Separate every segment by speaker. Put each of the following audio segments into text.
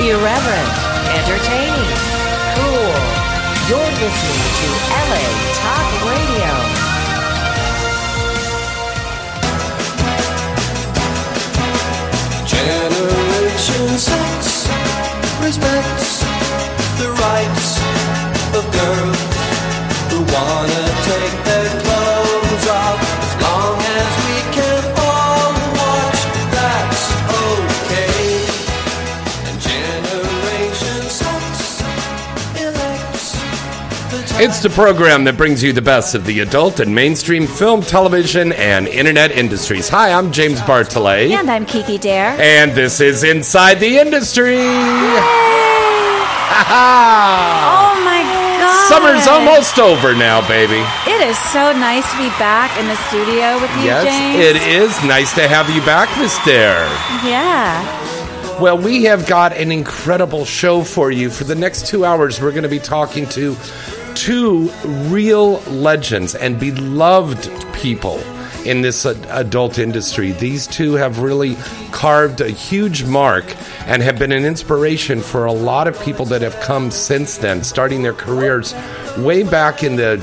Speaker 1: Irreverent, entertaining, cool. You're listening to LA Talk Radio.
Speaker 2: Generation sex respects the rights of girls who wanna take their clothes off. As long as we can all watch, that's okay. And Generation sex elects the
Speaker 3: It's the program that brings you the best of the adult and mainstream film, television, and internet industries. Hi, I'm James Bartolet.
Speaker 4: And I'm Kiki Dare.
Speaker 3: And this is Inside the Industry.
Speaker 4: Oh my god.
Speaker 3: Summer's almost over now, baby.
Speaker 4: It is so nice to be back in the studio with you,
Speaker 3: Yes,
Speaker 4: James.
Speaker 3: it is nice to have you back, Miss Dare.
Speaker 4: Yeah.
Speaker 3: Well, we have got an incredible show for you. For the next two hours, we're going to be talking to two real legends and beloved people in this ad- adult industry. These two have really carved a huge mark and have been an inspiration for a lot of people that have come since then, starting their careers way back in the,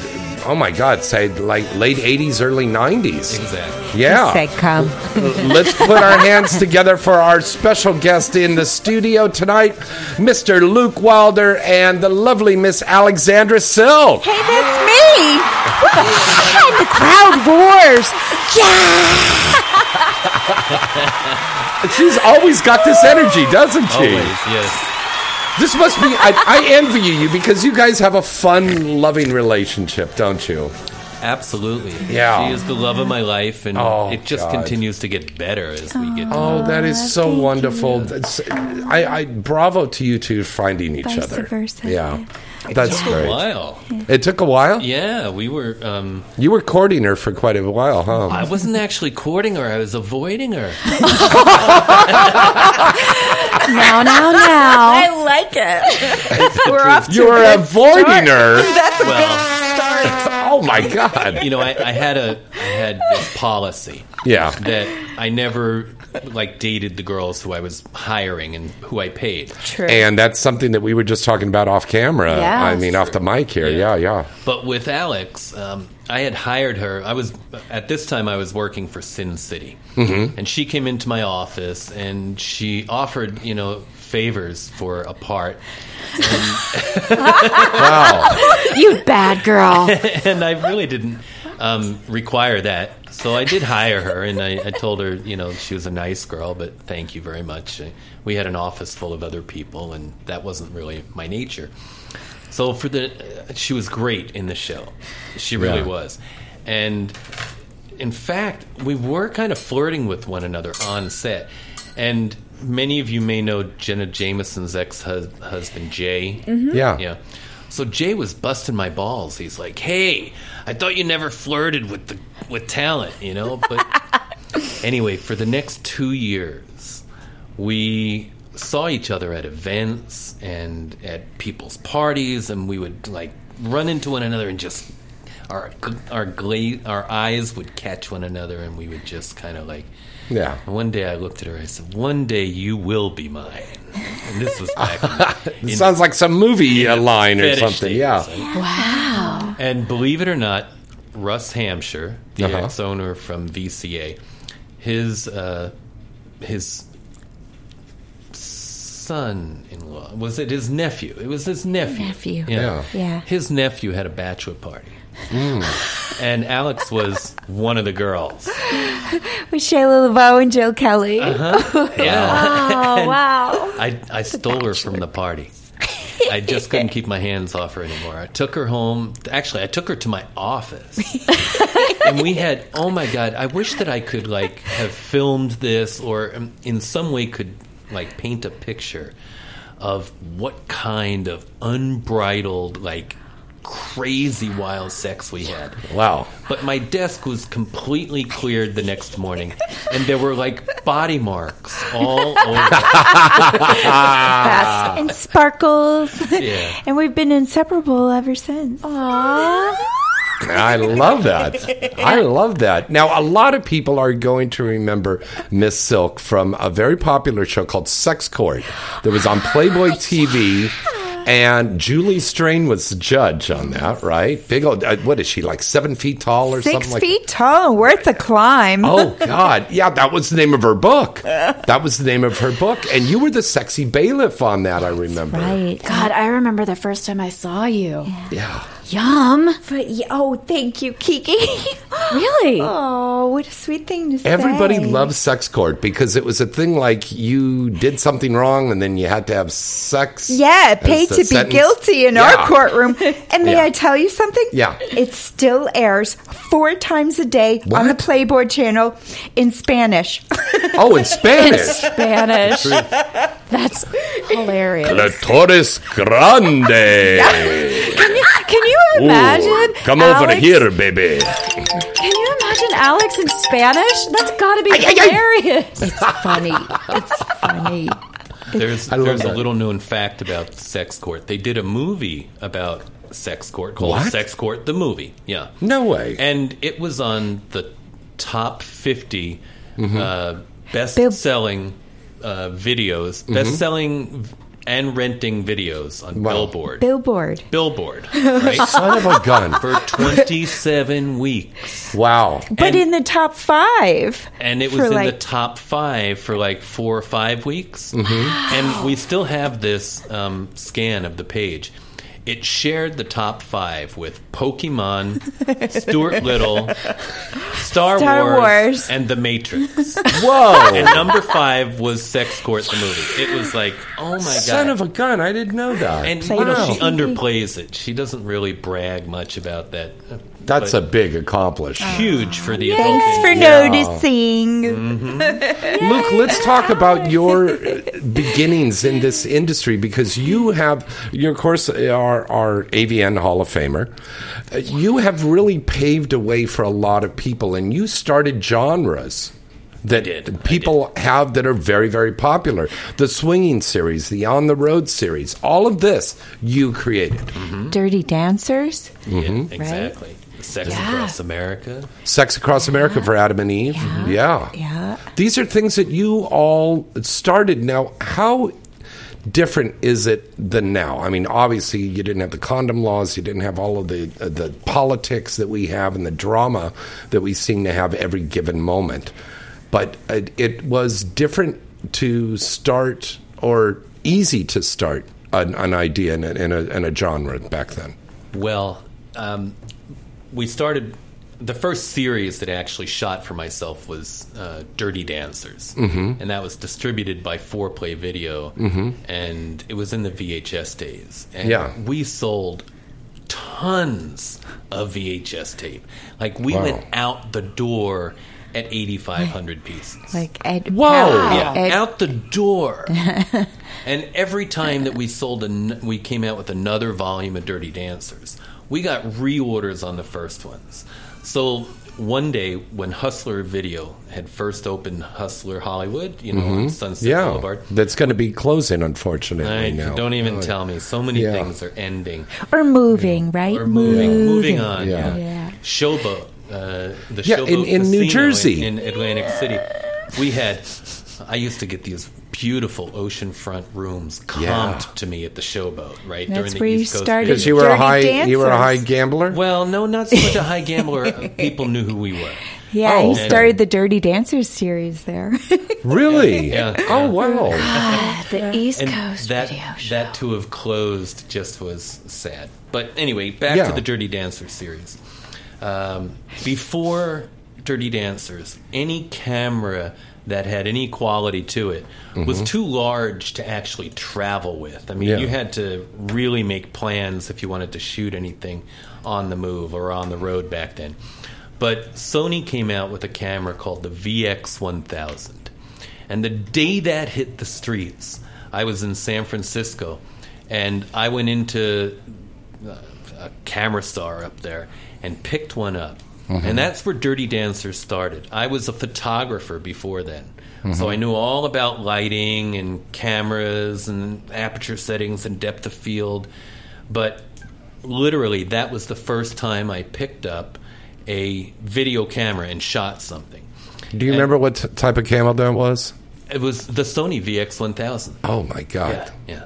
Speaker 3: oh my God, say like late 80s, early 90s. Exactly. Yeah.
Speaker 5: Sitcom.
Speaker 3: Let's put our hands together for our special guest in the studio tonight, Mr. Luke Wilder and the lovely Miss Alexandra Silk.
Speaker 5: Hey, that's me. and the crowd roars.
Speaker 3: She's always got this energy, doesn't she?
Speaker 6: Always, yes.
Speaker 3: This must be, I, I envy you because you guys have a fun, loving relationship, don't you?
Speaker 6: Absolutely.
Speaker 3: Yeah.
Speaker 6: She is the love of my life, and
Speaker 3: Oh,
Speaker 6: it just
Speaker 3: God.
Speaker 6: continues to get better as we get.
Speaker 3: Oh, that is so wonderful. That's, I, I bravo to you two finding each
Speaker 4: Vice
Speaker 3: other.
Speaker 4: versa.
Speaker 3: Yeah. That's
Speaker 6: A
Speaker 3: great.
Speaker 6: while.
Speaker 3: It took a while.
Speaker 6: Yeah, we were. Um,
Speaker 3: You were courting her for quite a while,
Speaker 5: Oh.
Speaker 3: huh?
Speaker 6: I wasn't actually courting her; I was avoiding her.
Speaker 4: Now, now, now.
Speaker 5: like it. We're off
Speaker 3: You were avoiding her.
Speaker 6: Well,
Speaker 3: Oh my god.
Speaker 6: you know, I, I had a I had this policy
Speaker 3: Yeah.
Speaker 6: that I never like dated the girls who I was hiring and who I paid.
Speaker 5: True.
Speaker 3: And that's something that we were just talking about off camera.
Speaker 4: Yeah.
Speaker 3: I mean, off the mic here. Yeah, yeah.
Speaker 6: But with Alex, um, I had hired her. I was at this time I was working for Sin City, mm-hmm. and she came into my office and she offered you know favors for a part,
Speaker 3: Wow.
Speaker 4: You bad girl.
Speaker 6: and I really didn't um, require that. So I did hire her, and I, I told her you know she was a nice girl, but thank you very much. We had an office full of other people, and that wasn't really my nature. So for the, she was great in the show. She really
Speaker 3: Yeah.
Speaker 6: was, and in fact, we were kind of flirting with one another on set, and many of you may know Jenna Jameson's ex-husband Jay.
Speaker 3: yeah.
Speaker 6: Yeah. So Jay was busting my balls. He's like, "Hey, I thought you never flirted with the with talent, you know." But anyway, for the next two years, we saw each other at events and at people's parties, and we would like run into one another and just our our gla- our eyes would catch one another, and we would just kind of like.
Speaker 3: Yeah.
Speaker 6: One day I looked at her. I said, "One day you will be mine." And this was back. in- in-
Speaker 3: Sounds like some movie uh, line or
Speaker 6: fetish
Speaker 3: something.
Speaker 6: dating,
Speaker 3: Yeah.
Speaker 6: so. And believe it or not, Russ Hampshire, the
Speaker 3: Uh-huh.
Speaker 6: ex-owner from VCA, his uh, his son-in-law was it his nephew? It was his nephew.
Speaker 5: Nephew.
Speaker 3: Yeah.
Speaker 5: Yeah.
Speaker 6: His nephew had a bachelor party.
Speaker 3: Mm.
Speaker 6: And Alex was one of the girls.
Speaker 5: With Shayla LaVoe and Joe Kelly.
Speaker 6: Uh-huh.
Speaker 3: Uh-huh.
Speaker 6: Yeah.
Speaker 5: Oh, wow.
Speaker 6: I, I stole her from the party. I just couldn't keep my hands off her anymore. I took her home. Actually, I took her to my office. and we had, oh my God, I wish that I could like have filmed this or um, in some way could like paint a picture of what kind of unbridled, like crazy wild sex we had.
Speaker 3: Wow.
Speaker 6: But my desk was completely cleared the next morning, and there were like body marks all over.
Speaker 5: And sparkles.
Speaker 6: Yeah.
Speaker 5: And we've been inseparable ever since. Aww.
Speaker 3: I love that. I love that. Now, a lot of people are going to remember Miss Silk from a very popular show called Sex Court that was on Playboy TV. And Julie Strain was the judge on that, right? Big old, uh, what is she, like seven feet tall or
Speaker 5: Six
Speaker 3: something like
Speaker 5: feet tall, worth a climb.
Speaker 3: Oh God, yeah, that was the name of her book. That was the name of her book, and you were the sexy bailiff on that. I remember.
Speaker 5: Right.
Speaker 4: God, I remember the first time I saw you.
Speaker 3: Yeah.
Speaker 4: Yum.
Speaker 5: But y- oh, thank you, Kiki.
Speaker 4: Really?
Speaker 5: Oh, what a sweet thing to say.
Speaker 3: Everybody loves sex court because it was a thing like you did something wrong and then you had to have sex.
Speaker 5: Yeah,
Speaker 3: as
Speaker 5: paid
Speaker 3: the
Speaker 5: to be
Speaker 3: sentence.
Speaker 5: guilty in
Speaker 3: Yeah.
Speaker 5: our courtroom. And may
Speaker 3: Yeah.
Speaker 5: I tell you something?
Speaker 3: Yeah.
Speaker 5: It still airs four times a day on the
Speaker 3: What?
Speaker 5: Playboy channel in Spanish.
Speaker 3: Oh, in Spanish.
Speaker 4: Spanish. That's hilarious.
Speaker 3: Torres Grande.
Speaker 4: Can you imagine? Alex-
Speaker 3: baby.
Speaker 4: Can you imagine Alex in Spanish? That's got to be hilarious. It's funny. It's funny.
Speaker 6: There's
Speaker 3: love
Speaker 6: there's a
Speaker 3: that.
Speaker 6: little known fact about sex court. They did a movie about sex court called
Speaker 3: What?
Speaker 6: Sex Court the movie. Yeah.
Speaker 3: No way.
Speaker 6: And it was on the top 50
Speaker 3: Mm-hmm.
Speaker 6: uh, best
Speaker 5: Bill-
Speaker 6: selling uh, videos, best selling and renting videos on
Speaker 3: Mm-hmm. Wow.
Speaker 6: Billboard.
Speaker 5: Billboard.
Speaker 6: Billboard, right?
Speaker 3: Son of a gun.
Speaker 6: For 27 weeks.
Speaker 3: Wow.
Speaker 5: But
Speaker 6: And-
Speaker 5: in the top five.
Speaker 6: and it
Speaker 5: for,
Speaker 6: was in
Speaker 5: like-
Speaker 6: the top five for like four or five weeks.
Speaker 3: Mm-hmm.
Speaker 6: And we still have this um, scan of the page. It shared the top five with Pokemon, Stuart Little, Star,
Speaker 5: Star
Speaker 6: Wars,
Speaker 5: Wars.
Speaker 6: and The Matrix. and
Speaker 3: Whoa.
Speaker 6: number five was Sex Court the movie. It was like, oh my
Speaker 3: Son
Speaker 6: god!
Speaker 3: of a gun. I didn't know that.
Speaker 6: and you know, she underplays it. She doesn't really brag much about that.
Speaker 3: That's a big accomplishment.
Speaker 6: huge for the adult.
Speaker 5: Thanks for
Speaker 6: industry.
Speaker 5: noticing.
Speaker 3: Mm-hmm. Luke, let's talk about your uh, beginnings in this industry because you have, you of course are our AVN Hall of Famer. Uh, You have really paved a way for a lot of people, and you started genres that
Speaker 6: did. I
Speaker 3: people have that are very, very popular. The swinging series, the on the road series, all of this you created. Mm-hmm.
Speaker 5: Dirty dancers.
Speaker 6: Mm-hmm. Yeah, exactly. Sex Across America.
Speaker 3: Sex Across America for Adam and Eve. Mm-hmm. Yeah.
Speaker 5: Yeah.
Speaker 3: These are things that you all started. Now, how different is it than now? I mean, obviously, you didn't have the condom laws, you didn't have all of the uh, the politics that we have and the drama that we seem to have every given moment. But it, it was different to start or easy to start an, an idea and a, and, a, and a genre back then.
Speaker 6: Well, um, we started. The first series that I actually shot for myself was uh, Dirty Dancers, mm-hmm. and that was distributed by Foreplay Video, mm-hmm. and it was in the VHS days. And
Speaker 3: Yeah.
Speaker 6: we sold tons of VHS tape. Like we
Speaker 3: Wow.
Speaker 6: went out the door at eighty five hundred pieces.
Speaker 5: Like Ed.
Speaker 3: Whoa.
Speaker 5: Powell,
Speaker 6: Yeah,
Speaker 5: Ed-
Speaker 6: out the door. and every time that we sold, an, we came out with another volume of Dirty Dancers. We got reorders on the first ones. So one day when Hustler Video had first opened Hustler Hollywood, you know, on Sunset
Speaker 3: Mm-hmm. Yeah.
Speaker 6: Boulevard.
Speaker 3: That's going to be closing, unfortunately.
Speaker 6: I,
Speaker 3: now.
Speaker 6: don't even tell me. So many
Speaker 3: Oh, Yeah.
Speaker 6: things are ending
Speaker 5: or moving, right?
Speaker 6: or moving, moving on. Yeah.
Speaker 3: Yeah.
Speaker 5: Yeah.
Speaker 6: Showboat. Uh, the
Speaker 3: Yeah,
Speaker 6: Showboat
Speaker 3: in- in New
Speaker 6: Casino
Speaker 3: Jersey.
Speaker 6: in, in Atlantic City, we had. I used to get these beautiful oceanfront rooms comped
Speaker 3: Yeah.
Speaker 6: to me at the Showboat, right
Speaker 5: That's
Speaker 6: during the
Speaker 5: where you
Speaker 6: East Coast.
Speaker 5: started.
Speaker 6: days.
Speaker 3: Because you were a
Speaker 5: Dirty
Speaker 3: high, you were a
Speaker 5: dancers.
Speaker 3: high gambler.
Speaker 6: Well, no, not so much a high gambler. People knew who we were.
Speaker 5: Yeah, he
Speaker 3: Oh.
Speaker 5: started the Dirty Dancers series there.
Speaker 3: Really?
Speaker 6: Yeah.
Speaker 3: Oh wow.
Speaker 4: The East
Speaker 6: and
Speaker 4: Coast
Speaker 6: that
Speaker 4: video show.
Speaker 6: that to have closed just was sad. But anyway, back
Speaker 3: Yeah.
Speaker 6: to the Dirty Dancers series. Um, before Dirty Dancers, any camera that had any quality to it was too large to actually travel with. I mean,
Speaker 3: Mm-hmm. Yeah.
Speaker 6: you had to really make plans if you wanted to shoot anything on the move or on the road back then. But Sony came out with a camera called the VX1000. And the day that hit the streets, I was in San Francisco and I went into uh, a camera star up there and picked one up. And that's where Dirty Dancers started. I was a photographer before then. So I knew all about lighting and cameras and aperture settings and depth of field. But literally that was the first time I picked up a video camera and shot something.
Speaker 3: Do you remember what t- type of camel that was?
Speaker 6: It was the Sony VX1000.
Speaker 3: Oh my god!
Speaker 6: Yeah.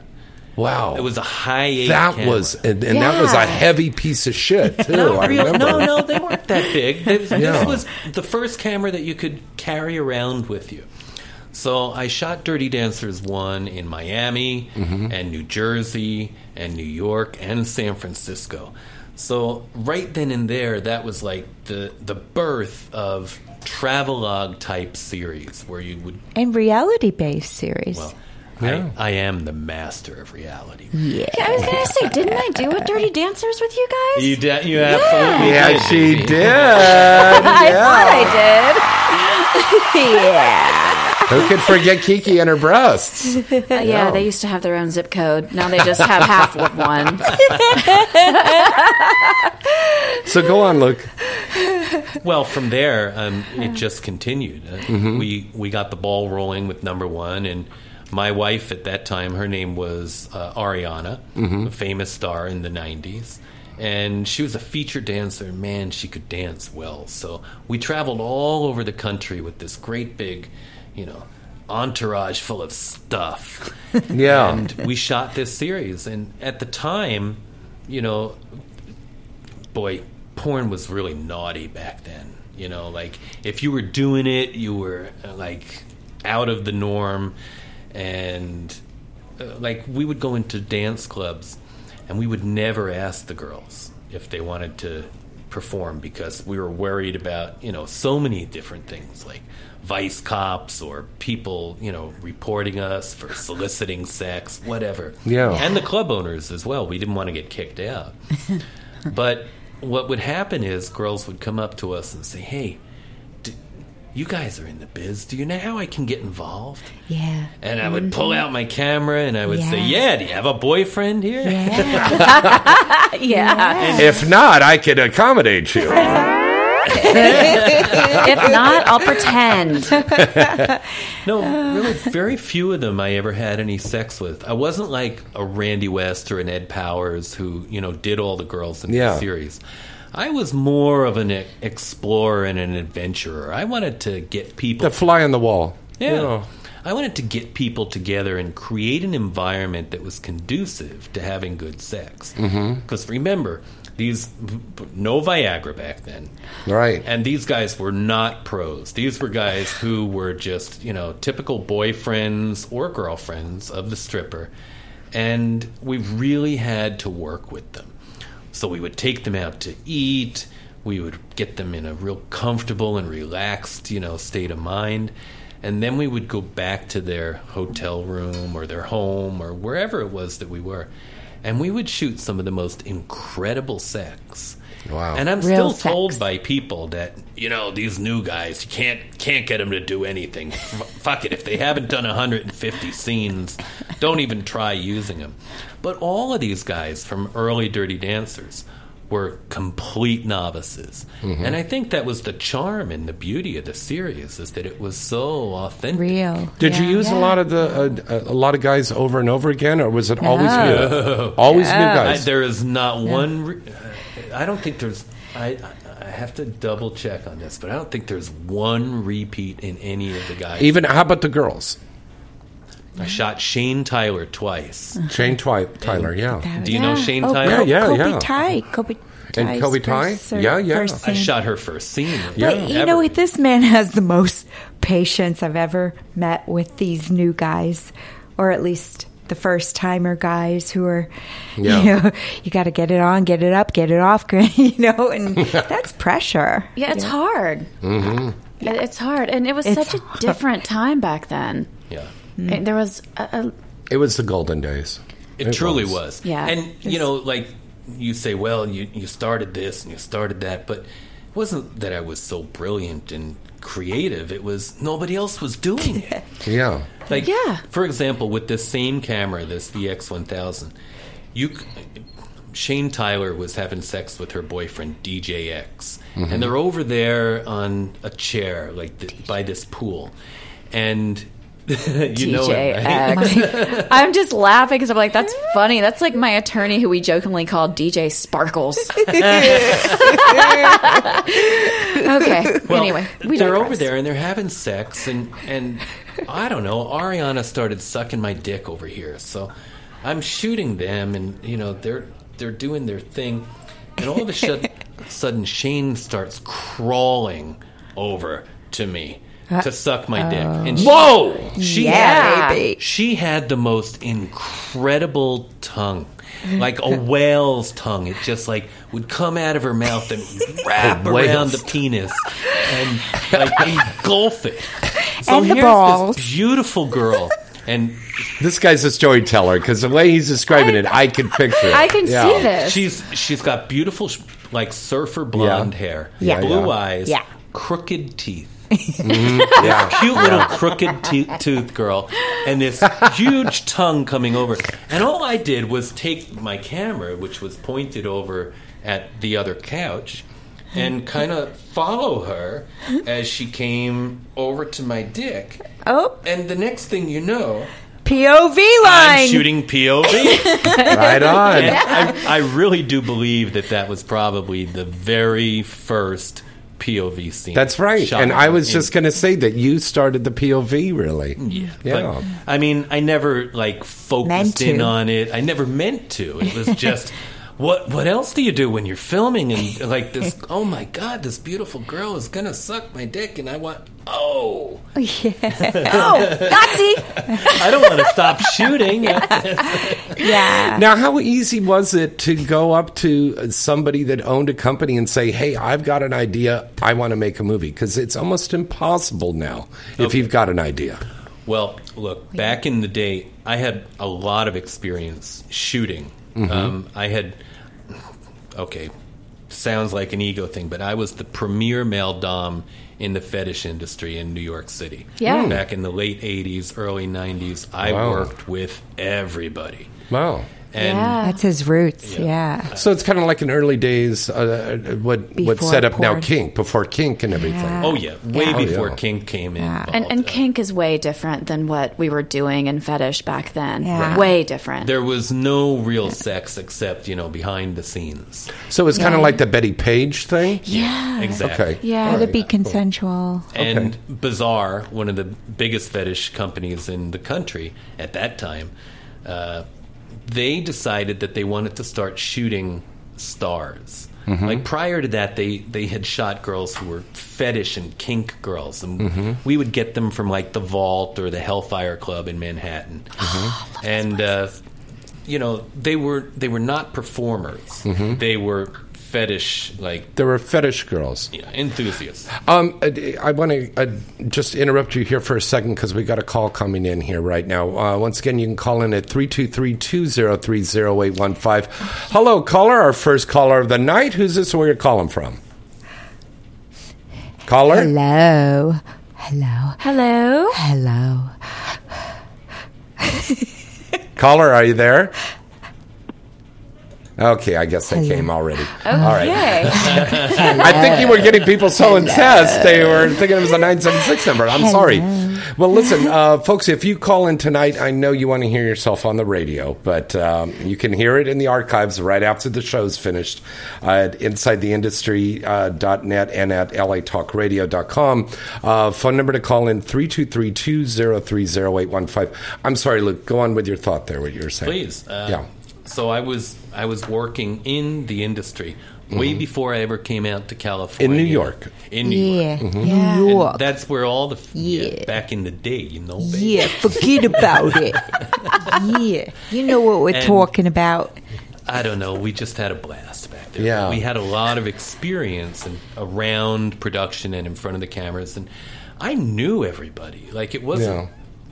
Speaker 3: Wow,
Speaker 6: It was a high eight.
Speaker 3: that
Speaker 6: camera.
Speaker 3: was and, and that was a
Speaker 4: Yeah.
Speaker 3: heavy piece of shit too. I
Speaker 6: Real-
Speaker 3: remember.
Speaker 6: no, no, they weren't that big. They-
Speaker 3: Yeah.
Speaker 6: This was the first camera that you could carry around with you. So I shot Dirty Dancers 1 in Miami
Speaker 3: Mm-hmm.
Speaker 6: and New Jersey and New York and San Francisco. So right then and there, that was like the, the birth of travelogue type series where you would
Speaker 5: And reality based series.
Speaker 6: well,
Speaker 3: Yeah.
Speaker 6: I, I am the master of reality.
Speaker 4: Yeah, I was gonna say, didn't I do a Dirty Dancers with you guys?
Speaker 6: You, de- you absolutely
Speaker 3: Yeah,
Speaker 6: did,
Speaker 3: she
Speaker 6: baby.
Speaker 3: did.
Speaker 5: I thought I did. yeah.
Speaker 3: Who could forget Kiki and her breasts?
Speaker 4: Uh, yeah, they used to have their own zip code. Now they just have half of one.
Speaker 3: So go on, Luke.
Speaker 6: Well, from there, um, it just continued. Uh, We we got the ball rolling with number one, and my wife at that time, her name was uh, Ariana, a famous star in the '90s, and she was a feature dancer. and Man, she could dance well. So we traveled all over the country with this great big, you know, entourage full of stuff.
Speaker 3: Yeah.
Speaker 6: And we shot this series, and at the time, you know, boy, porn was really naughty back then. You know, like if you were doing it, you were uh, like out of the norm, and uh, like we would go into dance clubs, and we would never ask the girls if they wanted to perform because we were worried about you know so many different things like vice cops or people you know reporting us for soliciting sex whatever
Speaker 3: Yeah.
Speaker 6: and the club owners as well we didn't want to get kicked out but what would happen is girls would come up to us and say, "Hey, d- you guys are in the biz. Do you know how I can get involved?"
Speaker 5: Yeah.
Speaker 6: And I would pull out my camera and I would say,
Speaker 5: Yeah.
Speaker 6: "Yeah, do you have a boyfriend here?"
Speaker 4: Yeah.
Speaker 3: If not, I could accommodate you.
Speaker 4: If not, I'll pretend.
Speaker 6: No, really, very few of them I ever had any sex with. I wasn't like a Randy West or an Ed Powers who, you know, did all the girls in
Speaker 3: Yeah.
Speaker 6: the series. I was more of an e- explorer and an adventurer. I wanted to get people
Speaker 3: The fly on the wall.
Speaker 6: Yeah. I wanted to get people together and create an environment that was conducive to having good sex. Because remember, these no Viagra back then,
Speaker 3: Right.
Speaker 6: and these guys were not pros. These were guys who were just you know typical boyfriends or girlfriends of the stripper, and we really had to work with them. So we would take them out to eat. We would get them in a real comfortable and relaxed, you know, state of mind. And then we would go back to their hotel room or their home or wherever it was that we were. And we would shoot some of the most incredible sex.
Speaker 3: Wow.
Speaker 6: And I'm
Speaker 5: Real
Speaker 6: still told
Speaker 5: sex.
Speaker 6: by people that, you know, these new guys, you can't can't get them to do anything. F- fuck it. If they haven't done 150 scenes, don't even try using them. But all of these guys from early Dirty Dancers were complete novices.
Speaker 3: Mm-hmm.
Speaker 6: And I think that was the charm and the beauty of the series is that it was so authentic.
Speaker 5: Real.
Speaker 3: Did you use a lot of the uh, a lot of guys over and over again, or was it always new? Always new
Speaker 6: I,
Speaker 3: guys.
Speaker 6: there is not one. Re- uh, I don't think there's. I I I have to double check on this, but I don't think there's one repeat in any of the guys.
Speaker 3: Even how about the girls?
Speaker 6: I shot Shane Tyler twice.
Speaker 3: Shane Twi- Tyler, yeah,
Speaker 6: Do you know Shane
Speaker 5: oh,
Speaker 6: Tyler?
Speaker 5: Co-
Speaker 3: Yeah, yeah,
Speaker 5: Kobe
Speaker 3: yeah.
Speaker 5: Ty. Kobe
Speaker 3: And
Speaker 5: Ty's
Speaker 3: Kobe Ty?
Speaker 5: first ser-
Speaker 3: Yeah, yeah.
Speaker 5: first
Speaker 6: I
Speaker 5: scene.
Speaker 6: shot her first scene.
Speaker 3: Yeah.
Speaker 5: But you know what? This man has the most patience I've ever met with these new guys, or at least the first timer guys who are,
Speaker 3: Yeah.
Speaker 5: you know, you got to get it on, get it up, get it off, you know, and that's pressure.
Speaker 4: Yeah, it's hard.
Speaker 2: Mm-hmm.
Speaker 4: It- It's hard. And it was
Speaker 5: It's
Speaker 4: such a
Speaker 5: hard. Hmm.
Speaker 4: different time back then.
Speaker 6: Yeah.
Speaker 4: It- There was a,
Speaker 3: it was the golden days.
Speaker 6: It, truly was.
Speaker 4: Yeah.
Speaker 6: And, you know, like you say, well, you, you started this and you started that, but it wasn't that I was so brilliant and creative. It was nobody else was doing it.
Speaker 3: Yeah,
Speaker 6: Like,
Speaker 4: Yeah.
Speaker 6: For example, with this same camera, this VX1000, you c- Shane Tyler was having sex with her boyfriend DJX, and they're over there on a chair, like th- by this pool, and you know it, right?
Speaker 4: TJX. I'm just laughing because I'm like, that's funny. That's like my attorney who we jokingly called DJ Sparkles. okay.
Speaker 6: Well,
Speaker 4: anyway, we
Speaker 6: they're
Speaker 4: digress.
Speaker 6: over there and they're having sex, and and I don't know. Ariana started sucking my dick over here, so I'm shooting them, and you know they're they're doing their thing, and all of a shu- sudden Shane starts crawling over to me
Speaker 4: Uh,
Speaker 6: to suck my dick,
Speaker 4: oh.
Speaker 6: and she,
Speaker 3: Whoa!
Speaker 6: she
Speaker 5: Yeah,
Speaker 6: had,
Speaker 5: baby.
Speaker 6: She had the most incredible tongue, like a whale's tongue. It just like would come out of her mouth and wrap
Speaker 3: A whale's
Speaker 6: around the penis and like engulf it. So
Speaker 5: And the
Speaker 6: here's
Speaker 5: balls.
Speaker 6: this beautiful girl, and
Speaker 3: This guy's a storyteller because the way he's describing it, I can picture it.
Speaker 4: I can
Speaker 3: Yeah.
Speaker 4: see this.
Speaker 6: she's she's got beautiful sh- like surfer blonde hair,
Speaker 3: Yeah.
Speaker 6: blue
Speaker 3: Yeah.
Speaker 6: eyes,
Speaker 5: Yeah.
Speaker 6: crooked teeth. Mm-hmm.
Speaker 3: Yeah.
Speaker 6: cute little crooked te- tooth girl and this huge tongue coming over. And all I did was take my camera, which was pointed over at the other couch, and kind of follow her as she came over to my dick.
Speaker 5: Oh,
Speaker 6: And the next thing you know,
Speaker 5: POV line.
Speaker 6: I'm shooting POV.
Speaker 3: Right on.
Speaker 6: And I, I really do believe that that was probably the very first POV scene.
Speaker 3: That's right.
Speaker 6: shot
Speaker 3: And I was
Speaker 6: in
Speaker 3: just going to say that you started the POV, really.
Speaker 6: Yeah.
Speaker 3: Yeah.
Speaker 6: But, I mean, I never like
Speaker 5: Meant
Speaker 6: focused in
Speaker 5: to.
Speaker 6: on it. I never meant to. It was just what what else do you do when you're filming and like this oh my god, this beautiful girl is going to suck my dick and I want oh.
Speaker 5: Oh, Nazi.
Speaker 6: I don't want to stop shooting.
Speaker 5: Yeah.
Speaker 3: Now, how easy was it to go up to somebody that owned a company and say, "Hey, I've got an idea. I want to make a movie"? Because it's almost impossible now if you've got an idea.
Speaker 6: Well, look, back in the day, I had a lot of experience shooting.
Speaker 3: Mm-hmm.
Speaker 6: Um, I had, okay, sounds like an ego thing, but I was the premier male dom in the fetish industry in New York City.
Speaker 4: Yeah. Mm.
Speaker 6: Back in the late 80s, early 90s, I
Speaker 3: Hmm. Wow.
Speaker 6: worked with everybody.
Speaker 3: Wow.
Speaker 6: And
Speaker 4: Yeah.
Speaker 5: That's his roots. Yeah.
Speaker 3: So it's kind of like in early days, uh, what what
Speaker 5: Before
Speaker 3: set up now
Speaker 5: porn.
Speaker 3: kink before kink and everything.
Speaker 5: Yeah.
Speaker 6: Oh yeah, way
Speaker 5: Yeah.
Speaker 3: Oh,
Speaker 6: before
Speaker 3: yeah.
Speaker 6: kink came in.
Speaker 5: And-
Speaker 4: and, and
Speaker 6: involved.
Speaker 4: kink is way different than what we were doing in fetish back then.
Speaker 5: Yeah.
Speaker 4: Way different.
Speaker 6: there was no real sex except you know behind the scenes.
Speaker 3: So it's kind of like the Betty Page thing.
Speaker 4: yeah.
Speaker 6: Exactly.
Speaker 3: Okay.
Speaker 5: Yeah,
Speaker 3: All
Speaker 5: to
Speaker 3: right.
Speaker 5: be consensual.
Speaker 6: And Bazaar, one of the biggest fetish companies in the country at that time, uh, they decided that they wanted to start shooting stars. Like prior to that, they, they had shot girls who were fetish and kink girls, and we would get them from like the Vault or the Hellfire Club in Manhattan, and uh, you know they were they were not performers; they were fetish like
Speaker 3: There were fetish girls.
Speaker 6: you know, enthusiasts.
Speaker 3: Um, I- I want to uh, just interrupt you here for a second because we got a call coming in here right now. Uh, once again, you can call in at 323-203-0815. Hello, caller, our first caller of the night. Who's this? and Where you're calling from? Caller,
Speaker 5: Hello. Hello.
Speaker 4: Hello.
Speaker 5: Hello.
Speaker 3: caller, are you there? Okay, I guess they came already. All right.
Speaker 4: Okay.
Speaker 3: I think you were getting people selling tests. They were thinking it was a 976 number. I'm sorry. Well, listen, uh, folks, if you call in tonight, I know you want to hear yourself on the radio, but um, you can hear it in the archives right after the show's finished uh, at insidetheindustry.net and at latalkradio.com. Uh, phone number to call in 323 203 0815. I'm sorry, Luke, go on with your thought there, what you were saying.
Speaker 6: Please. Uh,
Speaker 3: yeah.
Speaker 6: So I was I was working in the industry way before I ever came out to
Speaker 3: Mm-hmm. In
Speaker 6: California.
Speaker 3: New York. Mm-hmm.
Speaker 6: In New
Speaker 5: Yeah.
Speaker 6: York.
Speaker 5: New
Speaker 6: And
Speaker 5: York.
Speaker 6: that's where all the f- yeah.
Speaker 5: Yeah.
Speaker 6: back in the day, you know. baby.
Speaker 5: Yeah, forget about it. yeah. You know what we're
Speaker 6: And-
Speaker 5: talking about.
Speaker 6: I don't know. We just had a blast back there.
Speaker 3: Yeah.
Speaker 6: We had a lot of experience and around production and in front of the cameras, and I knew everybody. Like it wasn't.
Speaker 3: Yeah.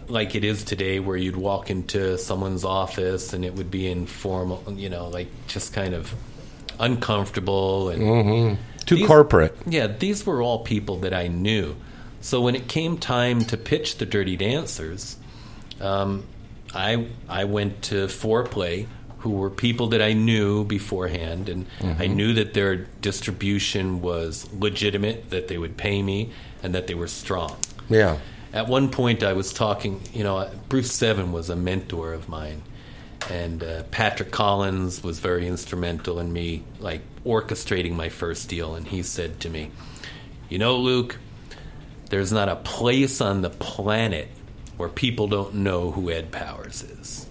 Speaker 6: Like it is today, where you'd walk into someone's office and it would be informal, you know, like just kind of uncomfortable
Speaker 3: Mm-hmm.
Speaker 6: and
Speaker 3: Too
Speaker 6: These-
Speaker 3: corporate.
Speaker 6: Yeah, these were all people that I knew. So when it came time to pitch the Dirty Dancers, um, I I went to Foreplay, who were people that I knew beforehand, and I knew that their distribution was legitimate, that they would pay me, and that they were strong.
Speaker 3: Yeah.
Speaker 6: at one point I was talking, you know, Bruce Seven was a mentor of mine, and uh, Patrick Collins was very instrumental in me like orchestrating my first deal. And he said to me, "You know, Luke, there's not a place on the planet where people don't know who Ed Powers is."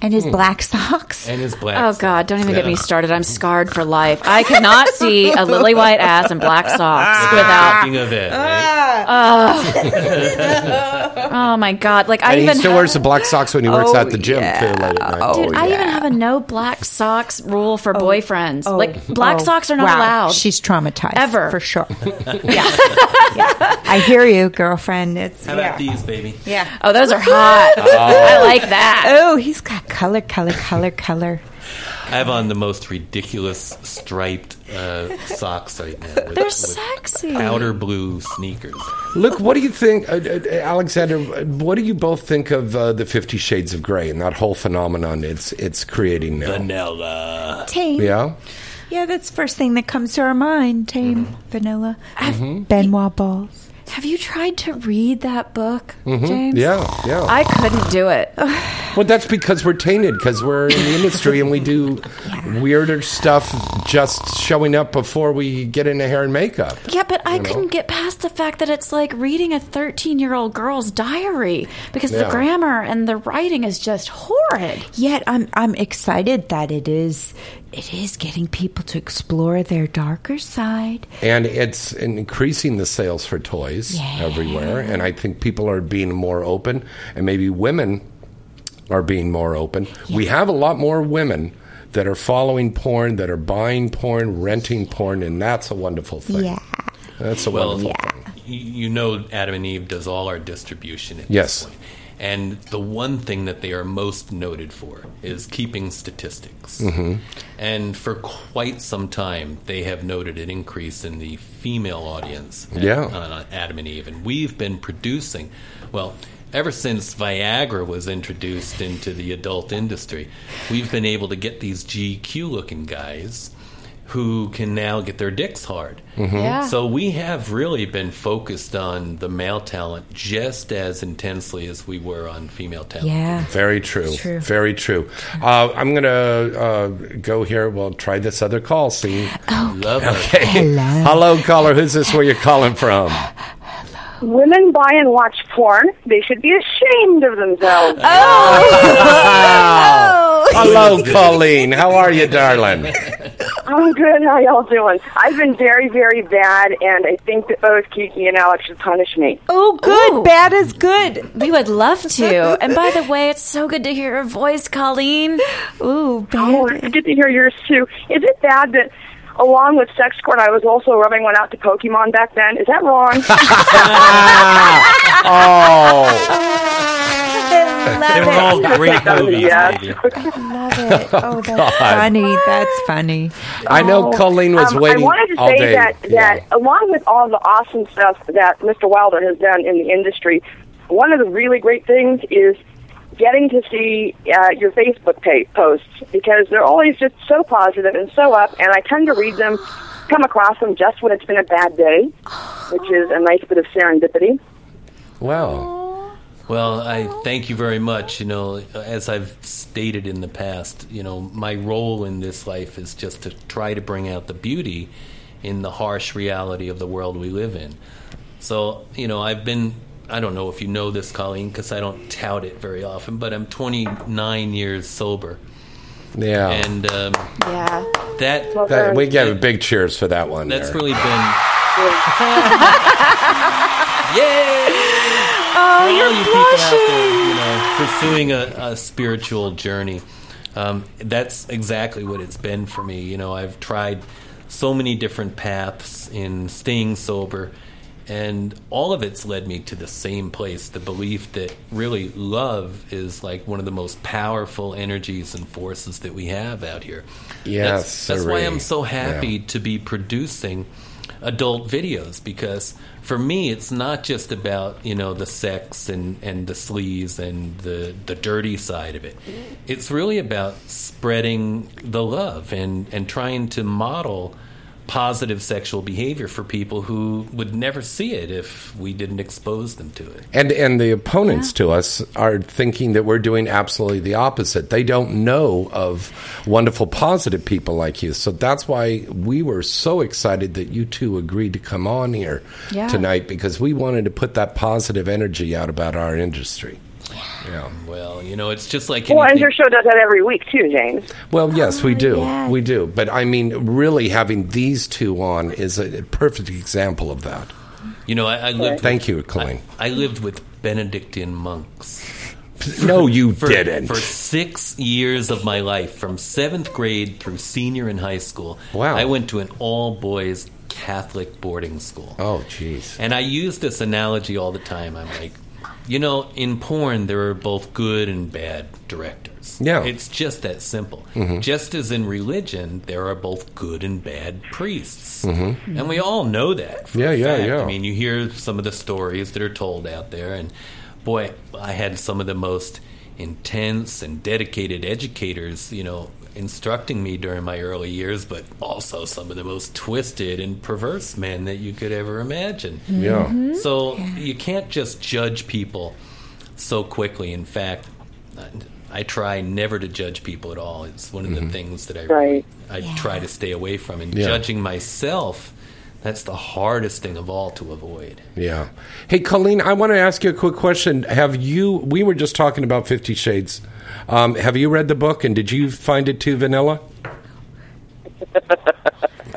Speaker 5: And
Speaker 3: Hmm.
Speaker 5: his black socks.
Speaker 6: And his black.
Speaker 4: Oh
Speaker 6: socks.
Speaker 4: God! Don't even get
Speaker 6: Yeah.
Speaker 4: me started. I'm scarred for life. I cannot see a lily white ass and black socks without.
Speaker 6: Speaking of it, right?
Speaker 4: Oh my God! Like I
Speaker 3: And he
Speaker 4: even
Speaker 3: still
Speaker 4: have-
Speaker 3: wears the black socks when he works
Speaker 5: Oh,
Speaker 3: out at the gym.
Speaker 5: yeah.
Speaker 3: Too, late at night.
Speaker 5: Oh,
Speaker 4: Dude, I even have a no black socks rule for boyfriends.
Speaker 5: Oh,
Speaker 4: like black
Speaker 5: oh,
Speaker 4: socks are not
Speaker 5: wow.
Speaker 4: allowed.
Speaker 5: She's traumatized
Speaker 4: Ever.
Speaker 5: for sure. yeah. Yeah. I hear you, girlfriend. It's
Speaker 6: how
Speaker 5: yeah.
Speaker 6: about these, baby?
Speaker 5: yeah.
Speaker 4: oh, those are hot. I like that.
Speaker 5: Oh, he's got color, color, color, color.
Speaker 6: I have on the most ridiculous striped uh, socks right now. With,
Speaker 4: They're
Speaker 6: with
Speaker 4: sexy.
Speaker 6: Powder blue sneakers.
Speaker 3: Look, what do you think, uh, uh, Alexander? uh, What do you both think of uh, the Fifty Shades of Grey and that whole phenomenon it's it's creating now?
Speaker 6: Vanilla.
Speaker 5: Tame.
Speaker 3: Uh, yeah,
Speaker 5: Yeah, that's the first thing that comes to our mind. Tame,
Speaker 3: Mm-hmm.
Speaker 5: vanilla, Benoit balls.
Speaker 4: Have you tried to read that book, James?
Speaker 3: Mm-hmm. yeah, yeah.
Speaker 4: I couldn't do it.
Speaker 3: well, that's because we're tainted because we're in the industry and we do weirder stuff just showing up before we get into hair and makeup.
Speaker 4: Yeah, but I couldn't get past the fact that it's like reading a 13 year old girl's diary because the
Speaker 3: Yeah.
Speaker 4: grammar and the writing is just horrid.
Speaker 5: Yet I'm I'm excited that it is it is getting people to explore their darker side.
Speaker 3: And it's increasing the sales for toys everywhere. And I think people are being more open, and maybe women are being more open. We have a lot more women that are following porn, that are buying porn, renting porn, and that's a wonderful thing.
Speaker 5: Yeah.
Speaker 3: That's a
Speaker 6: Well,
Speaker 3: wonderful
Speaker 6: y-
Speaker 3: thing.
Speaker 6: you know, Adam and Eve does all our distribution at
Speaker 3: Yes.
Speaker 6: this point. And the one thing that they are most noted for is keeping statistics.
Speaker 3: Mm-hmm.
Speaker 6: And for quite some time, they have noted an increase in the female audience at-
Speaker 3: Yeah.
Speaker 6: on Adam and Eve. And we've been producing, well, ever since Viagra was introduced into the adult industry, we've been able to get these GQ looking guys who can now get their dicks hard.
Speaker 3: Mm-hmm.
Speaker 4: Yeah.
Speaker 6: So we have really been focused on the male talent just as intensely as we were on female talent.
Speaker 5: Yeah.
Speaker 3: Very true.
Speaker 5: True.
Speaker 3: Very true. Uh, I'm going to uh, go here. We'll try this other call. See.
Speaker 5: Oh,
Speaker 6: Love it.
Speaker 3: Hello, caller. Who's this? Where you calling from?
Speaker 7: Women buy and watch porn. They should be ashamed of themselves.
Speaker 3: Hello, Colleen. How are you, darling?
Speaker 7: I'm good. How y'all doing? I've been very, very bad, and I think that both Kiki and Alex should punish me.
Speaker 5: Oh, good.
Speaker 4: Ooh.
Speaker 5: Bad is good.
Speaker 4: We would love to. And by the way, it's so good to hear your voice, Colleen.
Speaker 5: Ooh,
Speaker 7: Oh,
Speaker 5: bad.
Speaker 7: it's good to hear yours too. Is it bad that? Along with sex court, I was also rubbing one out to Pokemon back then. Is that wrong?
Speaker 3: Oh,
Speaker 6: They were all great movies,
Speaker 7: Yeah.
Speaker 6: lady.
Speaker 5: Oh, that's funny. That's funny. Oh.
Speaker 3: I know Colleen was
Speaker 7: Um,
Speaker 3: waiting
Speaker 7: I wanted to
Speaker 3: all
Speaker 7: say
Speaker 3: day.
Speaker 7: that that along with all the awesome stuff that Mr. Wilder has done in the industry, one of the really great things is getting to see uh, your Facebook pa- posts because they're always just so positive and so up, and I tend to read them, come across them just when it's been a bad day, which is a nice bit of serendipity.
Speaker 3: Wow.
Speaker 6: Well, I thank you very much. You know, as I've stated in the past, you know, my role in this life is just to try to bring out the beauty in the harsh reality of the world we live in. So, you know, I've been, I don't know if you know this, Colleen, because I don't tout it very often, but I'm 29 years sober.
Speaker 3: Yeah.
Speaker 6: And um,
Speaker 4: Yeah.
Speaker 6: that
Speaker 3: That- we give a big cheers for that one.
Speaker 6: that's
Speaker 3: there.
Speaker 6: really been. Yay! Oh, you're you people out there, you know, pursuing a, a spiritual journey. Um, that's exactly what it's been for me. You know, I've tried so many different paths in staying sober, and all of it's led me to the same place the belief that really love is like one of the most powerful energies and forces that we have out here.
Speaker 3: Yes,
Speaker 6: That's, that's why
Speaker 3: siree.
Speaker 6: I'm so happy
Speaker 3: Yeah.
Speaker 6: to be producing adult videos because for me it's not just about you know the sex and and the sleaze and the the dirty side of it it's really about spreading the love and and trying to model positive sexual behavior for people who would never see it if we didn't expose them to it.
Speaker 3: And and the opponents to us are thinking that we're doing absolutely the opposite. They don't know of wonderful positive people like you. So that's why we were so excited that you two agreed to come on here
Speaker 5: Yeah.
Speaker 3: tonight because we wanted to put that positive energy out about our industry. Yeah.
Speaker 6: Well, you know, it's just like
Speaker 7: Well, and
Speaker 6: anything-
Speaker 7: your show does that every week too, James.
Speaker 3: Well, Ah, yes, we do.
Speaker 5: yeah.
Speaker 3: We do. But I mean, really having these two on is a perfect example of that.
Speaker 6: you know, I, I lived
Speaker 3: Thank you, Colleen.
Speaker 6: I lived with Benedictine monks.
Speaker 3: no, you
Speaker 6: for,
Speaker 3: didn't.
Speaker 6: for six years of my life, from seventh grade through senior in high school.
Speaker 3: Wow.
Speaker 6: I went to an all boys Catholic boarding school.
Speaker 3: oh, jeez.
Speaker 6: And I use this analogy all the time. I'm like, you know, in porn, there are both good and bad directors.
Speaker 3: Yeah. Hmm.
Speaker 6: It's just that simple.
Speaker 3: Mm-hmm.
Speaker 6: Just as in religion, there are both good and bad priests.
Speaker 3: Mm-hmm.
Speaker 6: And we all know that. for
Speaker 3: Yeah,
Speaker 6: a
Speaker 3: yeah,
Speaker 6: fact.
Speaker 3: yeah.
Speaker 6: I mean, you hear some of the stories that are told out there. And boy, I had some of the most intense and dedicated educators, you know. Instructing me during my early years, but also some of the most twisted and perverse men that you could ever imagine.
Speaker 3: Mm-hmm. Yeah.
Speaker 6: So you can't just judge people so quickly. In fact, I- I try never to judge people at all. It's one of
Speaker 3: Mm-hmm.
Speaker 6: the things that I really-
Speaker 7: Right.
Speaker 6: I try to stay away from. And
Speaker 3: Yeah.
Speaker 6: judging myself, that's the hardest thing of all to avoid.
Speaker 3: Yeah. Hey, Colleen, I want to ask you a quick question. Have you? We were just talking about Fifty Shades. Um, have you read the book, and did you find it too vanilla?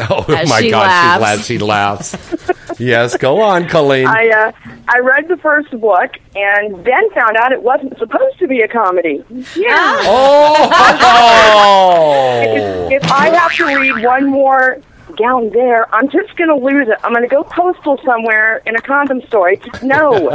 Speaker 3: oh
Speaker 4: As
Speaker 3: my
Speaker 4: she
Speaker 3: God!
Speaker 4: laughs.
Speaker 3: She laughs. She laughs. yes, go on, Colleen.
Speaker 7: I uh, I read the first book and then found out it wasn't supposed to be a comedy. Yeah.
Speaker 2: Ah.
Speaker 3: oh.
Speaker 7: If I have to read one more down there, I'm just going to lose it. I'm going to go postal somewhere in a condom store. It's just no.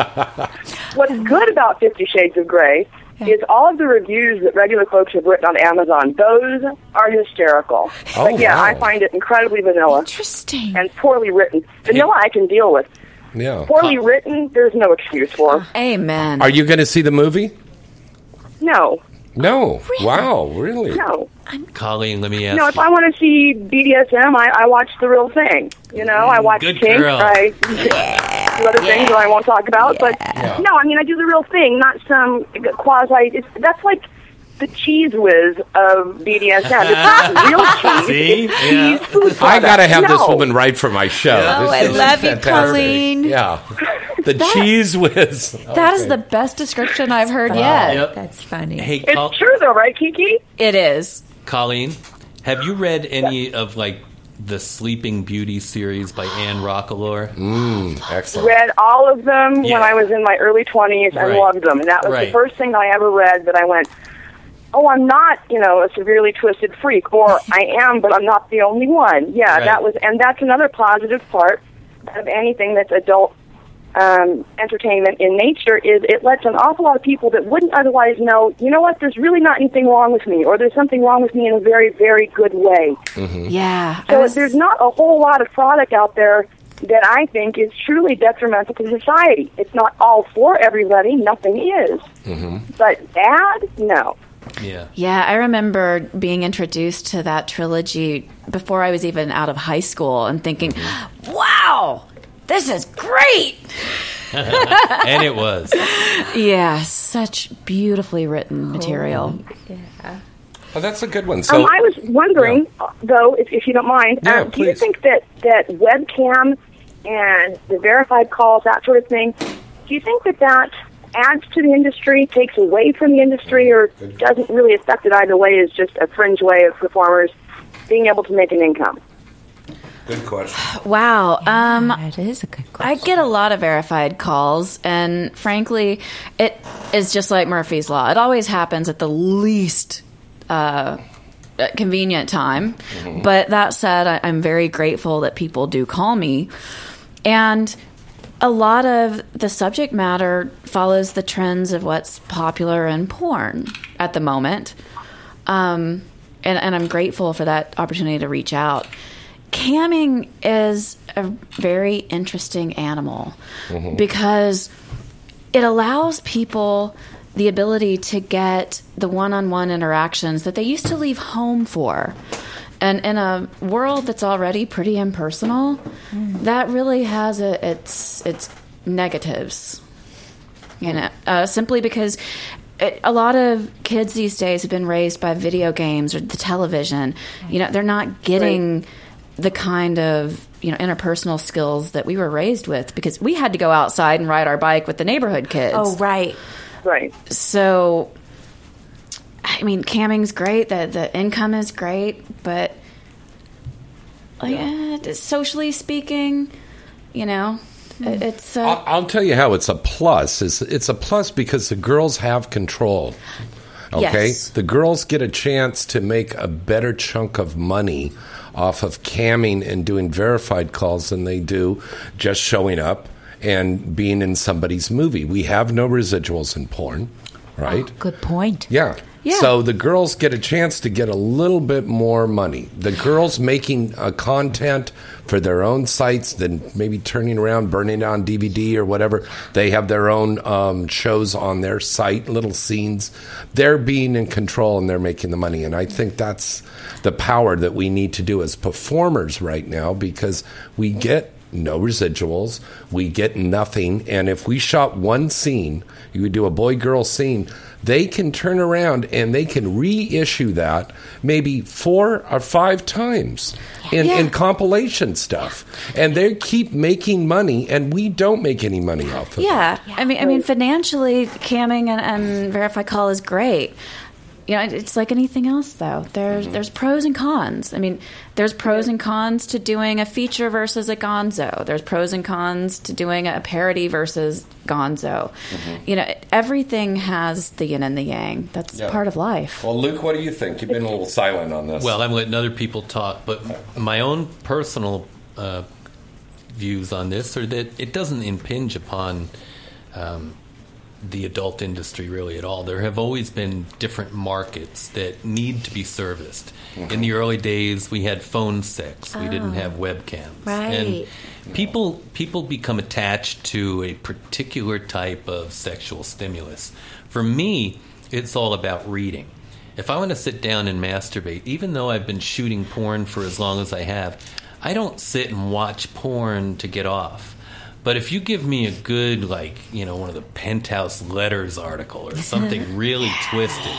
Speaker 7: What's good about Fifty Shades of Grey is all of the reviews that regular folks have written on Amazon. Those are hysterical.
Speaker 3: Oh,
Speaker 7: but yeah,
Speaker 3: wow.
Speaker 7: I find it incredibly vanilla
Speaker 5: Interesting.
Speaker 7: and poorly written. Vanilla I can deal with.
Speaker 3: yeah.
Speaker 7: Poorly written, there's no excuse for.
Speaker 4: Amen.
Speaker 3: Oh, Are you going to see the movie?
Speaker 7: No,
Speaker 3: No. Wow. Really?
Speaker 7: no.
Speaker 6: Colleen, let me ask
Speaker 7: No, if
Speaker 6: you.
Speaker 7: I want to see BDSM, I, I watch the real thing. You know,
Speaker 3: Mm,
Speaker 7: I watch
Speaker 6: Good
Speaker 7: kink.
Speaker 6: girl.
Speaker 7: I do other things that I won't talk about. But no, I mean, I do the real thing, not some quasi. It's, that's like the cheese whiz of BDSM. It's not real cheese.
Speaker 6: See?
Speaker 7: It's
Speaker 6: Yeah.
Speaker 7: cheese food
Speaker 3: I got to have
Speaker 7: products.
Speaker 3: this
Speaker 7: No.
Speaker 3: woman right for my show.
Speaker 5: Oh,
Speaker 3: This
Speaker 5: I
Speaker 3: is
Speaker 5: love you,
Speaker 3: fantastic.
Speaker 5: Colleen.
Speaker 3: Yeah. The cheese whiz.
Speaker 4: That is the best description I've heard yet.
Speaker 6: Oh, Yep.
Speaker 5: That's funny.
Speaker 6: Hey,
Speaker 7: It's
Speaker 6: Col-
Speaker 7: true, though, right, Kiki?
Speaker 4: It is.
Speaker 6: Colleen, have you read any of like the Sleeping Beauty series by Anne Rockelor?
Speaker 3: Mm, Excellent.
Speaker 7: Read all of them
Speaker 6: Yeah.
Speaker 7: when I was in my early 20s and
Speaker 6: Right.
Speaker 7: loved them. And that was
Speaker 6: Right.
Speaker 7: the first thing that I ever read that I went, oh, I'm not, you know, a severely twisted freak, or I am, but I'm not the only one. Yeah,
Speaker 6: Right.
Speaker 7: that was, and that's another positive part of anything that's adult um, entertainment in nature is it lets an awful lot of people that wouldn't otherwise know, you know what, there's really not anything wrong with me, or there's something wrong with me in a very, very good way.
Speaker 6: Mm-hmm.
Speaker 4: Yeah. I
Speaker 7: So
Speaker 4: was-
Speaker 7: there's not a whole lot of product out there that I think is truly detrimental to society. It's not all for everybody. Nothing is.
Speaker 3: Mm-hmm.
Speaker 7: But bad? No.
Speaker 6: Yeah.
Speaker 4: Yeah, I remember being introduced to that trilogy before I was even out of high school and thinking,
Speaker 6: Mm-hmm.
Speaker 4: wow, this is great.
Speaker 6: And it was.
Speaker 4: Yeah, such beautifully written material.
Speaker 3: Oh, that's a good one. So,
Speaker 7: um, I was wondering, uh though, if, if you don't mind,
Speaker 3: Yeah,
Speaker 7: um, do you
Speaker 3: please.
Speaker 7: think that, that webcam and the verified calls, that sort of thing, do you think that that adds to the industry, takes away from the industry, or doesn't really affect it either way, is just a fringe way of performers being able to make an income?
Speaker 3: good question.
Speaker 4: Wow. Um,
Speaker 5: that is a good
Speaker 4: I
Speaker 5: question.
Speaker 4: get a lot of verified calls, and frankly, it is just like Murphy's Law. It always happens at the least uh, convenient time. But that said, I, I'm very grateful that people do call me. And a lot of the subject matter follows the trends of what's popular in porn at the moment. Um, and, and I'm grateful for that opportunity to reach out. Camming is a very interesting animal because it allows people the ability to get the one on one interactions that they used to leave home for. And in a world that's already pretty impersonal, that really has a, its its negatives. You know, uh, simply because it, a lot of kids these days have been raised by video games or the television. You know, they're not getting the kind of you know interpersonal skills that we were raised with because we had to go outside and ride our bike with the neighborhood kids.
Speaker 5: Oh, right.
Speaker 7: Right.
Speaker 4: So, I mean, camming's great. The the income is great, but like, eh, just socially speaking, you know, it- it's uh,
Speaker 3: I'll, I'll tell you how it's a plus. It's, it's a plus because the girls have control. Okay?
Speaker 4: Yes.
Speaker 3: The girls get a chance to make a better chunk of money off of camming and doing verified calls than they do just showing up and being in somebody's movie. We have no residuals in porn, right?
Speaker 5: Good point.
Speaker 3: Yeah.
Speaker 4: Yeah.
Speaker 3: So the girls get a chance to get a little bit more money. The girls making uh, content for their own sites, then maybe turning around, burning it on DVD or whatever. They have their own um, shows on their site, little scenes. They're being in control and they're making the money. And I think that's the power that we need to do as performers right now because we get no residuals. We get nothing. And if we shot one scene, you would do a boy girl scene, they can turn around and they can reissue that maybe four or five times in, in
Speaker 4: Yeah.
Speaker 3: compilation stuff. And they keep making money, and we don't make any money off of it.
Speaker 4: yeah. I mean, I mean, financially, camming and, and verified call is great. You know, it- it's like anything else, though. There's
Speaker 3: Mm-hmm.
Speaker 4: there's pros and cons. I mean, there's pros and cons to doing a feature versus a Gonzo. There's pros and cons to doing a parody versus Gonzo.
Speaker 3: Mm-hmm.
Speaker 4: You know, everything has the yin and the yang. That's
Speaker 3: Yeah.
Speaker 4: part of life.
Speaker 3: Well, Luke, what do you think? You've been a little silent on this.
Speaker 6: Well, I'm letting other people talk, but my own personal uh, views on this are that it doesn't impinge upon um, the adult industry really at all. There have always been different markets that need to be serviced. In the early days, we had phone sex. We didn't have webcams.
Speaker 5: Right.
Speaker 6: And people people become attached to a particular type of sexual stimulus. For me, it's all about reading. If I want to sit down and masturbate, even though I've been shooting porn for as long as I have, I don't sit and watch porn to get off. But if you give me a good, like, you know, one of the penthouse letters article or something really twisted,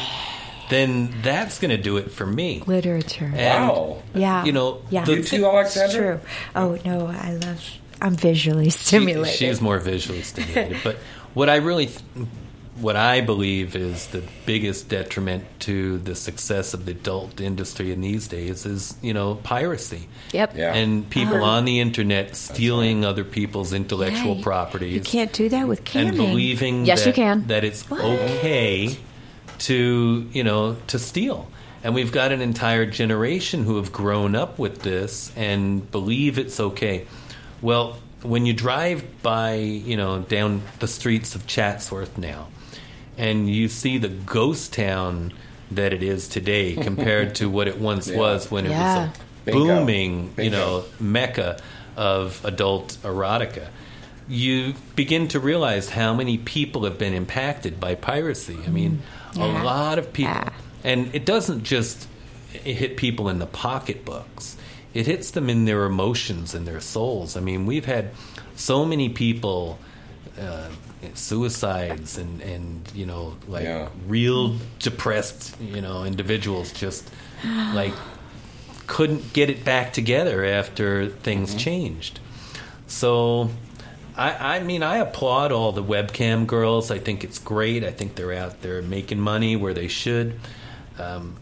Speaker 6: then that's going to do it for me.
Speaker 5: Literature.
Speaker 6: And,
Speaker 3: Wow.
Speaker 5: yeah.
Speaker 6: You know,
Speaker 5: yeah.
Speaker 6: the
Speaker 3: You too, Alexander?
Speaker 5: It's true. Oh, no, I love, I'm visually stimulated.
Speaker 6: She, she's more visually stimulated. but what I really, th- what I believe is the biggest detriment to the success of the adult industry in these days is, you know, piracy.
Speaker 4: Yep.
Speaker 3: Yeah.
Speaker 6: And people on the internet stealing other people's intellectual
Speaker 5: Yeah, Uh-huh. you-
Speaker 6: properties.
Speaker 5: You can't do that with camming.
Speaker 6: and believing
Speaker 4: Yes,
Speaker 6: that,
Speaker 4: you can.
Speaker 6: that it's okay to you know to steal and we've got an entire generation who have grown up with this and believe it's okay well when you drive by you know down the streets of chatsworth now and you see the ghost town that it is today compared to what it once was when it
Speaker 4: Yeah.
Speaker 6: was a
Speaker 3: Bingo.
Speaker 6: booming, you know, mecca of adult erotica. You begin to realize how many people have been impacted by piracy. I mean, a
Speaker 5: Yeah.
Speaker 6: lot of people.
Speaker 5: Yeah.
Speaker 6: And it doesn't just it hit people in the pocketbooks. It hits them in their emotions and their souls. I mean, we've had so many people uh, suicides and and you know like
Speaker 3: Yeah.
Speaker 6: real depressed you know individuals just like couldn't get it back together after things changed. So, I, I mean, I applaud all the webcam girls. I think it's great. I think they're out there making money where they should. Um,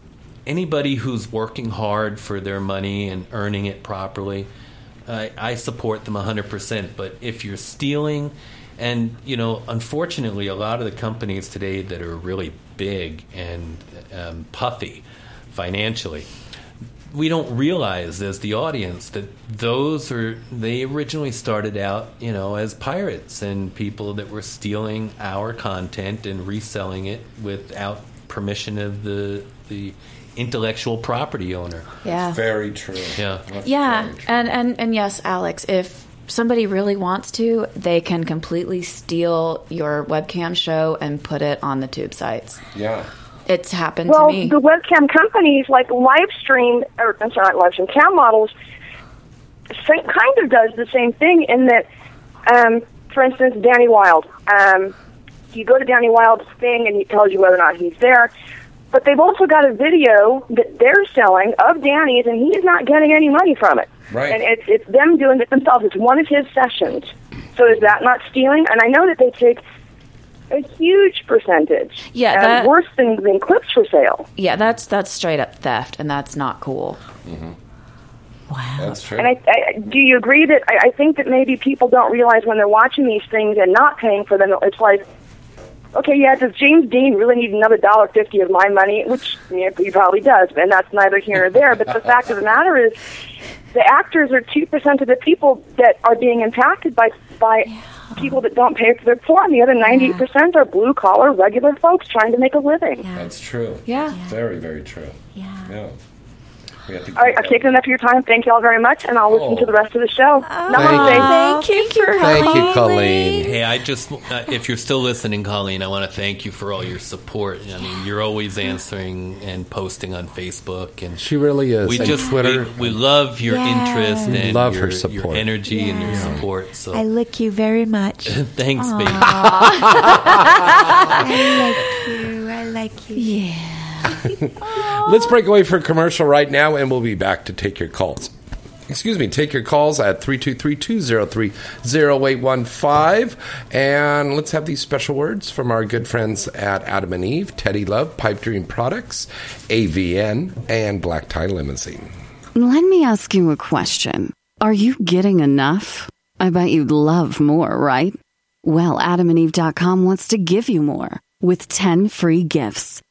Speaker 6: anybody who's working hard for their money and earning it properly, I, I support them 100%. But if you're stealing, and, you know, unfortunately, a lot of the companies today that are really big and um, puffy financially, we don't realize as the audience that those are they originally started out you know as pirates and people that were stealing our content and reselling it without permission of the the intellectual property owner
Speaker 4: Yeah.
Speaker 3: Very true.
Speaker 6: Yeah.
Speaker 3: That's
Speaker 4: Yeah,
Speaker 3: very true.
Speaker 4: and, and and yes, Alex, if somebody really wants to, they can completely steal your webcam show and put it on the tube sites.
Speaker 3: Yeah.
Speaker 8: It's happened
Speaker 7: well,
Speaker 8: to me.
Speaker 7: the webcam companies like Livestream, or I'm sorry, not Livestream, Cam Models, same, kind of does the same thing in that, um, for instance, Danny Wild. Um, you go to Danny Wild's thing and he tells you whether or not he's there. But they've also got a video that they're selling of Danny's, and he's not getting any money from it.
Speaker 3: Right.
Speaker 7: And it's it's them doing it themselves. It's one of his sessions. So is that not stealing? And I know that they take a huge percentage.
Speaker 8: Yeah,
Speaker 7: um,
Speaker 8: that-
Speaker 7: worse than, than clips for sale.
Speaker 8: yeah, that's that's straight up theft, and that's not cool.
Speaker 3: Mm-hmm. That's true.
Speaker 7: And I, I do you agree that I, I think that maybe people don't realize when they're watching these things and not paying for them, it's like, okay, yeah, does James Dean really need another dollar fifty of my money? Which yeah, he probably does, and that's neither here nor there. But the fact of the matter is, the actors are two percent of the people that are being impacted by by. People that don't pay for their porn. The other 98% are blue collar, regular folks trying to make a living.
Speaker 3: That's true.
Speaker 8: Yeah.
Speaker 3: Very, very true.
Speaker 5: Yeah.
Speaker 3: Yeah. We have to
Speaker 7: All right, I've taken enough of your time. Thank you all very much, and I'll listen
Speaker 3: Oh.
Speaker 7: to the rest of the show. Namaste.
Speaker 5: Oh, Thank you for
Speaker 3: Thank you,
Speaker 5: calling.
Speaker 3: Colleen.
Speaker 6: Hey, I just, uh, if you're still listening, Colleen, I want to thank you for all your support. I mean, you're always answering and posting on Facebook, and
Speaker 3: She really is.
Speaker 6: we
Speaker 3: and
Speaker 6: just
Speaker 3: Twitter.
Speaker 6: We, we love your
Speaker 5: Yeah.
Speaker 6: interest
Speaker 3: We
Speaker 6: and
Speaker 3: love
Speaker 6: your,
Speaker 3: her support.
Speaker 6: your energy, and your support. So
Speaker 5: I lick you very much.
Speaker 6: thanks, baby.
Speaker 5: I like you. I like you.
Speaker 3: Let's break away for a commercial right now, and we'll be back to take your calls. Excuse me, take your calls at 323-203-0815. And let's have these special words from our good friends at Adam and Eve, Teddy Love, Pipe Dream Products, AVN, and Black Tie Limousine.
Speaker 9: Let me ask you a question. Are you getting enough? I bet you'd love more, right? Well, adamandeve.com wants to give you more with 10 free gifts.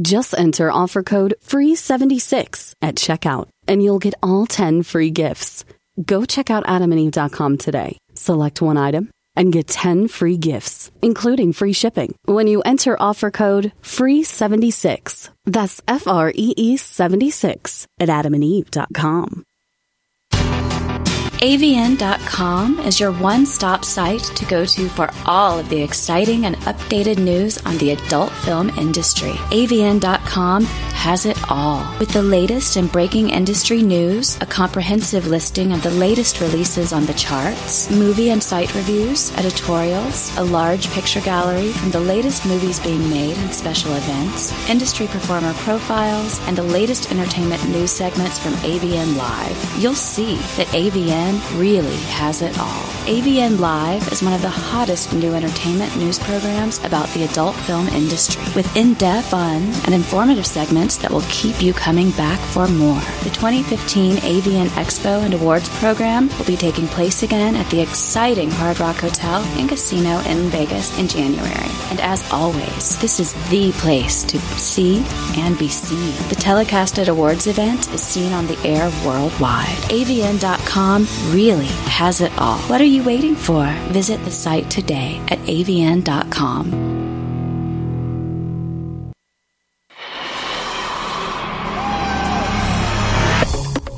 Speaker 9: Just enter offer code FREE76 at checkout, and you'll get all 10 free gifts. Go check out adamandeve.com today. Select one item and get 10 free gifts, including free shipping, when you enter offer code FREE76. That's F R E E 76 at adamandeve.com.
Speaker 8: AVN.com is your one stop site to go to for all of the exciting and updated news on the adult film industry. AVN.com has it all. With the latest and breaking industry news, a comprehensive listing of the latest releases on the charts, movie and site reviews, editorials, a large picture gallery from the latest movies being made and special events, industry performer profiles, and the latest entertainment news segments from AVN Live. You'll see that AVN really has it all. AVN Live is one of the hottest new entertainment news programs about the adult film industry, with in depth, fun, and informative segments that will keep you coming back for more. The 2015 AVN Expo and Awards program will be taking place again at the exciting Hard Rock Hotel and Casino in Vegas in January. And as always, this is the place to see and be seen. The telecasted awards event is seen on the air worldwide. AVN.com really has it all. What are you waiting for? Visit the site today at AVN.com.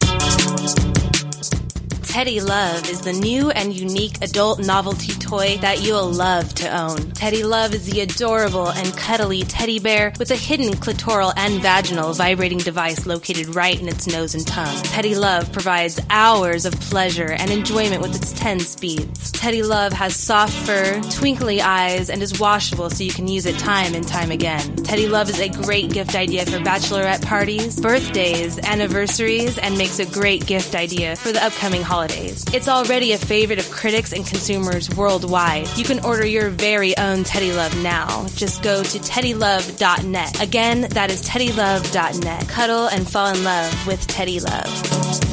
Speaker 10: Teddy Love is the new and unique adult novelty toy that you'll love to own. Teddy Love is the adorable and cuddly teddy bear with a hidden clitoral and vaginal vibrating device located right in its nose and tongue. Teddy Love provides hours of pleasure and enjoyment with its 10 speeds. Teddy Love has soft fur, twinkly eyes, and is washable so you can use it time and time again. Teddy Love is a great gift idea for bachelorette parties, birthdays, anniversaries, and makes a great gift idea for the upcoming holidays. It's already a favorite of critics and consumers worldwide. You can order your very own Teddy Love now. Just go to teddylove.net. Again, that is teddylove.net. Cuddle and fall in love with Teddy Love.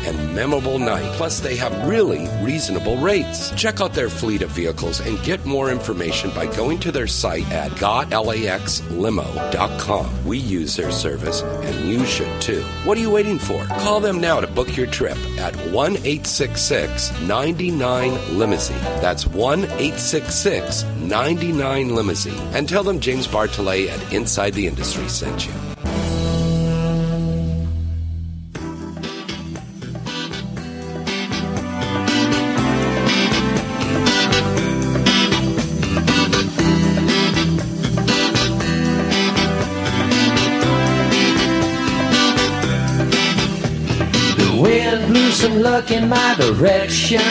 Speaker 3: and memorable night. Plus, they have really reasonable rates. Check out their fleet of vehicles and get more information by going to their site at gotlaxlimo.com. We use their service and you should too. What are you waiting for? Call them now to book your trip at 1 866 99 Limousine. That's 1 866 99 Limousine. And tell them James Bartolet at Inside the Industry sent you.
Speaker 2: The wind blew some luck in my direction.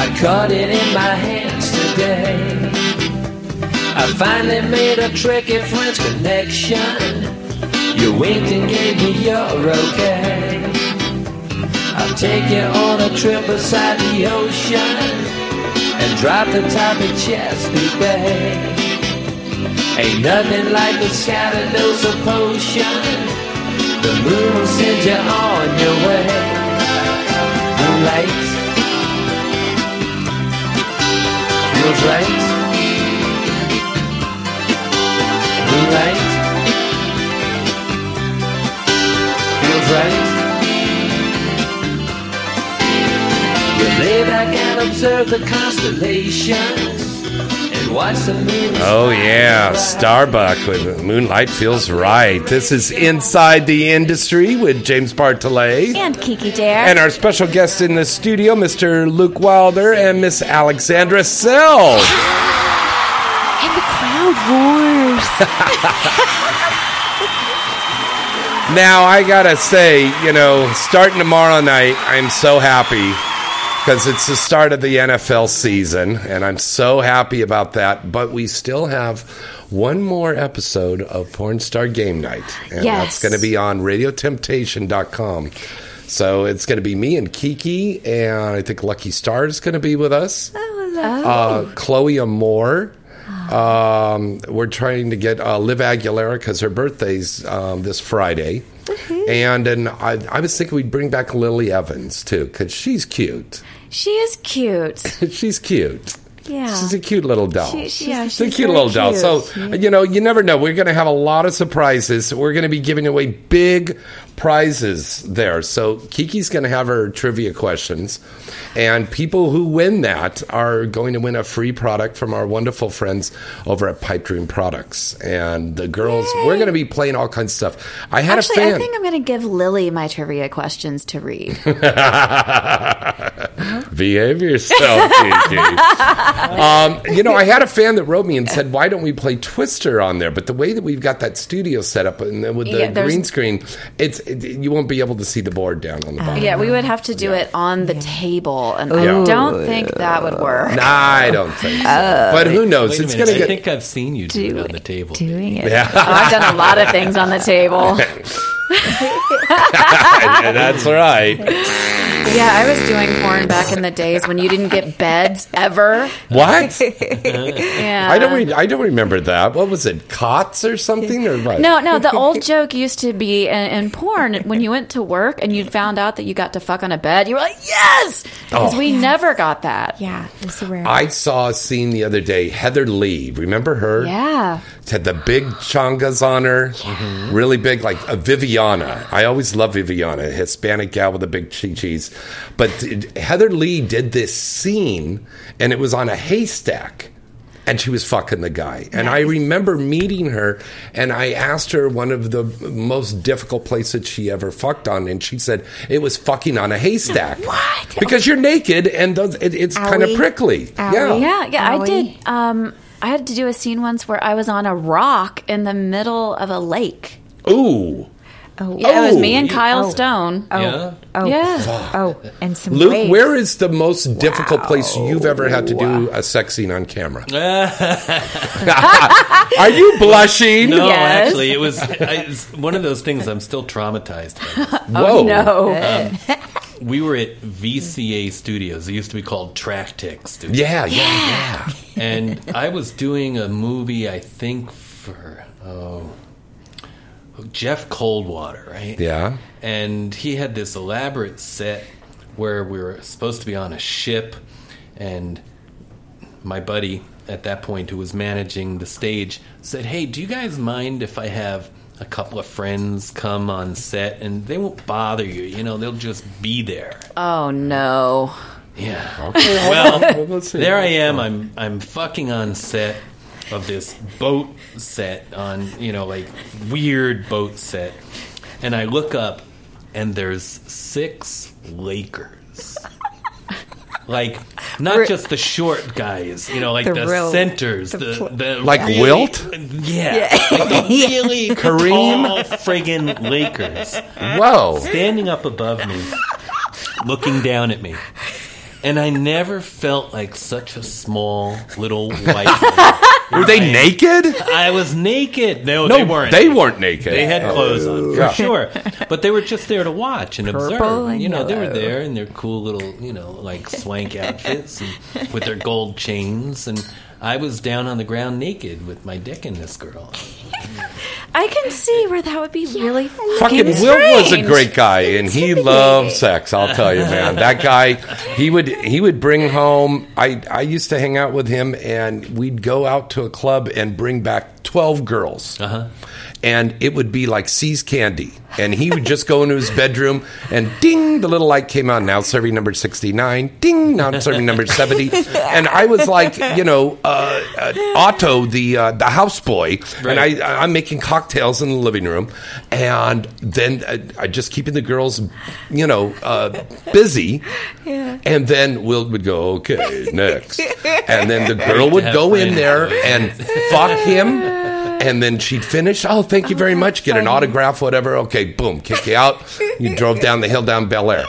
Speaker 2: I caught it in my hands today. I finally made a tricky French connection. You winked and gave me your okay. I'll take you on a trip beside the ocean and drop the top of Chesapeake Bay. Ain't nothing like the scattered dose of potion. The moon will send you on your way. Moonlight feels right. Moonlight feels right. You lay back and observe the constellations and watch the moon.
Speaker 3: Oh yeah, Starbuck with Moonlight feels right. This is Inside the Industry with James Bartolet.
Speaker 4: And Kiki Dare.
Speaker 3: And our special guest in the studio, Mr. Luke Wilder and Miss Alexandra Sell.
Speaker 5: And the crowd roars.
Speaker 3: Now I gotta say, you know, starting tomorrow night, I'm so happy because it's the start of the NFL season, and I'm so happy about that. But we still have one more episode of Porn Star Game Night, and that's
Speaker 5: Yes.
Speaker 3: going to be on RadioTemptation.com. So it's going to be me and Kiki, and I think Lucky Star is going to be with us. Uh, Chloe Moore. Um, we're trying to get uh, Liv Aguilera because her birthday's um, this Friday. And and I, I was thinking we'd bring back Lily Evans too because she's cute.
Speaker 4: she is cute.
Speaker 3: she's cute.
Speaker 5: Yeah.
Speaker 3: She's a cute little doll.
Speaker 5: She- she- yeah,
Speaker 3: she's a
Speaker 5: she's
Speaker 3: cute
Speaker 5: very
Speaker 3: little doll.
Speaker 5: cute.
Speaker 3: So uh, you know, you never know. We're going to have a lot of surprises. We're going to be giving away big prizes there. So Kiki's going to have her trivia questions, and people who win that are going to win a free product from our wonderful friends over at Pipe Dream Products. And the girls, we're going to be playing all kinds of stuff. I had
Speaker 4: Actually,
Speaker 3: a fan.
Speaker 4: I think I'm going to give Lily my trivia questions to read.
Speaker 3: Behave yourself, Kiki. um, you know, I had a fan that wrote me and said, "Why don't we play Twister on there?" But the way that we've got that studio set up and then with the
Speaker 4: Yeah, there's-
Speaker 3: green screen, it's it, you won't be able to see the board down on the bottom.
Speaker 4: yeah, we would have to do it on the table, and
Speaker 3: Yeah.
Speaker 4: I don't think that would work.
Speaker 3: Nah, I don't think. So.
Speaker 4: Oh.
Speaker 3: but who knows?
Speaker 6: Wait a
Speaker 3: it's
Speaker 6: minute,
Speaker 3: going to
Speaker 6: I
Speaker 3: get.
Speaker 6: think I've seen you do, it on the table.
Speaker 5: Doing it.
Speaker 4: Oh, I've done a lot of things on the table.
Speaker 3: Yeah, That's right.
Speaker 4: Yeah, I was doing porn back in the days when you didn't get beds ever.
Speaker 3: What?
Speaker 4: Yeah.
Speaker 3: I don't. Re- I don't remember that. What was it? Cots or something or what?
Speaker 4: No, no. The old joke used to be in, in porn when you went to work and you found out that you got to fuck on a bed. You were like, yes, because we never got that.
Speaker 5: Yeah, it's rare.
Speaker 3: I saw a scene the other day. Heather Lee, remember her?
Speaker 4: Yeah.
Speaker 3: had the big changas on her,
Speaker 5: Mm-hmm.
Speaker 3: really big, like a Viviana. I always love Viviana, a Hispanic gal with the big chichis. But it- Heather Lee did this scene, and it was on a haystack. And she was fucking the guy. And I remember meeting her, and I asked her one of the most difficult places she ever fucked on. And she said, it was fucking on a haystack.
Speaker 5: What?
Speaker 3: Because you're naked, and those, it, it's kind of
Speaker 5: Owie.
Speaker 3: prickly.
Speaker 5: Owie.
Speaker 4: Yeah, yeah. I
Speaker 5: Owie.
Speaker 4: did. Um, I had to do a scene once where I was on a rock in the middle of a lake.
Speaker 3: Ooh.
Speaker 5: oh,
Speaker 4: Yeah, it was me and
Speaker 6: you-
Speaker 4: Kyle
Speaker 5: oh.
Speaker 4: Stone.
Speaker 5: oh,
Speaker 6: Yeah.
Speaker 5: oh,
Speaker 4: Yeah.
Speaker 5: oh, and some
Speaker 3: Luke,
Speaker 5: waves.
Speaker 3: where is the most difficult place you've ever had to do a sex scene on camera? Are you blushing?
Speaker 6: No,
Speaker 4: Yes.
Speaker 6: actually, it was I, it's one of those things I'm still traumatized by.
Speaker 3: Whoa. Um,
Speaker 4: No.
Speaker 6: We were at VCA Studios. It used to be called Tractic Studios.
Speaker 3: Yeah, yeah, yeah.
Speaker 6: and I was doing a movie, I think for oh Jeff Coldwater, right?
Speaker 3: Yeah.
Speaker 6: And he had this elaborate set where we were supposed to be on a ship, and my buddy at that point, who was managing the stage, said, "Hey, do you guys mind if I have?" A couple of friends come on set and they won't bother you. You know, they'll just be there.
Speaker 4: Oh no.
Speaker 6: Yeah. Well, there I am. I'm I'm fucking on set of this boat set on you know like weird boat set, and I look up and there's six Lakers. Like not just the short guys, you know, like the,
Speaker 5: The real-
Speaker 6: centers, the
Speaker 5: the
Speaker 6: the,
Speaker 5: pl-
Speaker 3: Like
Speaker 6: really-
Speaker 3: Wilt?
Speaker 6: yeah, like the really
Speaker 3: Kareem?
Speaker 6: tall friggin' Lakers
Speaker 3: Whoa.
Speaker 6: standing up above me, looking down at me. And I never felt like such a small little white. man.
Speaker 3: Were they naked?
Speaker 6: I was naked. No,
Speaker 3: No,
Speaker 6: they weren't.
Speaker 3: They weren't naked.
Speaker 6: They had clothes on for
Speaker 3: Yeah.
Speaker 6: sure, but they were just there to watch and observe.
Speaker 5: and
Speaker 6: you know, they were
Speaker 5: yellow.
Speaker 6: there in their cool little, you know, like swank outfits and with their gold chains, and I was down on the ground naked with my dick in this girl.
Speaker 4: I can see where that would be really
Speaker 3: Fucking
Speaker 4: fucking
Speaker 3: Will was a
Speaker 4: strange.
Speaker 3: great guy, and he loved sex. I'll tell you, man. That guy, he would he would bring home. I I used to hang out with him, and we'd go out to a club and bring back twelve girls, and it would be like sees candy. And he would just go into his bedroom, and ding, the little light came on. Now serving number sixty nine. Ding, now I'm serving number seventy. And I was like, you know, uh, uh, Otto, the uh, the houseboy, and I
Speaker 6: Right.
Speaker 3: I- I'm making cocktails in the living room, and then I, I just keeping the girls, you know, uh, busy. And then Will would go, okay, next. And then the girl would
Speaker 6: have
Speaker 3: go in
Speaker 6: friends,
Speaker 3: there
Speaker 6: boys.
Speaker 3: and fuck him. And then she'd finish. Oh, thank you very much. Get an autograph, whatever. Okay, boom, kick you out. You drove down the hill down Bel Air.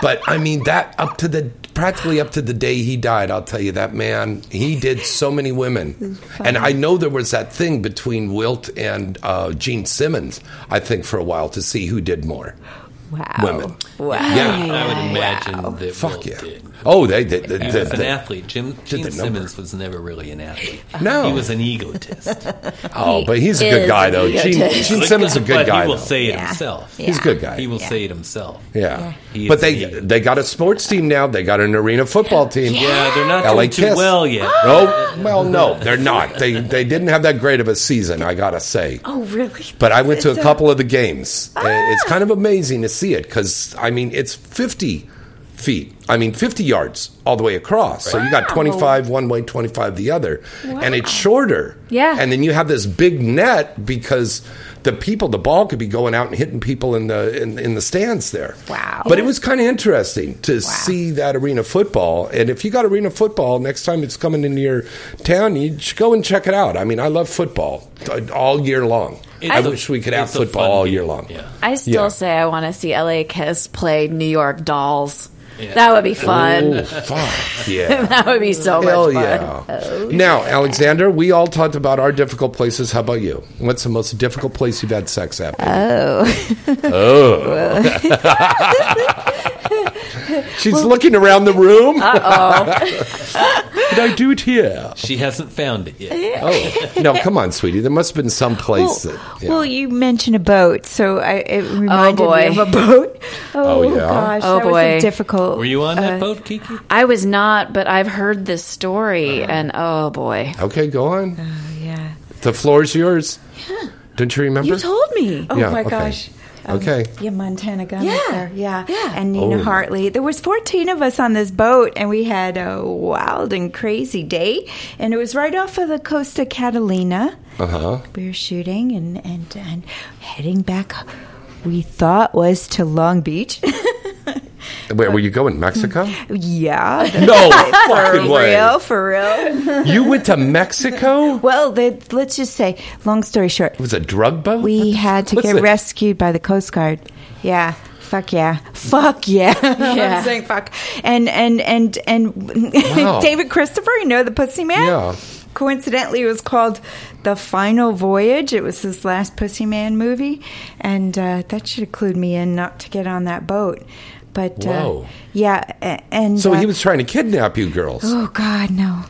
Speaker 3: But I mean, that up to the practically up to the day he died, I'll tell you that man, he did so many women. And I know there was that thing between Wilt and uh, Gene Simmons, I think, for a while to see who did more
Speaker 5: wow.
Speaker 3: women.
Speaker 5: Wow.
Speaker 3: Yeah.
Speaker 6: I would imagine that
Speaker 3: Fuck
Speaker 6: Walt
Speaker 3: yeah.
Speaker 6: did.
Speaker 3: Oh, they did.
Speaker 6: He
Speaker 3: did-
Speaker 6: was
Speaker 3: did-
Speaker 6: an athlete. Jim Gene
Speaker 3: the number.
Speaker 6: Simmons was never really an athlete.
Speaker 5: Uh-huh.
Speaker 3: No.
Speaker 6: he was an egotist.
Speaker 3: Oh, but he's a good
Speaker 4: is
Speaker 3: guy, though.
Speaker 4: an
Speaker 3: Gene, Gene Simmons is a
Speaker 6: but
Speaker 3: good guy.
Speaker 6: He will
Speaker 3: though.
Speaker 6: say it himself.
Speaker 3: He's a good guy.
Speaker 6: He will say it himself.
Speaker 3: yeah.
Speaker 6: He
Speaker 3: But
Speaker 6: is
Speaker 3: they
Speaker 6: an ego.
Speaker 3: they got a sports team now. They got an arena football team.
Speaker 6: yeah, they're not
Speaker 3: LA
Speaker 6: doing too
Speaker 3: Kiss.
Speaker 6: well yet.
Speaker 3: Oh well, no, they're not. They they didn't have that great of a season, I gotta say.
Speaker 5: Oh, really?
Speaker 3: But I went to a couple of the games. Uh, It's kind of amazing to see it because I mean it's fifty feet. I mean fifty yards all the way across. So you got twenty five one way, twenty five the other, and it's shorter.
Speaker 4: Yeah.
Speaker 3: And then you have this big net because the people, the ball could be going out and hitting people in the in, in the stands there.
Speaker 5: Wow.
Speaker 3: But it was kind of interesting to see that arena football. And if you got arena football next time it's coming into your town, you should go and check it out. I mean, I love football uh, all year long.
Speaker 6: It's
Speaker 3: I
Speaker 6: a-
Speaker 3: wish we could have
Speaker 6: it's a fun
Speaker 3: football all year
Speaker 6: game.
Speaker 3: long.
Speaker 6: Yeah.
Speaker 4: I still
Speaker 3: Yeah.
Speaker 4: say I want to see LA Kiss play New York Dolls. That would be fun.
Speaker 3: Oh, fuck. Yeah.
Speaker 4: that would be so
Speaker 3: Hell
Speaker 4: much fun. Oh,
Speaker 3: yeah. Now, Alexander, we all talked about our difficult places. How about you? What's the most difficult place you've had sex at? Oh. oh. She's looking around the room. Did I do it here?
Speaker 6: She hasn't found it yet.
Speaker 3: Oh. No, come on, sweetie. There must have been some
Speaker 5: Well,
Speaker 3: place that. yeah.
Speaker 5: well, you mentioned a boat, so I, it reminded
Speaker 4: boy.
Speaker 5: me of a boat.
Speaker 3: Oh, yeah?
Speaker 5: gosh,
Speaker 4: Oh,
Speaker 5: that was
Speaker 4: boy.
Speaker 5: a difficult.
Speaker 6: Were you on that
Speaker 5: uh,
Speaker 6: boat, Kiki? Uh-huh.
Speaker 4: I was not, but I've heard this story, and oh boy.
Speaker 3: Okay, go on.
Speaker 5: oh, Yeah,
Speaker 3: The floor's yours. Don't you remember?
Speaker 5: you told me. Oh
Speaker 3: Yeah,
Speaker 5: my
Speaker 3: okay.
Speaker 5: gosh. Um,
Speaker 3: Okay.
Speaker 5: Yeah, Montana Gun.
Speaker 4: Yeah,
Speaker 5: there. yeah,
Speaker 4: yeah.
Speaker 5: And Nina
Speaker 3: Oh.
Speaker 5: Hartley. There was fourteen of us on this boat, and we had a wild and crazy day. And it was right off of the coast of Catalina.
Speaker 3: Uh huh.
Speaker 5: We were shooting and and and heading back. We thought was to Long Beach.
Speaker 3: Where were you going?
Speaker 5: Mm.
Speaker 3: Mexico?
Speaker 5: yeah,
Speaker 3: No fucking
Speaker 5: for
Speaker 3: way.
Speaker 5: real, for real.
Speaker 3: You went to Mexico? It
Speaker 5: Well, the, let's just say, long story short,
Speaker 3: was a drug boat? What
Speaker 5: we
Speaker 3: the
Speaker 5: had
Speaker 3: fuck
Speaker 5: to
Speaker 3: was
Speaker 5: get
Speaker 3: it?
Speaker 5: rescued by the Coast Guard. Yeah. Fuck yeah. Fuck yeah.
Speaker 4: Yeah.
Speaker 5: I'm saying fuck. And and and and
Speaker 3: Wow.
Speaker 5: David Christopher, you know the Pussy Man?
Speaker 3: Yeah.
Speaker 5: Coincidentally it was called The Final Voyage. It was his last Pussy Man movie. And uh, that should have clued me in not to get on that boat. But
Speaker 3: Whoa.
Speaker 5: Uh, yeah, a- and
Speaker 3: So he
Speaker 5: uh,
Speaker 3: was trying to kidnap you girls.
Speaker 5: Oh god, no.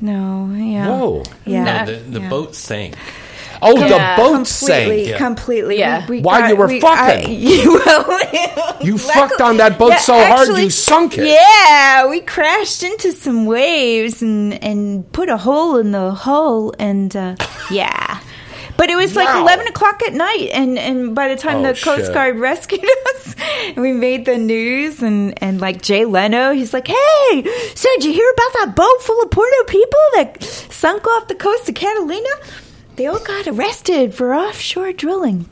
Speaker 5: No, yeah.
Speaker 3: Whoa.
Speaker 5: Yeah.
Speaker 6: No, the the
Speaker 5: yeah.
Speaker 6: boat sank.
Speaker 3: Oh,
Speaker 4: Yeah.
Speaker 3: the boat
Speaker 5: completely,
Speaker 3: sank.
Speaker 5: completely.
Speaker 4: Yeah.
Speaker 5: We, we
Speaker 3: While you were
Speaker 5: I-
Speaker 3: fucking.
Speaker 5: you, well,
Speaker 3: You
Speaker 5: luckily-
Speaker 3: fucked on that boat
Speaker 5: Yeah,
Speaker 3: so hard
Speaker 5: actually-
Speaker 3: you sunk it.
Speaker 5: Yeah, we crashed into some waves and and put a hole in the hull and uh, yeah. But it was like
Speaker 3: Wow.
Speaker 5: eleven o'clock at night, and, and by the time
Speaker 3: Oh,
Speaker 5: the Coast
Speaker 3: shit.
Speaker 5: Guard rescued us, we made the news, and, and like Jay Leno, he's like, "Hey, so did you hear about that boat full of Puerto people that sunk off the coast of Catalina? They all got arrested for offshore drilling."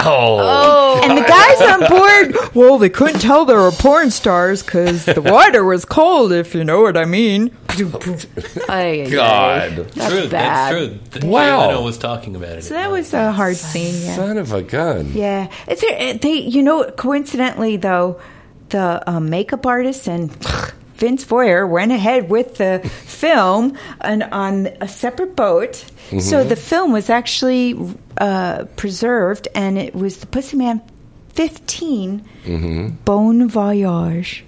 Speaker 5: And the guys on board, well, they couldn't tell they were porn stars because the water was cold, if you know what I mean.
Speaker 4: Ay, ay, ay.
Speaker 3: God.
Speaker 4: That's
Speaker 6: true,
Speaker 4: bad.
Speaker 6: that's true. The-
Speaker 3: Wow.
Speaker 6: Jay Leno was talking about it.
Speaker 5: So that was a hard scene, yeah.
Speaker 3: Son of a gun.
Speaker 5: Yeah. It's a, they, you know, coincidentally, though, the uh, makeup artist and Vince Foyer went ahead with the film and on a separate boat. So
Speaker 3: Mm-hmm.
Speaker 5: the film was actually uh, preserved, and it was the Pussy Man 15
Speaker 3: Mm-hmm.
Speaker 5: Bon Voyage.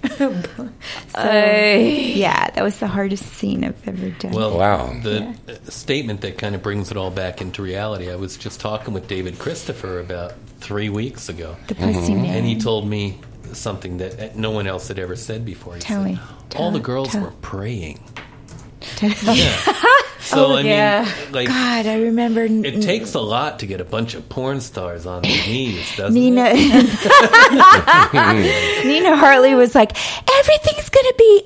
Speaker 4: Ay.
Speaker 5: Yeah, that was the hardest scene I've ever done.
Speaker 6: Well,
Speaker 3: Wow.
Speaker 6: The uh statement that kind of brings it all back into reality. I was just talking with David Christopher about three weeks ago,
Speaker 5: the Pussy
Speaker 3: Mm-hmm.
Speaker 5: Man.
Speaker 6: and he told me something that uh, no one else had ever said before. He
Speaker 5: Tell
Speaker 6: said,
Speaker 5: me.
Speaker 6: all the
Speaker 5: Tell-
Speaker 6: girls
Speaker 5: tell."
Speaker 6: were praying.
Speaker 5: God,
Speaker 6: So
Speaker 5: Oh,
Speaker 6: I mean,
Speaker 4: Oh, yeah.
Speaker 6: like
Speaker 5: I remember
Speaker 6: it takes a lot to get a bunch of porn stars on their knees, doesn't it?
Speaker 5: Nina Nina Hartley was like, "Everything's gonna be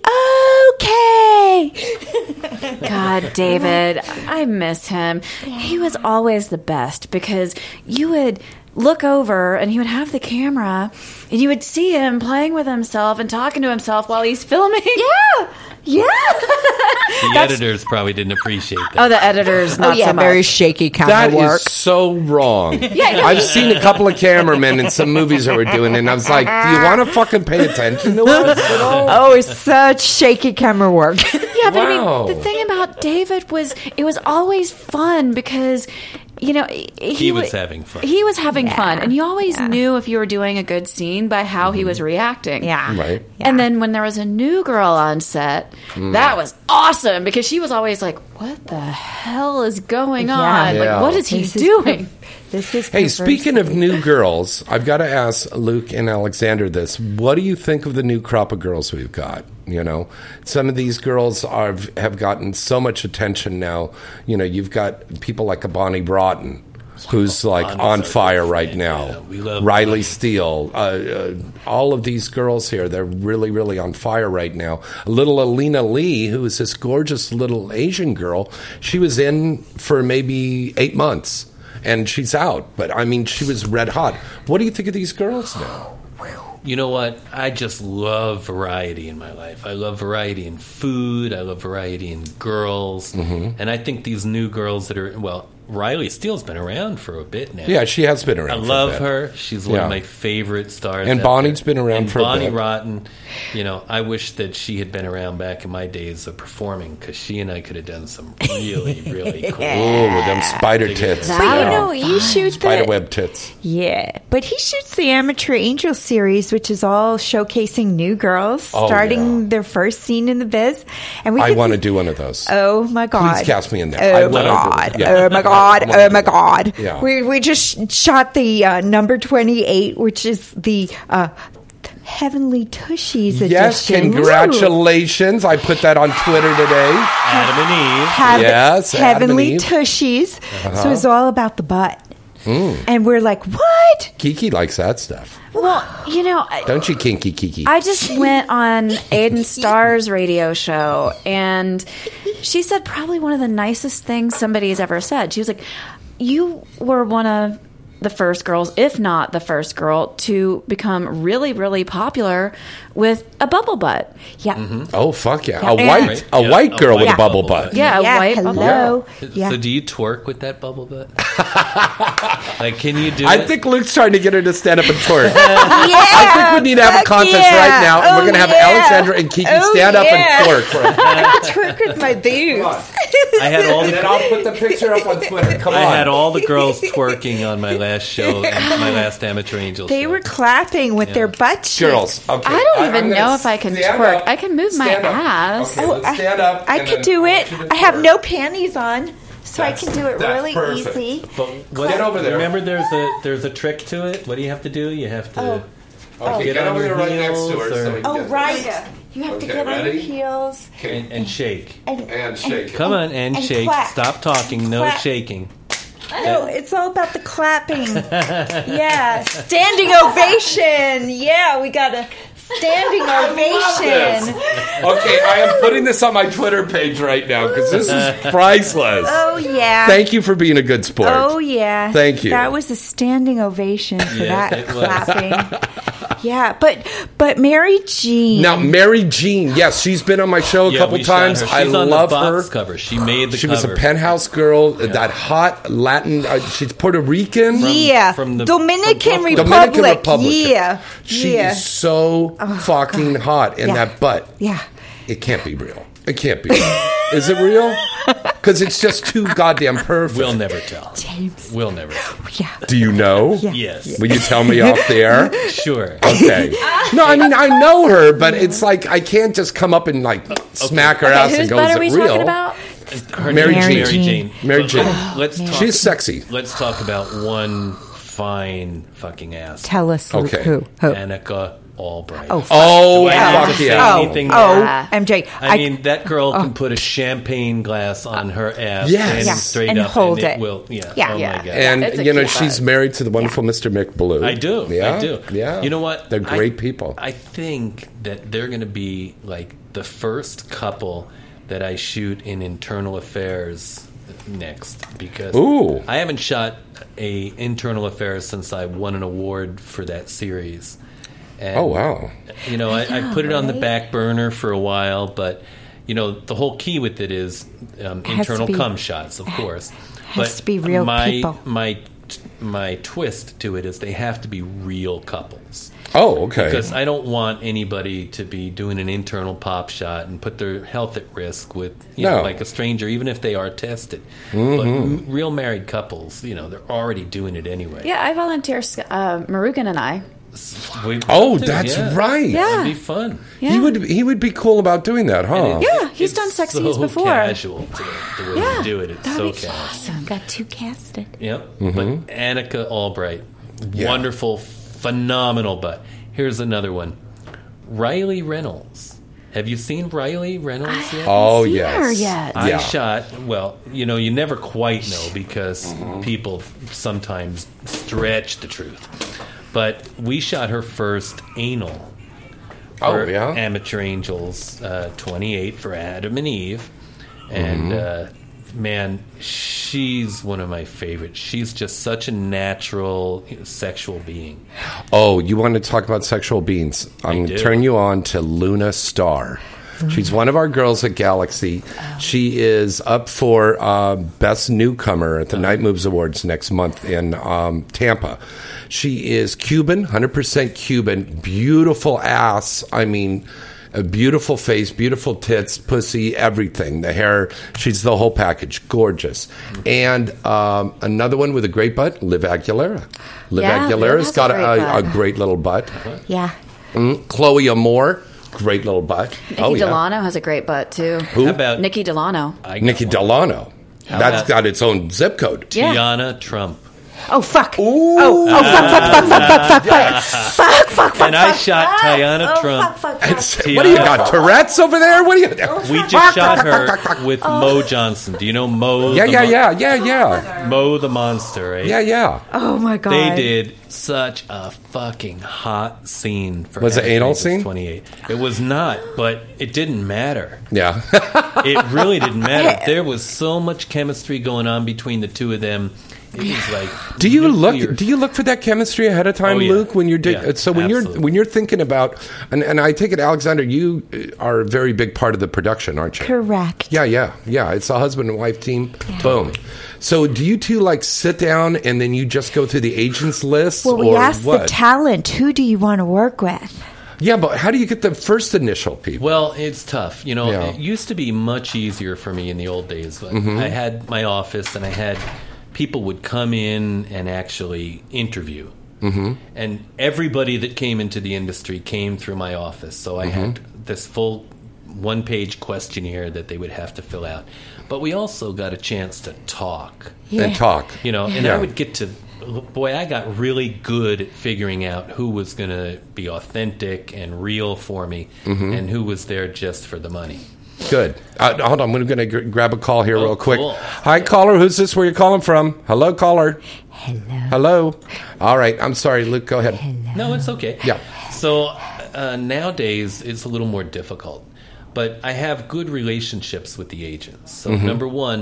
Speaker 5: okay."
Speaker 4: God, David, I miss him. He was always the best because you would look over and he would have the camera and you would see him playing with himself and talking to himself while he's filming. Yeah.
Speaker 6: The editors probably didn't appreciate that.
Speaker 4: Oh, the editor's not so much.
Speaker 5: shaky kind
Speaker 3: That is so wrong. I've seen a couple of cameramen in some movies that were doing it, and I was like, do you want to fucking pay attention to us at all?
Speaker 5: Oh, it's such shaky camera work.
Speaker 4: Yeah, but
Speaker 3: Wow.
Speaker 4: I mean, the thing about David was it was always fun because you know he,
Speaker 6: He was
Speaker 4: wa-
Speaker 6: having fun.
Speaker 4: He was having fun, and you always knew if you were doing a good scene by how
Speaker 6: Mm-hmm.
Speaker 4: he was reacting.
Speaker 5: yeah. Mm.
Speaker 3: Right.
Speaker 4: And then when there was a new girl on set, that was awesome because she was always like, "What the hell is going
Speaker 5: Yeah.
Speaker 4: on?
Speaker 3: Yeah.
Speaker 4: Like, what is he
Speaker 5: This is
Speaker 4: doing?"
Speaker 5: perv- this is
Speaker 3: Hey,
Speaker 5: perversity.
Speaker 3: speaking of new girls, I've got to ask Luke and Alexander this. What do you think of the new crop of girls we've got? You know, some of these girls are, have gotten so much attention now. You know, you've got people like a Bonnie Broughton. Who's like
Speaker 6: Bonnie's
Speaker 3: on
Speaker 6: our
Speaker 3: fire
Speaker 6: good
Speaker 3: right
Speaker 6: friend,
Speaker 3: now?
Speaker 6: yeah. We love
Speaker 3: Riley
Speaker 6: Bonnie.
Speaker 3: Steele, uh, uh, all of these girls here, they're really, really on fire right now. Little Alina Lee, who is this gorgeous little Asian girl, she was in for maybe eight months and she's out. But I mean, she was red hot. What do you think of these girls now?
Speaker 6: You know what? I just love variety in my life. I love variety
Speaker 3: Mm-hmm.
Speaker 6: in food. I love variety in girls. And I think these new girls that are, well, Riley Steele's been around for a bit now.
Speaker 3: Yeah, she has been around
Speaker 6: I
Speaker 3: for a
Speaker 6: love
Speaker 3: bit.
Speaker 6: her. She's one
Speaker 3: Yeah.
Speaker 6: of my favorite stars.
Speaker 3: And
Speaker 6: out
Speaker 3: Bonnie's been around
Speaker 6: and
Speaker 3: for a
Speaker 6: Bonnie
Speaker 3: bit.
Speaker 6: Rotten. You know, I wish that she had been around back in my days of performing because she and I could have done some really, really cool.
Speaker 3: Ooh, with them spider tits.
Speaker 4: That-
Speaker 5: But you
Speaker 4: Oh,
Speaker 5: know, you shoot
Speaker 3: Spider
Speaker 5: the
Speaker 3: web tits.
Speaker 5: Yeah, but he shoots the Amateur Angel series, which is all showcasing new girls
Speaker 3: Oh,
Speaker 5: starting
Speaker 3: yeah.
Speaker 5: their first scene in the biz. And we
Speaker 3: I
Speaker 5: get
Speaker 3: want to
Speaker 5: to-
Speaker 3: do one of those.
Speaker 5: Oh my god!
Speaker 3: cast me in there. I
Speaker 5: Oh my
Speaker 3: wanna do
Speaker 5: god!
Speaker 3: it. Yeah.
Speaker 5: Oh my god!
Speaker 3: I wanna
Speaker 5: Oh
Speaker 3: do
Speaker 5: my
Speaker 3: it.
Speaker 5: god!
Speaker 3: Yeah.
Speaker 5: We we just shot the uh, number twenty eight, which is the uh, Heavenly Tushies
Speaker 3: yes,
Speaker 5: edition. Woo!
Speaker 3: congratulations. I put that on Twitter today.
Speaker 6: Adam and Eve.
Speaker 5: Have-
Speaker 3: Yes, Adam
Speaker 5: Heavenly
Speaker 3: and Eve. Uh-huh.
Speaker 5: Tushies. So it's all about the butt, and we're like, what?
Speaker 3: Hmm. Kiki likes that stuff.
Speaker 4: Well, you know, I-
Speaker 3: Don't you, Kinky Kiki?
Speaker 4: I just went on Aiden Starr's radio show, and she said probably one of the nicest things somebody's ever said. She was like, "You were one of the first girls, if not the first girl, to become really, really popular with a bubble butt.
Speaker 5: Yeah.
Speaker 3: oh, fuck yeah. A
Speaker 4: And-
Speaker 3: white, a
Speaker 6: Yeah,
Speaker 3: white
Speaker 6: a
Speaker 3: girl
Speaker 6: white
Speaker 3: with a
Speaker 6: bubble
Speaker 3: bubble butt.
Speaker 6: butt.
Speaker 4: Yeah, a
Speaker 5: Yeah,
Speaker 4: white bubble butt.
Speaker 5: hello. Yeah.
Speaker 6: So do you twerk with that bubble butt? like, can you do
Speaker 3: I
Speaker 6: it?
Speaker 3: think Luke's trying to get her to stand up and twerk.
Speaker 5: I
Speaker 3: I think we need to have a contest right now, and we're going to have Alexandra and Kiki
Speaker 5: Oh,
Speaker 3: stand up
Speaker 5: yeah.
Speaker 3: and twerk.
Speaker 5: I twerk with my boobs.
Speaker 6: I had all
Speaker 3: and
Speaker 6: the
Speaker 3: then I'll put the picture up on Twitter. Come
Speaker 6: I
Speaker 3: on.
Speaker 6: had all the girls twerking on my last show, my last amateur angel.
Speaker 5: They
Speaker 6: show.
Speaker 5: were clapping with their butt cheeks.
Speaker 3: Girls, okay.
Speaker 4: I don't
Speaker 3: I'm
Speaker 4: even
Speaker 3: gonna
Speaker 4: know if I can
Speaker 3: stand
Speaker 4: twerk.
Speaker 3: up.
Speaker 4: I can move my
Speaker 3: Stand up.
Speaker 4: ass.
Speaker 3: Okay,
Speaker 5: Oh,
Speaker 3: let's stand up.
Speaker 5: I
Speaker 3: and
Speaker 5: could
Speaker 3: then
Speaker 5: do
Speaker 3: I
Speaker 5: it.
Speaker 3: want you to
Speaker 5: I have
Speaker 3: twerk.
Speaker 5: no panties on, so I can do it
Speaker 3: that's
Speaker 5: really
Speaker 3: perfect.
Speaker 5: easy.
Speaker 6: But what,
Speaker 3: Get over there.
Speaker 6: Remember, there's a there's a trick to it. What do you have to do? You have to.
Speaker 5: Oh.
Speaker 3: Okay,
Speaker 6: Get
Speaker 3: get,
Speaker 6: on
Speaker 3: over
Speaker 6: your
Speaker 3: there right next to
Speaker 6: heels
Speaker 3: her. so
Speaker 6: or-
Speaker 3: we can
Speaker 5: Oh,
Speaker 3: get this.
Speaker 5: right. You have to
Speaker 3: Okay,
Speaker 5: get on your
Speaker 3: ready?
Speaker 5: heels
Speaker 3: Okay.
Speaker 6: And, and shake.
Speaker 5: and,
Speaker 3: And shake it.
Speaker 6: Come on and,
Speaker 5: And
Speaker 6: shake.
Speaker 5: clap.
Speaker 6: Stop talking. No
Speaker 5: Clap.
Speaker 6: shaking.
Speaker 5: No, it's all about the clapping. yeah, standing ovation. Yeah, we got a standing
Speaker 3: this.
Speaker 5: ovation.
Speaker 3: Okay, I am putting this on my Twitter page right now because this is priceless.
Speaker 5: Oh yeah.
Speaker 3: Thank you for being a good sport.
Speaker 5: Oh yeah.
Speaker 3: Thank you.
Speaker 5: That was a standing ovation for
Speaker 6: Yes,
Speaker 5: that
Speaker 6: it was.
Speaker 5: clapping. yeah, but but Mary Jean.
Speaker 3: Now, Mary Jean, yes, she's been on my show a
Speaker 6: Yeah,
Speaker 3: couple
Speaker 6: we shot
Speaker 3: times.
Speaker 6: her.
Speaker 3: I
Speaker 6: She's on
Speaker 3: love
Speaker 6: the
Speaker 3: her.
Speaker 6: box cover. She made the
Speaker 3: She was
Speaker 6: cover.
Speaker 3: a penthouse girl, uh, that hot Latin. Uh, she's Puerto Rican.
Speaker 5: yeah,
Speaker 6: from the-
Speaker 5: Dominican
Speaker 6: from
Speaker 5: Republic.
Speaker 3: Dominican Republic.
Speaker 5: Yeah,
Speaker 3: She
Speaker 5: yeah, Oh,
Speaker 3: is so fucking hot in
Speaker 5: Yeah.
Speaker 3: that butt.
Speaker 5: yeah.
Speaker 3: It can't be real. It can't be. real. Is it real? Because it's just too goddamn perfect.
Speaker 6: We'll never tell. We'll never. Tell.
Speaker 3: Do you know?
Speaker 6: Yes.
Speaker 3: Will you tell me off the air?
Speaker 6: Sure.
Speaker 3: Okay. No, I mean I know her, but it's like I can't just come up and like smack her ass and
Speaker 4: Whose
Speaker 3: go, "Is
Speaker 4: butt
Speaker 3: it
Speaker 4: are we
Speaker 3: real?"
Speaker 4: talking about?
Speaker 6: Her
Speaker 3: Mary
Speaker 6: name's
Speaker 3: Jean.
Speaker 6: Mary Jane.
Speaker 3: Mary Jean.
Speaker 6: Let's talk.
Speaker 3: She's sexy.
Speaker 6: let's talk about one fine fucking ass.
Speaker 5: Tell us Luke,
Speaker 3: Okay.
Speaker 5: who who.
Speaker 6: Annika Albright.
Speaker 5: Oh,
Speaker 3: Oh
Speaker 6: Do I need to
Speaker 3: fuck
Speaker 6: say
Speaker 3: yeah!
Speaker 6: anything
Speaker 5: oh,
Speaker 6: more?
Speaker 5: MJ.
Speaker 6: I, mean, that girl can put a champagne glass on her ass
Speaker 3: Yes.
Speaker 6: and
Speaker 3: Yeah.
Speaker 6: straight
Speaker 5: And
Speaker 6: up
Speaker 5: hold
Speaker 6: and
Speaker 5: it.
Speaker 6: will. Yeah.
Speaker 5: Yeah.
Speaker 6: Oh
Speaker 5: Yeah.
Speaker 6: my god.
Speaker 4: it's a
Speaker 3: And you know
Speaker 4: cute
Speaker 3: she's
Speaker 4: vibe.
Speaker 3: married to the wonderful Mr. McBlue.
Speaker 6: I do.
Speaker 3: Yeah,
Speaker 6: I do.
Speaker 3: Yeah.
Speaker 6: You know what?
Speaker 3: They're
Speaker 6: I-
Speaker 3: great people.
Speaker 6: I think that they're going to be like the first couple that I shoot in internal affairs next because
Speaker 3: Ooh.
Speaker 6: I haven't shot a internal affairs since I won an award for that series. And
Speaker 3: oh wow.
Speaker 6: you know, I, I put it on the back burner for a while, but you know, the whole key with it is um,
Speaker 5: has
Speaker 6: internal
Speaker 5: to be-
Speaker 6: cum shots, of course.
Speaker 5: has to be real
Speaker 6: my,
Speaker 5: people.
Speaker 6: My my twist to it is they have to be real couples
Speaker 3: Oh okay.
Speaker 6: because I don't want anybody to be doing an internal pop shot and put their health at risk with you
Speaker 3: No. Mm-hmm.
Speaker 6: know, like a stranger, even if they are tested. But m- real married couples, you know, they're already doing it anyway.
Speaker 4: Yeah, I volunteer. Uh, Marugan and I.
Speaker 6: We-
Speaker 3: Oh,
Speaker 6: yeah.
Speaker 3: that's right.
Speaker 4: Yeah.
Speaker 6: It'd be fun.
Speaker 3: He would he would be cool about doing that, huh?
Speaker 6: And it-
Speaker 4: Yeah, he's
Speaker 6: it's
Speaker 4: done sex
Speaker 6: so
Speaker 4: scenes before.
Speaker 6: Casual to the, the way
Speaker 4: Yeah,
Speaker 6: we do it. It's
Speaker 4: that
Speaker 6: so
Speaker 4: would be
Speaker 6: casual.
Speaker 5: got two casted.
Speaker 6: Yep.
Speaker 3: Mm-hmm.
Speaker 6: But Annika Albright, wonderful, phenomenal. But here's another one. Riley Reynolds. Have you seen Riley Reynolds yet?
Speaker 3: Oh
Speaker 4: seen
Speaker 3: yes.
Speaker 4: her yet.
Speaker 6: I
Speaker 3: Yeah.
Speaker 6: shot. Well, you know, you never quite know because
Speaker 3: Mm-hmm.
Speaker 6: people sometimes stretch the truth. But we shot her first anal
Speaker 3: Oh
Speaker 6: for
Speaker 3: yeah.
Speaker 6: Amateur Angels uh, 28 for Adam and Eve. And
Speaker 3: Mm-hmm.
Speaker 6: uh, man, she's one of my favorites. She's just such a natural sexual being.
Speaker 3: Oh, you want to talk about sexual beings? I'm going
Speaker 6: do.
Speaker 3: to turn you on to Luna Star. She's one of our girls at Galaxy. She is up for uh, Best Newcomer at the Night Moves Awards next month in um, Tampa. She is Cuban, 100% Cuban, beautiful ass. I mean, a beautiful face, beautiful tits, pussy, everything. The hair, she's the whole package. Gorgeous. And um, another one with a great butt, Liv Aguilera. Liv
Speaker 4: Yeah, Liv
Speaker 3: Aguilera's
Speaker 4: has a
Speaker 3: got
Speaker 4: great
Speaker 3: a, a,
Speaker 4: butt.
Speaker 3: great little butt.
Speaker 5: Yeah.
Speaker 3: Mm, Chloe Amore, great little butt.
Speaker 4: Nikki Delano has a great butt too.
Speaker 3: Oh, Who?
Speaker 6: How about
Speaker 4: Nikki Delano.
Speaker 6: I got
Speaker 3: Nikki
Speaker 6: one.
Speaker 3: Delano. That's
Speaker 6: about-
Speaker 3: got its own zip code.
Speaker 4: Yeah.
Speaker 6: Tiana Trump?
Speaker 5: Oh fuck. Oh, oh fuck, fuck, fuck, fuck, fuck, fuck, fuck, fuck, fuck, fuck. Oh,
Speaker 6: And I shot Tiana Trump.
Speaker 5: fuck, fuck,
Speaker 3: It's- what do you got? Tourette's over there? What do you?
Speaker 6: We just shot her with
Speaker 5: Oh.
Speaker 6: Mo Johnson. Do you know Mo?
Speaker 3: Yeah,
Speaker 6: the
Speaker 3: yeah,
Speaker 6: mon-
Speaker 3: yeah, yeah, yeah,
Speaker 6: Mo the monster, right?
Speaker 3: yeah, yeah.
Speaker 5: Oh my god.
Speaker 6: They did such a fucking hot scene for
Speaker 3: Was it
Speaker 6: Henry
Speaker 3: anal
Speaker 6: Davis
Speaker 3: scene?
Speaker 6: 28. It was not, but it didn't matter.
Speaker 3: Yeah.
Speaker 6: It really didn't matter. There was so much chemistry going on between the two of them. It was like
Speaker 3: Do you
Speaker 6: nuclear-
Speaker 3: look? Do you look for that chemistry ahead of time,
Speaker 6: Oh, yeah.
Speaker 3: Luke? When you're di-
Speaker 6: Yeah,
Speaker 3: so when you're
Speaker 6: absolutely.
Speaker 3: when you're thinking about and, and I take it, Alexander, you uh, are a very big part of the production, aren't you?
Speaker 5: Correct.
Speaker 3: Yeah, yeah, yeah. It's a husband and wife team. Boom. So do you two like sit down and then you just go through the agents list
Speaker 5: Well, we
Speaker 3: or
Speaker 5: asked
Speaker 3: what?
Speaker 5: the talent, who do you want to work with?
Speaker 3: yeah, but how do you get the first initial people?
Speaker 6: Well, it's tough. You know,
Speaker 3: Yeah.
Speaker 6: it used to be much easier for me in the old days. Like, I had my office and I had people would come in and actually interview. Mm-hmm. And everybody that came into the industry came through my office. So I
Speaker 3: Mm-hmm.
Speaker 6: had this full one page questionnaire that they would have to fill out. But we also got a chance to talk
Speaker 3: And talk.
Speaker 6: you know and
Speaker 3: Yeah.
Speaker 6: i would get to boy i got really good at figuring out who was going to be authentic and real for me and who was there just for the money
Speaker 3: Mm-hmm. Good. Uh, hold on, I'm going to gr- grab a call here real quick.
Speaker 6: Oh, cool.
Speaker 3: Hi, caller. Who's this? Where you calling from? Hello, caller. Hello. Hello. All right. I'm sorry, Luke. Go ahead.
Speaker 6: no it's okay
Speaker 3: Yeah.
Speaker 6: so uh, nowadays it's a little more difficult but i have good relationships with the agents so
Speaker 3: Mm-hmm.
Speaker 6: number one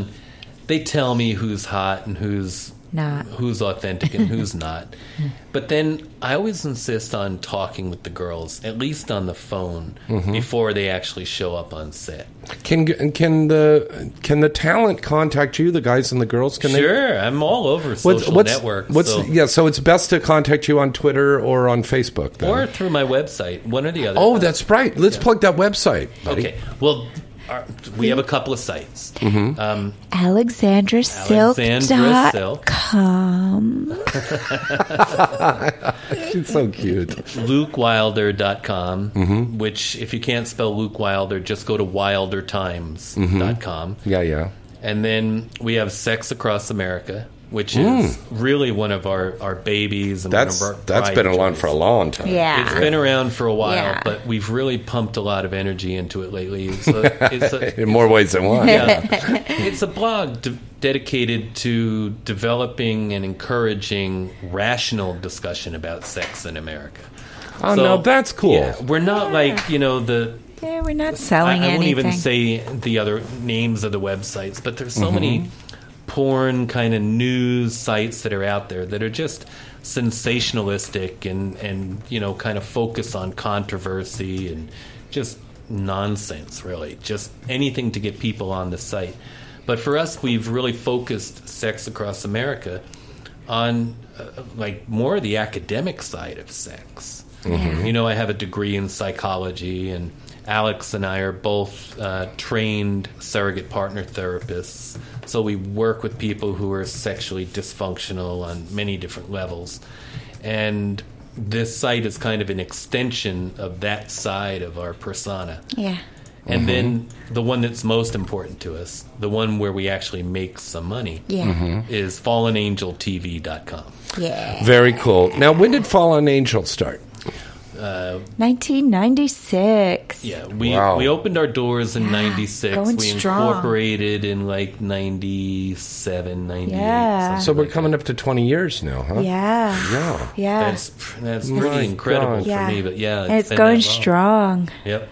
Speaker 6: they tell me who's hot and who's
Speaker 5: Not.
Speaker 6: who's authentic and who's not but then i always insist on talking with the girls at least on the phone
Speaker 3: Mm-hmm.
Speaker 6: before they actually show up on set
Speaker 3: Can can the can the talent contact you? The guys and the girls can they?
Speaker 6: Sure, I'm all over social networks.
Speaker 3: What's
Speaker 6: so-
Speaker 3: yeah? So it's best to contact you on Twitter or on Facebook. Then.
Speaker 6: Or through my website, one or the other.
Speaker 3: oh, that's right. Let's plug that website. buddy.
Speaker 6: okay. Well, our, we have a couple of sites.
Speaker 3: Mm-hmm.
Speaker 6: Um,
Speaker 5: AlexandraSilk.com.
Speaker 3: She's so cute. Mm-hmm.
Speaker 6: LukeWilder.com, which if you can't spell Luke Wilder, just go to WilderTimes.com.
Speaker 3: Yeah, yeah.
Speaker 6: And then we have Sex Across America, which is really one of our, our babies. And
Speaker 3: Mm. That's
Speaker 6: one of our
Speaker 3: that's
Speaker 6: pride
Speaker 3: been around for a
Speaker 6: joys.
Speaker 3: long time.
Speaker 6: It's
Speaker 5: Yeah.
Speaker 6: been around for a while,
Speaker 5: Yeah.
Speaker 6: but we've really pumped a lot of energy into it lately. So it's a,
Speaker 3: In more ways than one. Yeah.
Speaker 6: it's a blog de- dedicated to developing and encouraging rational discussion about sex in America.
Speaker 3: Oh, now that's cool.
Speaker 6: yeah, we're not like you know the.
Speaker 5: Yeah, we're not
Speaker 6: I, I
Speaker 5: selling
Speaker 6: won't
Speaker 5: anything.
Speaker 6: even say the other names of the websites, but there's so many porn kind of news sites that are out there that are just sensationalistic and and you know kind of focus on controversy and just nonsense really just anything to get people on the site but for us we've really focused sex across america on uh, like more the academic side of sex. You know, I have a degree in psychology, and Alex and I are both uh, trained surrogate partner therapists. So we work with people who are sexually dysfunctional on many different levels. And this site is kind of an extension of that side of our persona.
Speaker 5: yeah.
Speaker 6: And then the one that's most important to us, the one where we actually make some money,
Speaker 5: Yeah.
Speaker 6: is fallenangeltv.com.
Speaker 5: Yeah.
Speaker 3: Very cool. Now, when did Fallen Angel start?
Speaker 6: Uh,
Speaker 5: 1996.
Speaker 6: Yeah, we
Speaker 3: Wow.
Speaker 6: we opened our doors in 96.
Speaker 5: going
Speaker 6: we
Speaker 5: strong.
Speaker 6: incorporated in like 97, 98.
Speaker 5: Yeah.
Speaker 6: something
Speaker 3: So we're
Speaker 6: like
Speaker 3: coming
Speaker 6: that.
Speaker 3: up to 20 years now, huh?
Speaker 5: Yeah.
Speaker 3: Yeah.
Speaker 5: Yeah.
Speaker 6: That's that's
Speaker 3: My
Speaker 6: pretty incredible
Speaker 3: God.
Speaker 6: for me, but yeah,
Speaker 5: And it's
Speaker 6: been
Speaker 5: going
Speaker 6: that long.
Speaker 5: strong.
Speaker 6: Yep.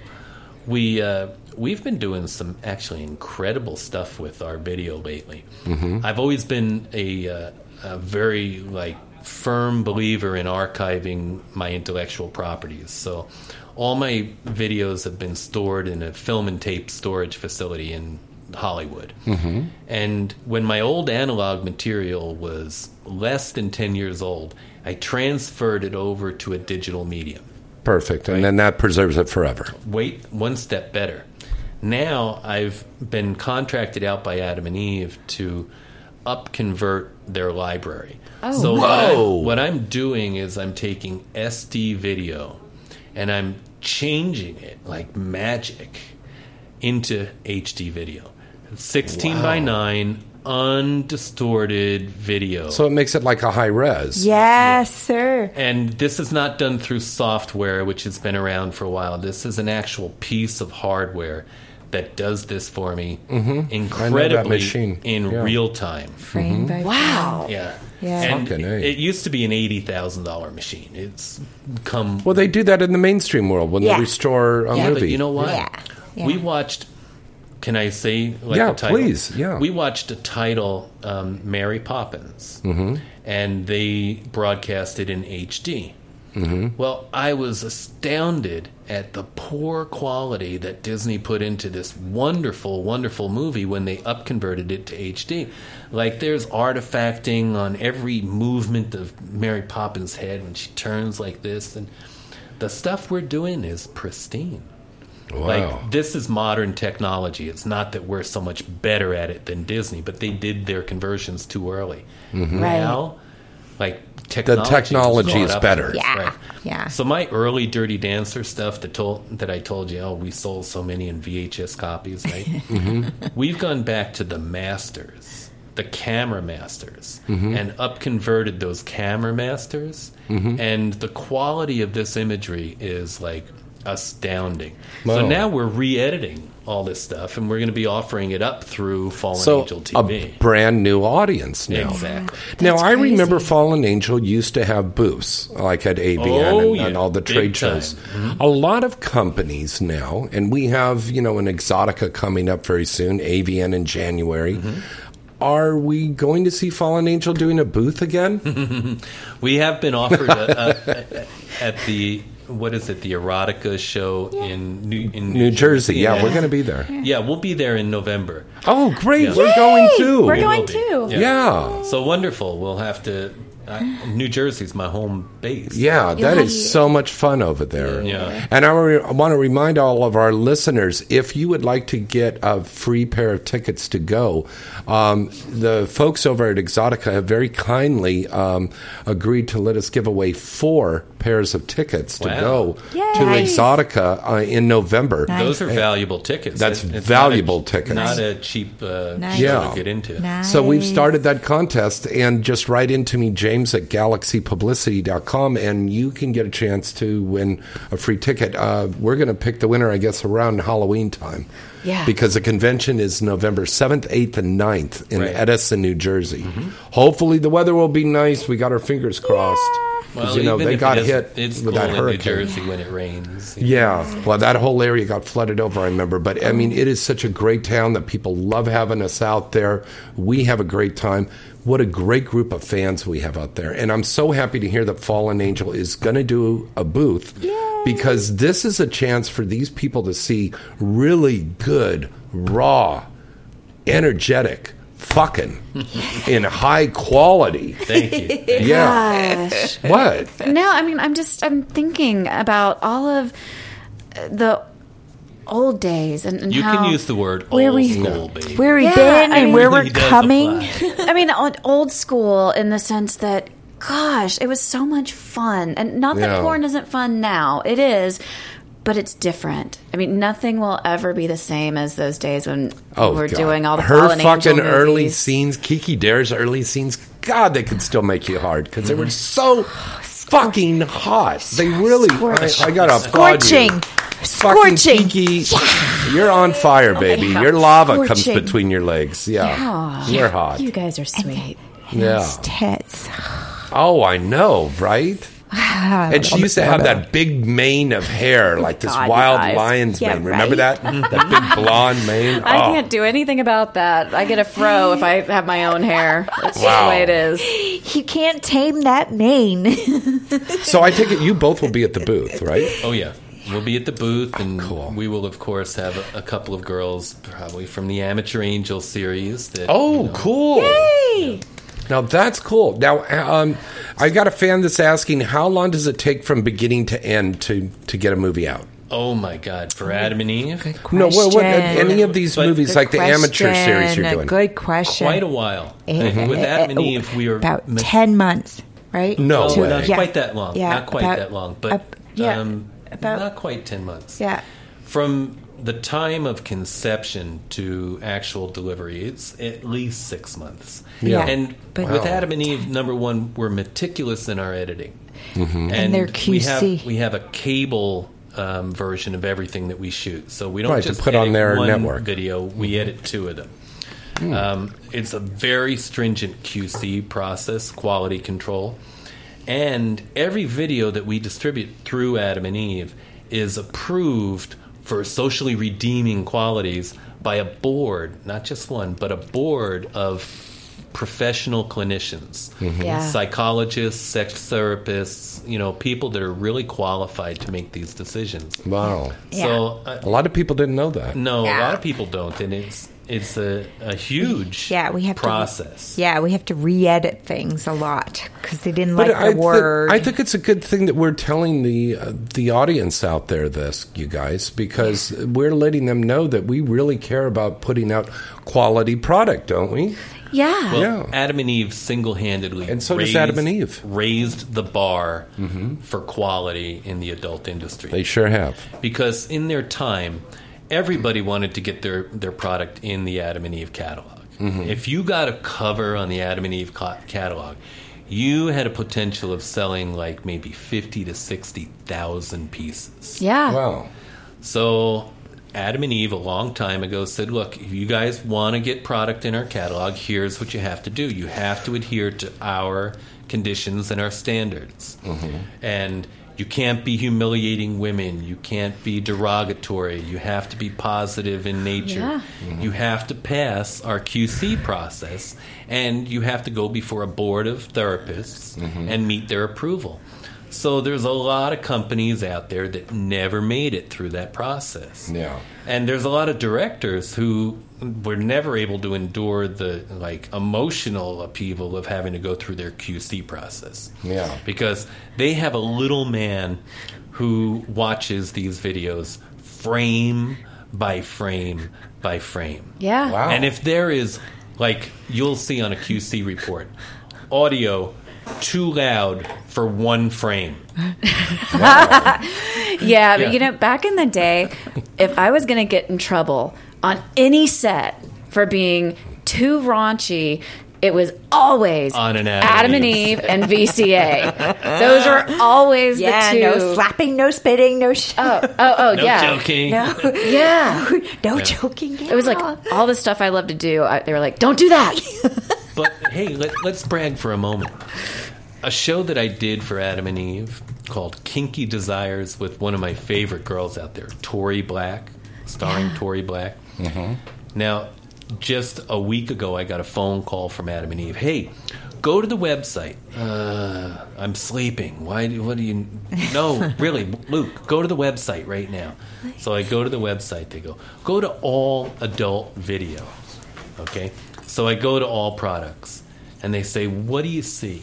Speaker 6: We uh, we've been doing some actually incredible
Speaker 2: Mm-hmm.
Speaker 3: Mm-hmm.
Speaker 6: stuff with our video lately. I've always been a, uh, a very like firm believer in archiving my intellectual properties. So all my videos have been stored in a film and tape storage facility in Hollywood.
Speaker 8: Mhm.
Speaker 3: Mm-hmm.
Speaker 6: And when my old analog material was less than 10 years old, I transferred it over to a digital medium.
Speaker 3: Perfect. And then that preserves it forever.
Speaker 6: Wait, one step better. Now I've been contracted out by Adam and Eve to upconvert their library.
Speaker 11: Oh.
Speaker 6: so what I-
Speaker 11: Whoa.
Speaker 6: what I'm doing is I'm taking SD video and I'm changing it like magic into HD video. 16 by 9 undistorted video.
Speaker 3: So it makes it like a high res.
Speaker 5: Yes, sir.
Speaker 6: And this is not done through software, which has been around for a while. This is an actual piece of hardware that does this for me
Speaker 3: Mhm. I know that
Speaker 6: incredibly
Speaker 3: machine.
Speaker 6: in
Speaker 3: Yeah. Mm-hmm.
Speaker 6: real time.
Speaker 5: Frame by Wow. frame.
Speaker 6: Yeah.
Speaker 5: Yeah.
Speaker 6: And
Speaker 3: Fucking A.
Speaker 6: it, it used to be an eighty thousand dollar machine. It's come
Speaker 3: Well, they do that in the mainstream world when
Speaker 6: Yeah.
Speaker 3: they restore a
Speaker 6: yeah,
Speaker 3: movie.
Speaker 6: but you know what?
Speaker 5: Yeah.
Speaker 6: We watched. Can I say? Like
Speaker 3: Yeah,
Speaker 6: the title?
Speaker 3: please, yeah.
Speaker 6: We watched a title, um, Mary Poppins,
Speaker 3: Mhm.
Speaker 6: and they broadcast it in HD.
Speaker 3: Mhm.
Speaker 6: Well, I was astounded at the poor quality that Disney put into this wonderful, wonderful movie when they upconverted it to HD. Like, there's artifacting on every movement of Mary Poppins' head when she turns like this, and the stuff we're doing is pristine.
Speaker 3: Wow.
Speaker 6: Like, this is modern technology. It's not that we're so much better at it than Disney, but they did their conversions too early.
Speaker 3: Mhm.
Speaker 5: Right.
Speaker 6: Now, like technology, has
Speaker 3: technology
Speaker 6: caught
Speaker 3: is
Speaker 6: up
Speaker 3: better.
Speaker 6: with us,
Speaker 5: Yeah.
Speaker 6: right.
Speaker 5: Yeah.
Speaker 6: So my early Dirty Dancer stuff that told that I told you, oh, we sold so many in VHS copies, right?
Speaker 3: Mm-hmm.
Speaker 6: We've gone back to the masters, the camera masters,
Speaker 3: Mm-hmm.
Speaker 11: Mhm.
Speaker 6: and upconverted those camera masters,
Speaker 3: Mm-hmm.
Speaker 11: Mhm.
Speaker 6: and the quality of this imagery is like astounding.
Speaker 3: Wow.
Speaker 6: So now we're re-editing all this stuff, and we're going to be offering it up through Fallen
Speaker 3: so
Speaker 6: Angel
Speaker 3: a
Speaker 6: TV.
Speaker 3: brand new audience now.
Speaker 6: Exactly.
Speaker 3: Now I remember Fallen Angel used to have booths like at AVN
Speaker 6: Oh,
Speaker 3: and, and
Speaker 6: yeah.
Speaker 3: all the
Speaker 6: Big
Speaker 3: trade
Speaker 6: time.
Speaker 3: shows. A lot of companies now, and we have you know an Exotica coming up very soon, AVN in January.
Speaker 6: Mm-hmm.
Speaker 3: Are we going to see Fallen Angel doing a booth again?
Speaker 6: We have been offered a, a, a- at the what is it the erotica show in New in
Speaker 3: New Jersey, yeah, we're gonna be there.
Speaker 6: Yeah, we'll be there in November.
Speaker 3: oh, great!
Speaker 6: Yeah.
Speaker 3: We're going too.
Speaker 6: We will be.
Speaker 3: Yeah. yeah.
Speaker 6: So wonderful. We'll have to. I, New Jersey's my home base.
Speaker 3: Yeah, that is so much fun over there.
Speaker 6: Yeah.
Speaker 3: And I want to remind all of our listeners if you would like to get a free pair of tickets to go, um, the folks over at Exotica have very kindly um, agreed to let us give away four pairs of tickets to
Speaker 6: Wow.
Speaker 3: go to
Speaker 6: Nice.
Speaker 3: Exotica uh, in November.
Speaker 6: Those are
Speaker 3: And-
Speaker 6: valuable tickets.
Speaker 3: That's
Speaker 6: It- it's
Speaker 3: valuable
Speaker 6: not a,
Speaker 3: tickets.
Speaker 6: Not a cheap uh,
Speaker 3: Nice.
Speaker 6: show
Speaker 3: Yeah.
Speaker 6: to get into.
Speaker 3: So we've started that contest, and just write into me, James at galaxypublicity.com, and you can get a chance to win a free ticket. Uh, we're going to pick the winner, I guess, around Halloween time.
Speaker 11: Yeah.
Speaker 3: Because the convention is November 7th, 8th, and 9th in Edison, New Jersey.
Speaker 6: Mm-hmm.
Speaker 3: Hopefully the weather will be nice. We got our fingers crossed. 'Cause,
Speaker 6: Well,
Speaker 3: you know,
Speaker 6: even
Speaker 3: they
Speaker 6: if it
Speaker 3: got
Speaker 6: doesn't-
Speaker 3: hit
Speaker 6: It's
Speaker 3: with
Speaker 6: cool
Speaker 3: that
Speaker 6: in
Speaker 3: hurricane.
Speaker 6: New Jersey when it rains.
Speaker 3: Yeah, well, that whole area got flooded over. I remember, but I mean, it is such a great town that people love having us out there. We have a great time. What a great group of fans we have out there, and I'm so happy to hear that Fallen Angel is going to do a booth because this is a chance for these people to see really good, raw, energetic fucking in high quality.
Speaker 6: Thank you.
Speaker 3: Yeah.
Speaker 4: Gosh.
Speaker 3: What?
Speaker 4: No, I mean, I'm just I'm thinking about all of uh, the old days and, and
Speaker 6: You
Speaker 4: how,
Speaker 6: can use the word
Speaker 4: where
Speaker 6: old
Speaker 4: we-
Speaker 6: school, baby.
Speaker 5: where we
Speaker 4: Yeah,
Speaker 5: been
Speaker 4: I
Speaker 5: and
Speaker 4: mean-
Speaker 5: where
Speaker 6: Really
Speaker 5: we're
Speaker 6: does
Speaker 5: coming.
Speaker 4: I mean, old, old school in the sense that, gosh, it was so much fun. And not that
Speaker 12: Yeah.
Speaker 4: porn isn't fun now, it is, but it's different. I mean, nothing will ever be the same as those days when
Speaker 6: Oh,
Speaker 4: we we're
Speaker 3: Oh, God.
Speaker 4: doing all the
Speaker 3: her
Speaker 4: Fallen
Speaker 3: fucking
Speaker 4: Angel
Speaker 3: early
Speaker 4: movies.
Speaker 3: scenes, Kiki Dare's early scenes. God, they could still make you hard because they were so fucking hot. They really, I,
Speaker 11: Scorch-
Speaker 3: I gotta
Speaker 11: Scorching.
Speaker 3: applaud you. Scorching, Kiki, you're on fire, baby.
Speaker 4: God,
Speaker 3: your lava comes
Speaker 4: scorching.
Speaker 3: between your legs. Yeah,
Speaker 4: Yeah.
Speaker 3: you're hot.
Speaker 4: You guys are sweet.
Speaker 3: Yeah.
Speaker 5: Tits.
Speaker 3: Oh, I know, right? and she used to have that big mane of hair, like this
Speaker 4: God, you
Speaker 3: wild
Speaker 4: guys.
Speaker 3: lion's
Speaker 5: Yeah,
Speaker 3: mane. Remember
Speaker 5: right?
Speaker 3: that? that big blonde mane.
Speaker 4: I
Speaker 3: Oh.
Speaker 4: can't do anything about that. I get a fro if I have my own hair. That's just
Speaker 3: Wow.
Speaker 4: the way it is.
Speaker 5: You can't tame that mane.
Speaker 3: So I take it you both will be at the booth, right?
Speaker 6: Oh yeah, we'll be at the booth, and we will of course have a, a couple of girls, probably from the Amateur Angel series. That,
Speaker 3: Oh, cool. Now that's cool. Now um, I got a fan that's asking, how long does it take from beginning to end to to get a movie out?
Speaker 6: oh my God, for Adam and Eve,
Speaker 3: No, what, what,
Speaker 5: Question.
Speaker 3: any of these
Speaker 6: But-
Speaker 3: movies,
Speaker 5: Good
Speaker 3: like the amateur series
Speaker 5: question.
Speaker 3: you're doing? Mm-hmm.
Speaker 5: Good question. Eh,
Speaker 6: quite a while. With Adam and Eve, we are
Speaker 5: oh, about
Speaker 6: mis-
Speaker 5: ten months, right?
Speaker 3: No
Speaker 6: Oh,
Speaker 3: way.
Speaker 6: not
Speaker 5: Yeah.
Speaker 6: quite that long.
Speaker 5: Yeah,
Speaker 6: not quite
Speaker 5: about-
Speaker 6: that long, but
Speaker 5: ab- yeah,
Speaker 6: um,
Speaker 5: about-
Speaker 6: not quite ten months.
Speaker 5: Yeah.
Speaker 6: From the time of conception to actual delivery, it's at least six months.
Speaker 5: Yeah.
Speaker 6: And
Speaker 5: But-
Speaker 6: with
Speaker 5: Wow.
Speaker 6: Adam and Eve, number one, we're meticulous in our editing.
Speaker 3: Mm-hmm.
Speaker 6: And,
Speaker 5: they're
Speaker 6: We
Speaker 5: QC.
Speaker 6: have, we have a cable um, version of everything that we shoot. So we don't
Speaker 3: Right, to
Speaker 6: just
Speaker 3: put on
Speaker 6: edit
Speaker 3: their
Speaker 6: one
Speaker 3: network. Mm-hmm. Hmm.
Speaker 6: video, we edit two of them. Um, it's a very stringent QC process, quality control. And every video that we distribute through Adam and Eve is approved for socially redeeming qualities by a board, not just one, but a board of professional clinicians,
Speaker 3: Mm-hmm.
Speaker 4: Yeah.
Speaker 6: psychologists, sex therapists, you know, people that are really qualified to make these decisions.
Speaker 3: Wow.
Speaker 6: So uh,
Speaker 3: A lot of people didn't know that.
Speaker 6: no, a lot of people don't, and it's it's a, a huge
Speaker 5: Yeah, we have
Speaker 6: process.
Speaker 5: To, yeah, we have to re-edit things a lot because they didn't
Speaker 3: But
Speaker 5: like
Speaker 3: I,
Speaker 5: the
Speaker 3: thi-
Speaker 5: word.
Speaker 3: I think it's a good thing that we're telling the uh, the audience out there this, you guys, because we're letting them know that we really care about putting out quality product, don't we?
Speaker 4: Yeah.
Speaker 6: Well,
Speaker 3: Yeah.
Speaker 6: Adam and Eve single handedly
Speaker 3: And so does Adam and Eve. Mm-hmm.
Speaker 6: raised the bar for quality in the adult industry.
Speaker 3: They sure have.
Speaker 6: because in their time, everybody wanted to get their, their product in the Adam and Eve catalog.
Speaker 4: Mm-hmm.
Speaker 3: Mm-hmm.
Speaker 6: If you got a cover on the Adam and Eve co- catalog, you had a potential of selling like maybe fifty to sixty thousand pieces.
Speaker 4: yeah.
Speaker 3: Wow.
Speaker 6: So Adam and Eve a long time ago said, "Look, if you guys want to get product in our catalog, here's what you have to do. You have to adhere to our conditions and our standards, and." You can't be humiliating women. You can't be derogatory. You have to be positive in nature.
Speaker 4: Yeah.
Speaker 6: You have to pass our QC process, and you have to go before a board of therapists and meet their approval. So there's a lot of companies out there that never made it through that process.
Speaker 3: Yeah.
Speaker 6: And there's a lot of directors who were never able to endure the like emotional upheaval of having to go through their QC process.
Speaker 3: Yeah.
Speaker 6: Because they have a little man who watches these videos frame by frame by frame.
Speaker 4: Yeah.
Speaker 3: Wow.
Speaker 6: And if there is, like, you'll see on a QC report, audio too loud for one frame.
Speaker 4: Yeah,
Speaker 6: Yeah.
Speaker 4: but you know, back in the day, if I was going to get in trouble on any set for being too raunchy, it was always
Speaker 6: On an Adam
Speaker 4: Adam
Speaker 6: and
Speaker 4: and
Speaker 6: Eve.
Speaker 4: Eve and VCA. Those were always
Speaker 5: yeah,
Speaker 4: the two.
Speaker 5: no slapping, no spitting, no sh-
Speaker 4: oh, oh, oh,
Speaker 6: No
Speaker 4: yeah,
Speaker 6: joking.
Speaker 4: yeah.
Speaker 5: no joking.
Speaker 4: It was like all the stuff I love to do. I, they were like, "Don't do that."
Speaker 6: But hey, let, let's brag for a moment. A show that I did for Adam and Eve called Kinky Desires with one of my favorite girls out there, Tori Black, starring Tori Black. Now, just a week ago, I got a phone call from Adam and Eve. Hey, go to the website. Uh, I'm sleeping. Why? do- What do you? No, really, Luke, go to the website right now. So I go to the website. They go, go to all adult video. Okay, so I go to all products, and they say, what do you see?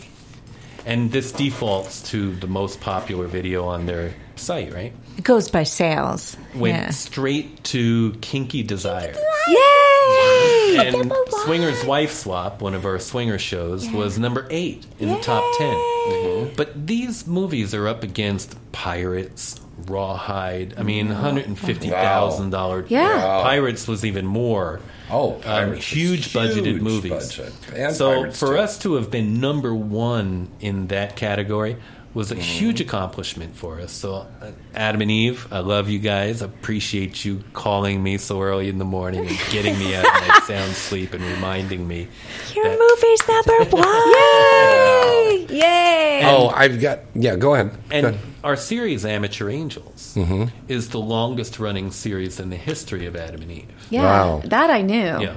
Speaker 6: And this defaults to the most popular video on their site, right?
Speaker 5: It goes by sales.
Speaker 6: Went
Speaker 5: yeah.
Speaker 6: straight to Kinky Desire.
Speaker 5: Yay!
Speaker 6: And Swinger's Wife Swap, one of our swinger shows, was number eight in the top 10 But these movies are up against Pirates, Rawhide. I mean, hundred and fifty thousand dollar.
Speaker 4: Yeah. Wow.
Speaker 6: Pirates was even more.
Speaker 3: Oh,
Speaker 6: um,
Speaker 3: Pirates is
Speaker 6: huge budgeted
Speaker 3: huge
Speaker 6: movies.
Speaker 3: budget. And
Speaker 6: so
Speaker 3: Pirates,
Speaker 6: for
Speaker 3: too.
Speaker 6: us to have been number one in that category was a huge
Speaker 3: Mm-hmm.
Speaker 6: accomplishment for us. So, uh, Adam and Eve, I love you guys. Appreciate you calling me so early in the morning and getting me out of my sound sleep and reminding me.
Speaker 5: Your
Speaker 6: that-
Speaker 5: movie's number one. Yay! Yay!
Speaker 3: oh, I've got. Yeah, go ahead.
Speaker 6: And
Speaker 3: Go ahead.
Speaker 6: our series, Amateur Angels,
Speaker 3: Mm-hmm.
Speaker 6: is the longest running series in the history of Adam and Eve.
Speaker 4: Yeah,
Speaker 3: Wow.
Speaker 4: that I knew.
Speaker 6: Yeah.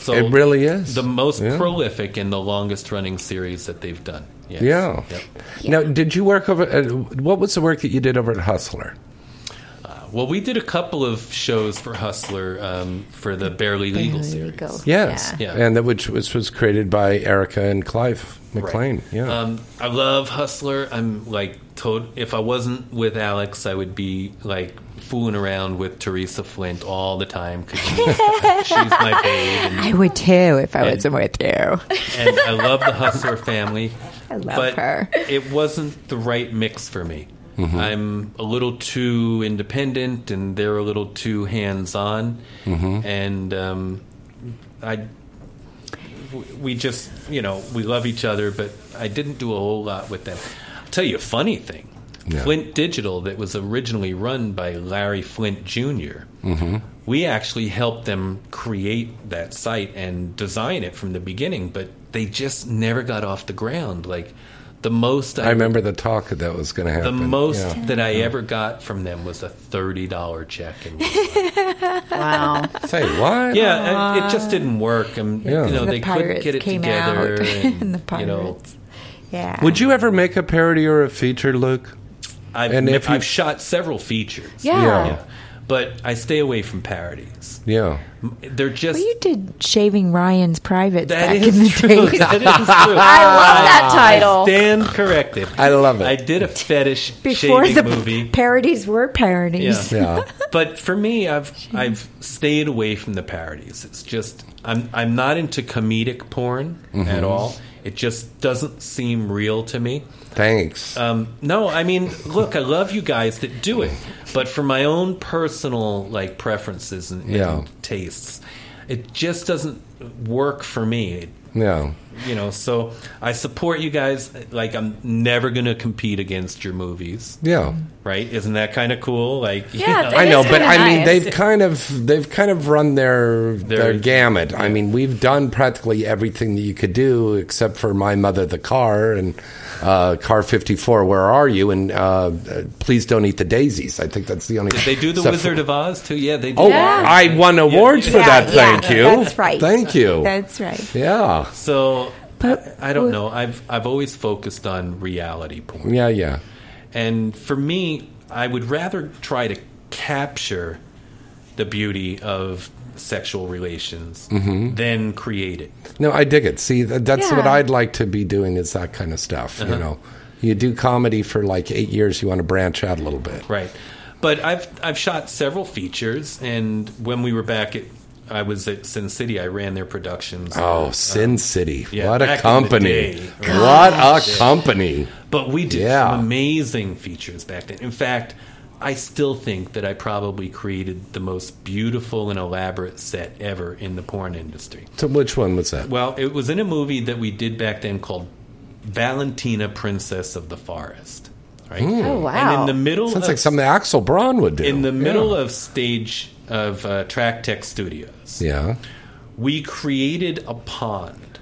Speaker 6: So
Speaker 3: It really is.
Speaker 6: the most
Speaker 3: Yeah.
Speaker 6: prolific and the longest running series that they've done. Yes.
Speaker 3: Yeah.
Speaker 6: Yep.
Speaker 3: Now, did you work over? Uh, what was the work that you did over at Hustler?
Speaker 6: Well, we did a couple of shows for Hustler um, for the Barely Legal series.
Speaker 4: Legal.
Speaker 3: Yes.
Speaker 6: Oh, Yeah. Yeah.
Speaker 3: And that which, which was created by Erica and Clive McLean. Yeah.
Speaker 6: Um, I love Hustler. I'm like told if I wasn't with Alex, I would be like fooling around with Teresa Flint all the time because she's, she's my babe. And,
Speaker 5: I would too if I
Speaker 6: Yeah.
Speaker 5: wasn't with you.
Speaker 6: and I love the Hustler family.
Speaker 5: I love
Speaker 6: but
Speaker 5: her.
Speaker 6: it wasn't the right mix for me. I'm a little too independent, and they're a little too hands-on, and um, I. w- We just, you know, we love each other, but I didn't do a whole lot with them. I'll tell you a funny thing.
Speaker 3: Yeah.
Speaker 6: Flint Digital, that was originally run by Larry Flint junior
Speaker 3: Mm-hmm.
Speaker 6: we actually helped them create that site and design it from the beginning, but they just never got off the ground. Like the most
Speaker 3: I remember the talk that that was going to
Speaker 6: the
Speaker 3: happen.
Speaker 6: most
Speaker 3: Yeah.
Speaker 6: that I ever got from them was a thirty dollar check. And
Speaker 4: Wow.
Speaker 3: Say what?
Speaker 6: yeah, it, it just didn't work. And
Speaker 3: Yeah.
Speaker 6: you know
Speaker 5: the
Speaker 6: they couldn't
Speaker 5: pirates
Speaker 6: get it
Speaker 5: came
Speaker 6: together.
Speaker 5: out
Speaker 6: And,
Speaker 5: and the
Speaker 6: you know,
Speaker 5: pirates. Yeah.
Speaker 3: Would you ever make a parody or a feature, Luke?
Speaker 6: I've,
Speaker 3: And if you-
Speaker 6: I've shot several features.
Speaker 4: Yeah.
Speaker 3: Yeah.
Speaker 6: Yeah. But I stay away from parodies.
Speaker 3: Yeah.
Speaker 6: They're just
Speaker 5: Well, you did shaving Ryan's privates
Speaker 6: That
Speaker 5: back
Speaker 6: is
Speaker 5: in the
Speaker 6: true.
Speaker 5: day.
Speaker 6: That is true.
Speaker 4: I love that title.
Speaker 6: Stand corrected.
Speaker 3: I love it.
Speaker 6: I did a fetish
Speaker 5: Before
Speaker 6: shaving
Speaker 5: the
Speaker 6: movie.
Speaker 5: parodies were parodies.
Speaker 3: Yeah.
Speaker 6: But for me, I've I've stayed away from the parodies. It's just I'm I'm not into comedic porn
Speaker 3: Mm-hmm.
Speaker 6: at all. It just doesn't seem real to me.
Speaker 3: Thanks.
Speaker 6: Um, no, I mean, look, I love you guys that do it, but for my own personal like preferences and, and
Speaker 3: Yeah.
Speaker 6: tastes, it just doesn't work for me. It,
Speaker 3: yeah.
Speaker 6: you know so i support you guys like i'm never gonna compete against your movies
Speaker 3: Yeah.
Speaker 6: right isn't that kind of cool like you
Speaker 4: Yeah,
Speaker 6: know?
Speaker 4: It
Speaker 3: I
Speaker 4: is
Speaker 3: know, but
Speaker 4: kinda
Speaker 3: I mean,
Speaker 4: nice.
Speaker 3: they've kind of they've kind of run their their,
Speaker 6: Their-
Speaker 3: gamut. I mean, we've done practically everything that you could do except for my mother, the car, and uh, Car Fifty Four. Where are you? And uh, uh, please don't eat the daisies. I think that's the only.
Speaker 6: Did they do the
Speaker 3: stuff-
Speaker 6: wizard of oz too yeah they do
Speaker 3: Oh, I won awards for
Speaker 5: Yeah,
Speaker 3: that.
Speaker 5: yeah,
Speaker 3: Thank you.
Speaker 5: That's right.
Speaker 3: Thank you.
Speaker 5: That's right.
Speaker 3: yeah.
Speaker 6: so
Speaker 5: But-
Speaker 6: I, I don't know i've i've always focused on reality porn
Speaker 3: Yeah. Yeah.
Speaker 6: And for me, I would rather try to capture the beauty of sexual relations
Speaker 3: Mm-hmm.
Speaker 6: than create it.
Speaker 3: No, I dig it. See, th- that's
Speaker 4: Yeah.
Speaker 3: what I'd like to be doing is that kind of stuff.
Speaker 6: Uh-huh.
Speaker 3: You know, you do comedy for like eight years. You want to branch out a little bit.
Speaker 6: Right. But I've I've shot several features and when we were back at I was at Sin City, I ran their productions.
Speaker 3: Oh, Sin City.
Speaker 6: Uh, yeah,
Speaker 3: what a
Speaker 6: back in the
Speaker 3: company.
Speaker 6: day.
Speaker 3: What a company.
Speaker 6: But we did
Speaker 3: Yeah.
Speaker 6: some amazing features back then. In fact, I still think that I probably created the most beautiful and elaborate set ever in the porn industry.
Speaker 3: So which one was that?
Speaker 6: Well, it was in a movie that we did back then called Valentina, Princess of the Forest. Right.
Speaker 4: Oh,
Speaker 6: And
Speaker 4: wow.
Speaker 6: in the middle,
Speaker 3: Hmm. Sounds
Speaker 6: of,
Speaker 3: like something Axel Braun would do.
Speaker 6: in the middle
Speaker 3: yeah.
Speaker 6: of stage of uh, Track Tech Studios,
Speaker 3: Yeah.
Speaker 6: we created a pond,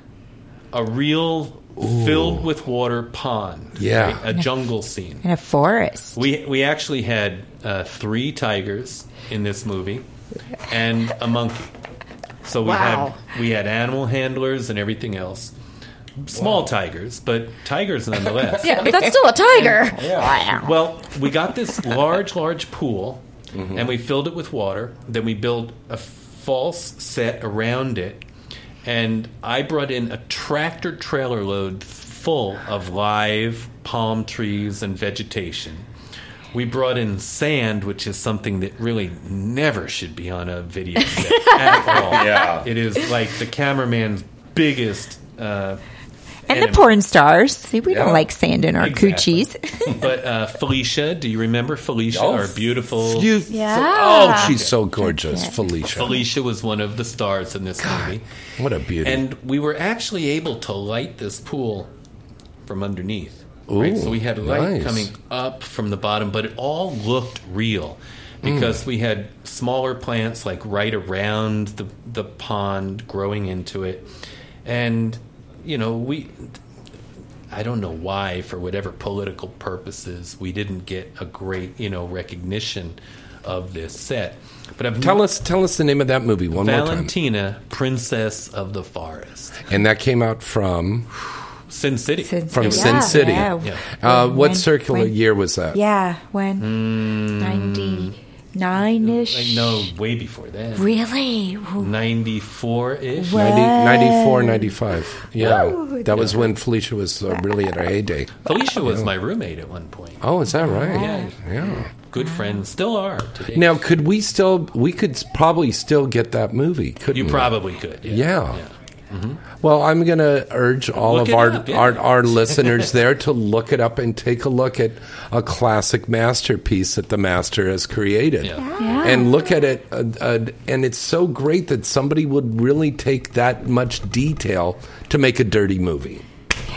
Speaker 6: a real filled with water pond.
Speaker 3: Yeah.
Speaker 6: A jungle scene.
Speaker 5: In a forest.
Speaker 6: We we actually had uh, three tigers in this movie, and a monkey. So we
Speaker 4: Wow.
Speaker 6: had we had animal handlers and everything else. Small tigers, but tigers nonetheless.
Speaker 4: Yeah, but that's still a tiger. Wow.
Speaker 6: Well, we got this large, large pool, and we filled it with water. Then we built a false set around it, and I brought in a tractor trailer load full of live palm trees and vegetation. We brought in sand, which is something that really never should be on a video set at all. Yeah. It is like the cameraman's biggest. Uh,
Speaker 5: And
Speaker 6: enemy.
Speaker 5: the porn stars. See, we
Speaker 3: Yeah.
Speaker 5: don't like sand in our
Speaker 6: Exactly.
Speaker 5: coochies.
Speaker 6: But uh, Felicia, do you remember Felicia,
Speaker 3: Oh,
Speaker 6: our beautiful
Speaker 3: You,
Speaker 5: Ah.
Speaker 4: Yeah.
Speaker 3: Oh, she's so gorgeous, Felicia.
Speaker 6: Felicia was one of the stars in this movie.
Speaker 3: What a beauty.
Speaker 6: And we were actually able to light this pool from underneath. right?
Speaker 3: Ooh,
Speaker 6: So we had light
Speaker 3: nice.
Speaker 6: coming up from the bottom, but it all looked real
Speaker 3: Mm.
Speaker 6: because we had smaller plants like right around the the pond growing into it, and you know we. I don't know why, for whatever political purposes, we didn't get a great, you know, recognition of this set. But I've
Speaker 3: Tell us, tell us the name of that movie one more time.
Speaker 6: Valentina, Princess of the Forest,
Speaker 3: And that came out from
Speaker 6: Sin City.
Speaker 5: Sin
Speaker 3: from
Speaker 5: Yeah,
Speaker 3: Sin City.
Speaker 5: yeah.
Speaker 6: Yeah.
Speaker 3: Uh,
Speaker 5: When-
Speaker 3: what
Speaker 5: when-
Speaker 3: circular
Speaker 5: when-
Speaker 3: year was that?
Speaker 5: Yeah,
Speaker 6: Mm.
Speaker 5: when ninety nine
Speaker 6: Like,
Speaker 5: ish.
Speaker 6: no, way before that.
Speaker 5: Really?
Speaker 6: 94 ish.
Speaker 3: 90, 94, 95. Yeah.
Speaker 5: Ooh,
Speaker 3: that was when Felicia was uh, really at her heyday.
Speaker 6: Felicia was my roommate at one point.
Speaker 3: Oh, is that right?
Speaker 6: Yeah.
Speaker 3: Yeah.
Speaker 6: Good friends. Still are today.
Speaker 3: Now, could we still, we could probably still get that movie, couldn't
Speaker 6: You
Speaker 3: we?
Speaker 6: probably could. Mm-hmm.
Speaker 3: Yeah. Well, I'm going to urge all
Speaker 6: Look
Speaker 3: of
Speaker 6: it
Speaker 3: our,
Speaker 6: up, yeah.
Speaker 3: our our listeners there to look it up and take a look at a classic masterpiece that the master has created,
Speaker 6: Yeah.
Speaker 3: and look at it. Uh, uh, and it's so great that somebody would really take that much detail to make a dirty movie.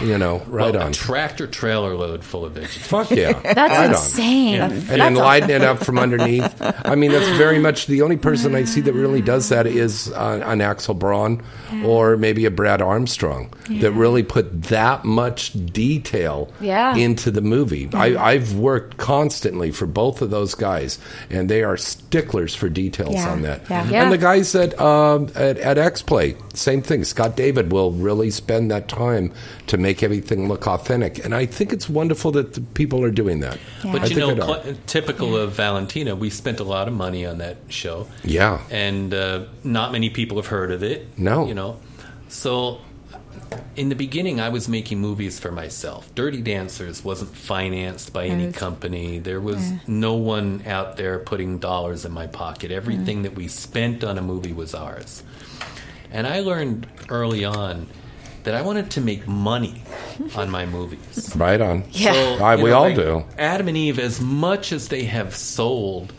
Speaker 3: You know, right
Speaker 6: Well, a
Speaker 3: on.
Speaker 6: tractor trailer load full of vegetables.
Speaker 3: Fuck yeah,
Speaker 4: That's
Speaker 3: right on
Speaker 4: insane.
Speaker 3: and then lighten it up from underneath. I mean, that's very much the only person I see that really does that is uh, an Axel Braun or maybe a Brad Armstrong that really put that much detail
Speaker 4: Yeah.
Speaker 3: into the movie. I, I've worked constantly for both of those guys, and they are sticklers for details
Speaker 5: Yeah,
Speaker 3: on that.
Speaker 5: yeah.
Speaker 4: Yeah.
Speaker 3: And the guys at, um, at at X Play, same thing. Scott David will really spend that time to make everything look authentic, and I think it's wonderful that the people are doing that. I
Speaker 6: But you
Speaker 3: think
Speaker 6: know,
Speaker 3: they are.
Speaker 6: cl- typical of Valentina, we spent a lot of money on that show.
Speaker 3: Yeah.
Speaker 6: And uh, not many people have heard of it.
Speaker 3: No.
Speaker 6: You know, so in the beginning, I was making movies for myself. Dirty Dancers wasn't financed by any company. There was no one out there putting dollars in my pocket. Everything that we spent on a movie was ours. And I learned early on that I wanted to make money on my movies.
Speaker 3: Right on.
Speaker 4: Yeah.
Speaker 6: So,
Speaker 3: Aye,
Speaker 6: you
Speaker 3: we
Speaker 6: know,
Speaker 3: all
Speaker 6: like,
Speaker 3: do.
Speaker 6: Adam and Eve, as much as they have sold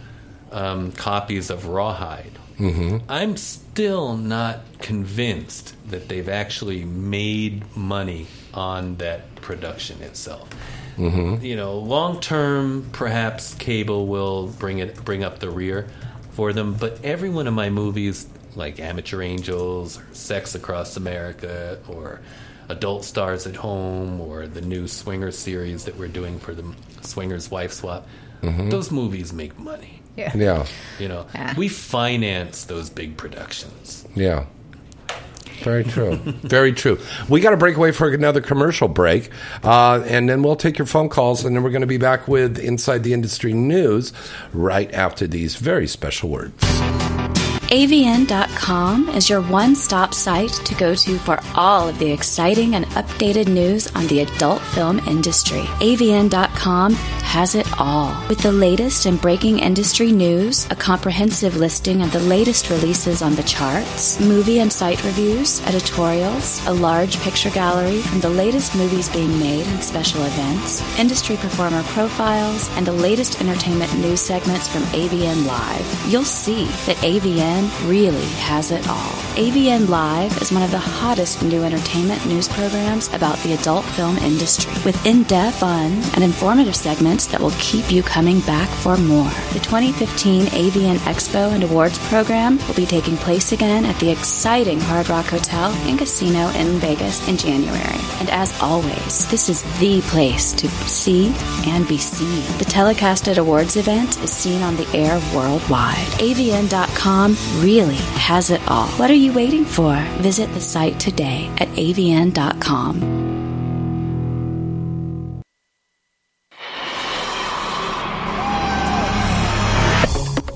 Speaker 6: um, copies of Rawhide,
Speaker 3: Mm-hmm.
Speaker 6: I'm still not convinced that they've actually made money on that production itself.
Speaker 3: Mm-hmm. Hmm?
Speaker 6: You know, long term, perhaps cable will bring it bring up the rear for them. But every one of my movies, like Amateur Angels or Sex Across America or Adult Stars at Home or the new Swinger series that we're doing for the Swingers Wife Swap, those movies make money.
Speaker 3: Mm-hmm. Yeah.
Speaker 6: You know, we finance those big productions.
Speaker 3: Yeah. Very true. Very true. We got to break away for another commercial break, uh, and then we'll take your phone calls, and then we're going to be back with Inside the Industry News right after these very special words.
Speaker 8: AVN.com is your one stop site to go to for all of the exciting and updated news on the adult film industry. AVN.com has it all. With the latest and breaking industry news, a comprehensive listing of the latest releases on the charts, movie and site reviews, editorials, a large picture gallery from the latest movies being made and special events, industry performer profiles, and the latest entertainment news segments from AVN Live. You'll see that AVN really has it all. AVN Live is one of the hottest new entertainment news programs about the adult film industry, with in depth, fun, and informative segments that will keep you coming back for more. The 2015 AVN Expo and Awards program will be taking place again at the exciting Hard Rock Hotel and Casino in Vegas in January. And as always, this is the place to see and be seen. The telecasted awards event is seen on the air worldwide. AVN.com really has it all. What are you waiting for? Visit the site today at avn.com.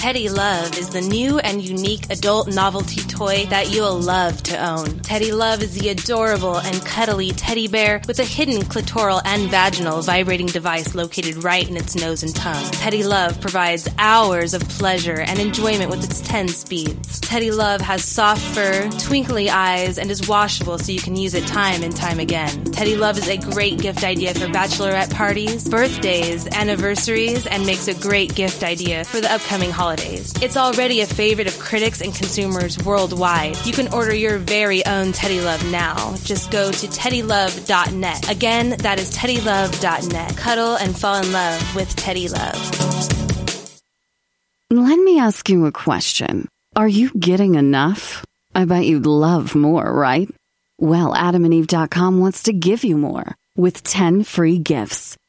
Speaker 10: Teddy Love is the new and unique adult novelty toy that you'll love to own. Teddy Love is the adorable and cuddly teddy bear with a hidden clitoral and vaginal vibrating device located right in its nose and tongue. Teddy Love provides hours of pleasure and enjoyment with its 10 speeds. Teddy Love has soft fur, twinkly eyes, and is washable so you can use it time and time again. Teddy Love is a great gift idea for bachelorette parties, birthdays, anniversaries, and makes a great gift idea for the upcoming holidays. It's already a favorite of critics and consumers worldwide. You can order your very own Teddy Love now. Just go to teddylove.net. Again, that is teddylove.net. Cuddle and fall in love with Teddy Love.
Speaker 9: Let me ask you a question. Are you getting enough? I bet you'd love more, right? Well, adamandeve.com wants to give you more with 10 free gifts.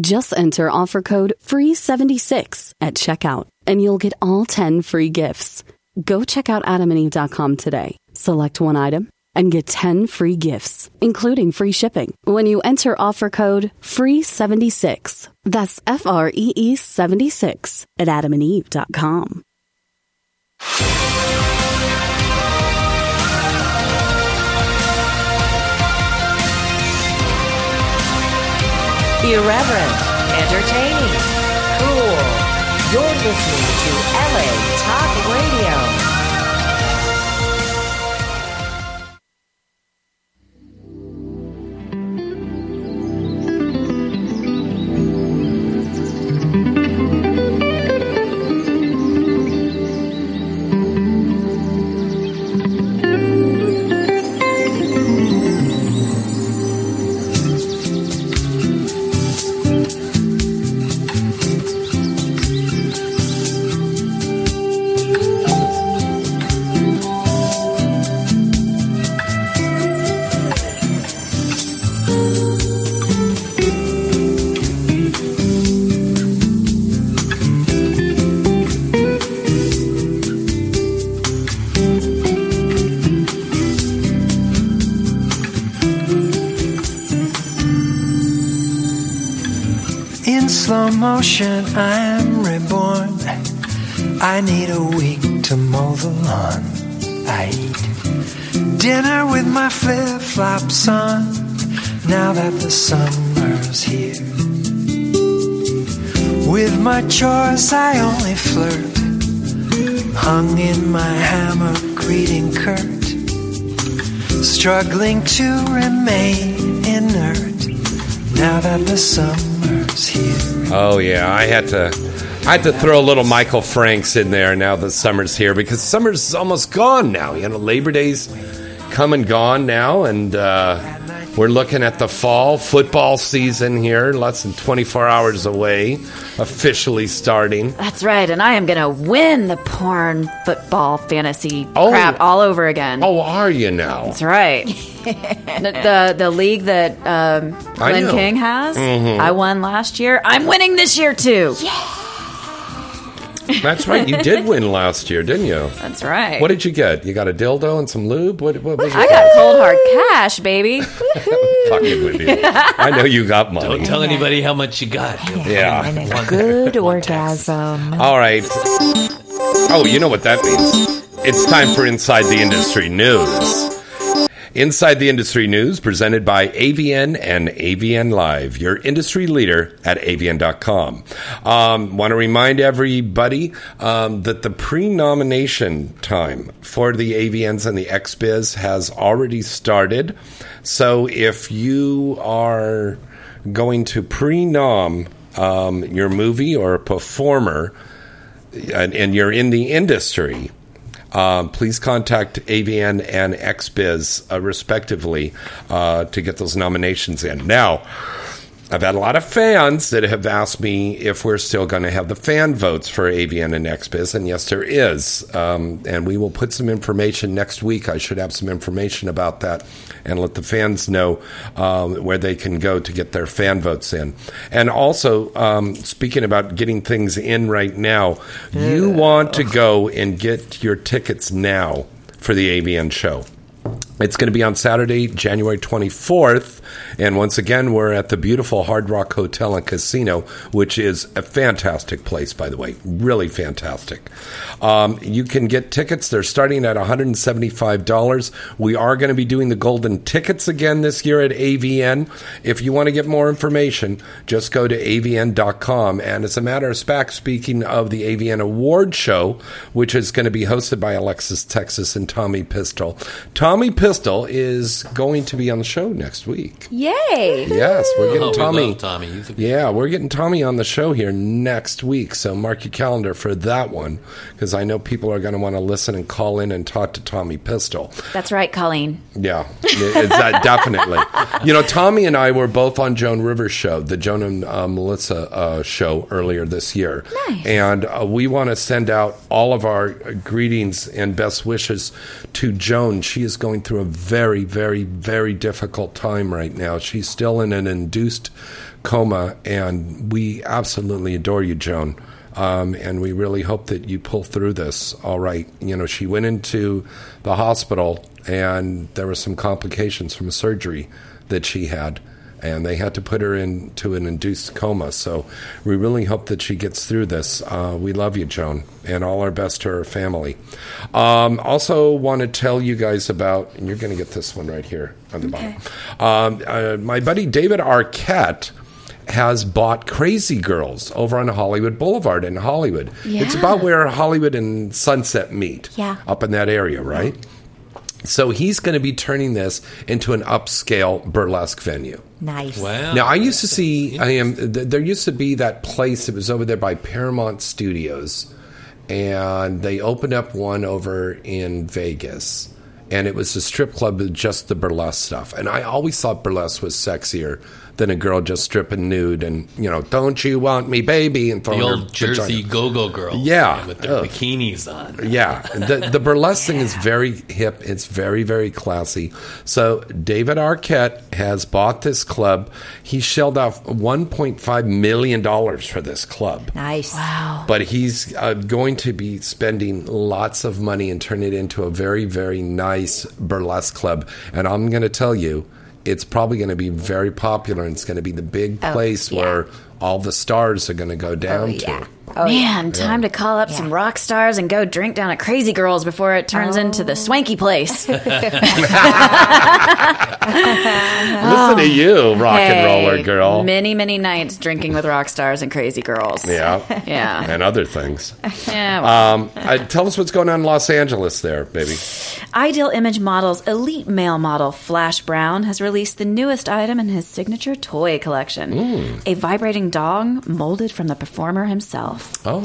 Speaker 9: Just enter offer code FREE76 at checkout and you'll get all 10 free gifts. Go check out adamandeve.com today. Select one item and get 10 free gifts, including free shipping, when you enter offer code FREE76. That's F R E E 76 at adamandeve.com.
Speaker 1: Irreverent, entertaining, cool. You're listening to LA Talk Radio.
Speaker 12: In slow motion, I'm reborn. I need a week to mow the lawn. I eat dinner with my flip flops on. Now that the summer's here, with my chores, I only flirt. Hung in my hammer, greeting Kurt. Struggling to remain inert. Now that the summer's here.
Speaker 3: Oh yeah, I had to. I had to throw a little Michael Franks in there now that summer's here because summer's almost gone now. You know, Labor Day's come and gone now, and uh, we're looking at the fall football season here, less than 24 hours away, officially starting.
Speaker 4: That's right, and I am gonna win the porn football fantasy
Speaker 3: Oh.
Speaker 4: crap all over again.
Speaker 3: Oh, are you now?
Speaker 4: That's right. the, the the league that um,
Speaker 3: I
Speaker 4: Glenn
Speaker 3: know.
Speaker 4: King has,
Speaker 3: Mhm.
Speaker 4: I won last year. I'm winning this year too.
Speaker 3: That's right. You did win last year, didn't you?
Speaker 4: That's right.
Speaker 3: What did you get? You got a dildo and some lube. What? What? was
Speaker 4: I
Speaker 3: it?
Speaker 4: got cold hard cash, baby.
Speaker 3: fucking with you. I know you got money.
Speaker 6: Don't tell anybody how much you got.
Speaker 3: Yeah.
Speaker 5: Good orgasm.
Speaker 3: All right. Oh, you know what that means. It's time for Inside the Industry News. Inside the Industry News, presented by AVN and AVN Live, your industry leader at avn.com. Um, Want to remind everybody um, that the pre nomination time for the AVNs and the XBiz has already started. So if you are going to pre nom um, your movie or a performer, and, and you're in the industry, um, please contact AVN and XBiz uh, respectively uh, to get those nominations in. Now, I've had a lot of fans that have asked me if we're still going to have the fan votes for AVN and XBiz, and yes, there is. Um, and we will put some information next week. I should have some information about that and let the fans know um, where they can go to get their fan votes in. And also, um, speaking about getting things in right now, you want to go and get your tickets now for the AVN show. It's going to be on Saturday, January 24th. And once again, we're at the beautiful Hard Rock Hotel and Casino, which is a fantastic place, by the way. Really fantastic. Um, you can get tickets. They're starting at $175. We are going to be doing the golden tickets again this year at AVN. If you want to get more information, just go to avn.com. And as a matter of fact, speaking of the AVN Award Show, which is going to be hosted by Alexis Texas and Tommy Pistol, Tommy Pistol is going to be on the show next week.
Speaker 4: Yay!
Speaker 3: Yes, we're getting
Speaker 6: Oh, we
Speaker 3: Tommy.
Speaker 6: love Tommy. He's a-
Speaker 3: yeah, we're getting Tommy on the show here next week. So mark your calendar for that one because I know people are going to want to listen and call in and talk to Tommy Pistol.
Speaker 4: That's right, Colleen.
Speaker 3: Yeah, it's that definitely. You know, Tommy and I were both on Joan Rivers' show, the Joan and uh, Melissa uh, show earlier this year,
Speaker 13: Nice.
Speaker 3: and uh, we want to send out all of our uh, greetings and best wishes to Joan. She is going through a very, very, very difficult time right now. She's still in an induced coma, and we absolutely adore you, Joan. Um, and we really hope that you pull through this all right. You know, she went into the hospital and there were some complications from a surgery that she had, and they had to put her into an induced coma. So we really hope that she gets through this. Uh, we love you, Joan, and all our best to her family. Um, also, want to tell you guys about, and you're going to get this one right here on the bottom. Um, uh, my buddy David Arquette has bought Crazy Girls over on Hollywood Boulevard in Hollywood. It's
Speaker 13: Yeah.
Speaker 3: about where Hollywood and Sunset meet.
Speaker 13: Yeah.
Speaker 3: Up in that area, right? So he's going to be turning this into an upscale burlesque venue.
Speaker 5: Nice.
Speaker 3: Now I used to see. I am. th- There used to be that place that was over there by Paramount Studios, and they opened up one over in Vegas, and it was a strip club with just the burlesque stuff. And I always thought burlesque was sexier than a girl just stripping nude and you know, don't you want me, baby, and throwing
Speaker 6: the
Speaker 3: her
Speaker 6: old Jersey
Speaker 3: vagina.
Speaker 6: go-go girl.
Speaker 3: Yeah.
Speaker 6: With their
Speaker 3: Ugh.
Speaker 6: bikinis on.
Speaker 3: Yeah, the, the burlesque thing is very hip. It's very, very classy. So David Arquette has bought this club. He shelled off $1.5 million for this club.
Speaker 5: Nice. Wow.
Speaker 3: But he's uh, going to be spending lots of money and turn it into a very, very nice burlesque club. And I'm going to tell you, it's probably going to be very popular and it's going to be the big
Speaker 4: Oh,
Speaker 3: place
Speaker 4: yeah. Oh,
Speaker 3: where all the stars are going to go down to.
Speaker 4: Man,
Speaker 3: Oh, yeah. Oh.
Speaker 4: time to call up some rock stars and go drink down at Crazy Girls before it turns into the swanky place.
Speaker 3: Listen to you, rock and roller
Speaker 4: Oh, Hey,
Speaker 3: girl.
Speaker 4: Many, many nights drinking with rock stars and Crazy Girls.
Speaker 3: Yeah.
Speaker 4: Yeah.
Speaker 3: And other things.
Speaker 4: Yeah, well,
Speaker 3: Um, uh, tell us what's going on in Los Angeles there, baby.
Speaker 4: Ideal Image Models elite male model Flash Brown has released the newest item in his signature toy collection
Speaker 3: Hmm.
Speaker 4: a vibrating dong molded from the performer himself.
Speaker 3: Oh.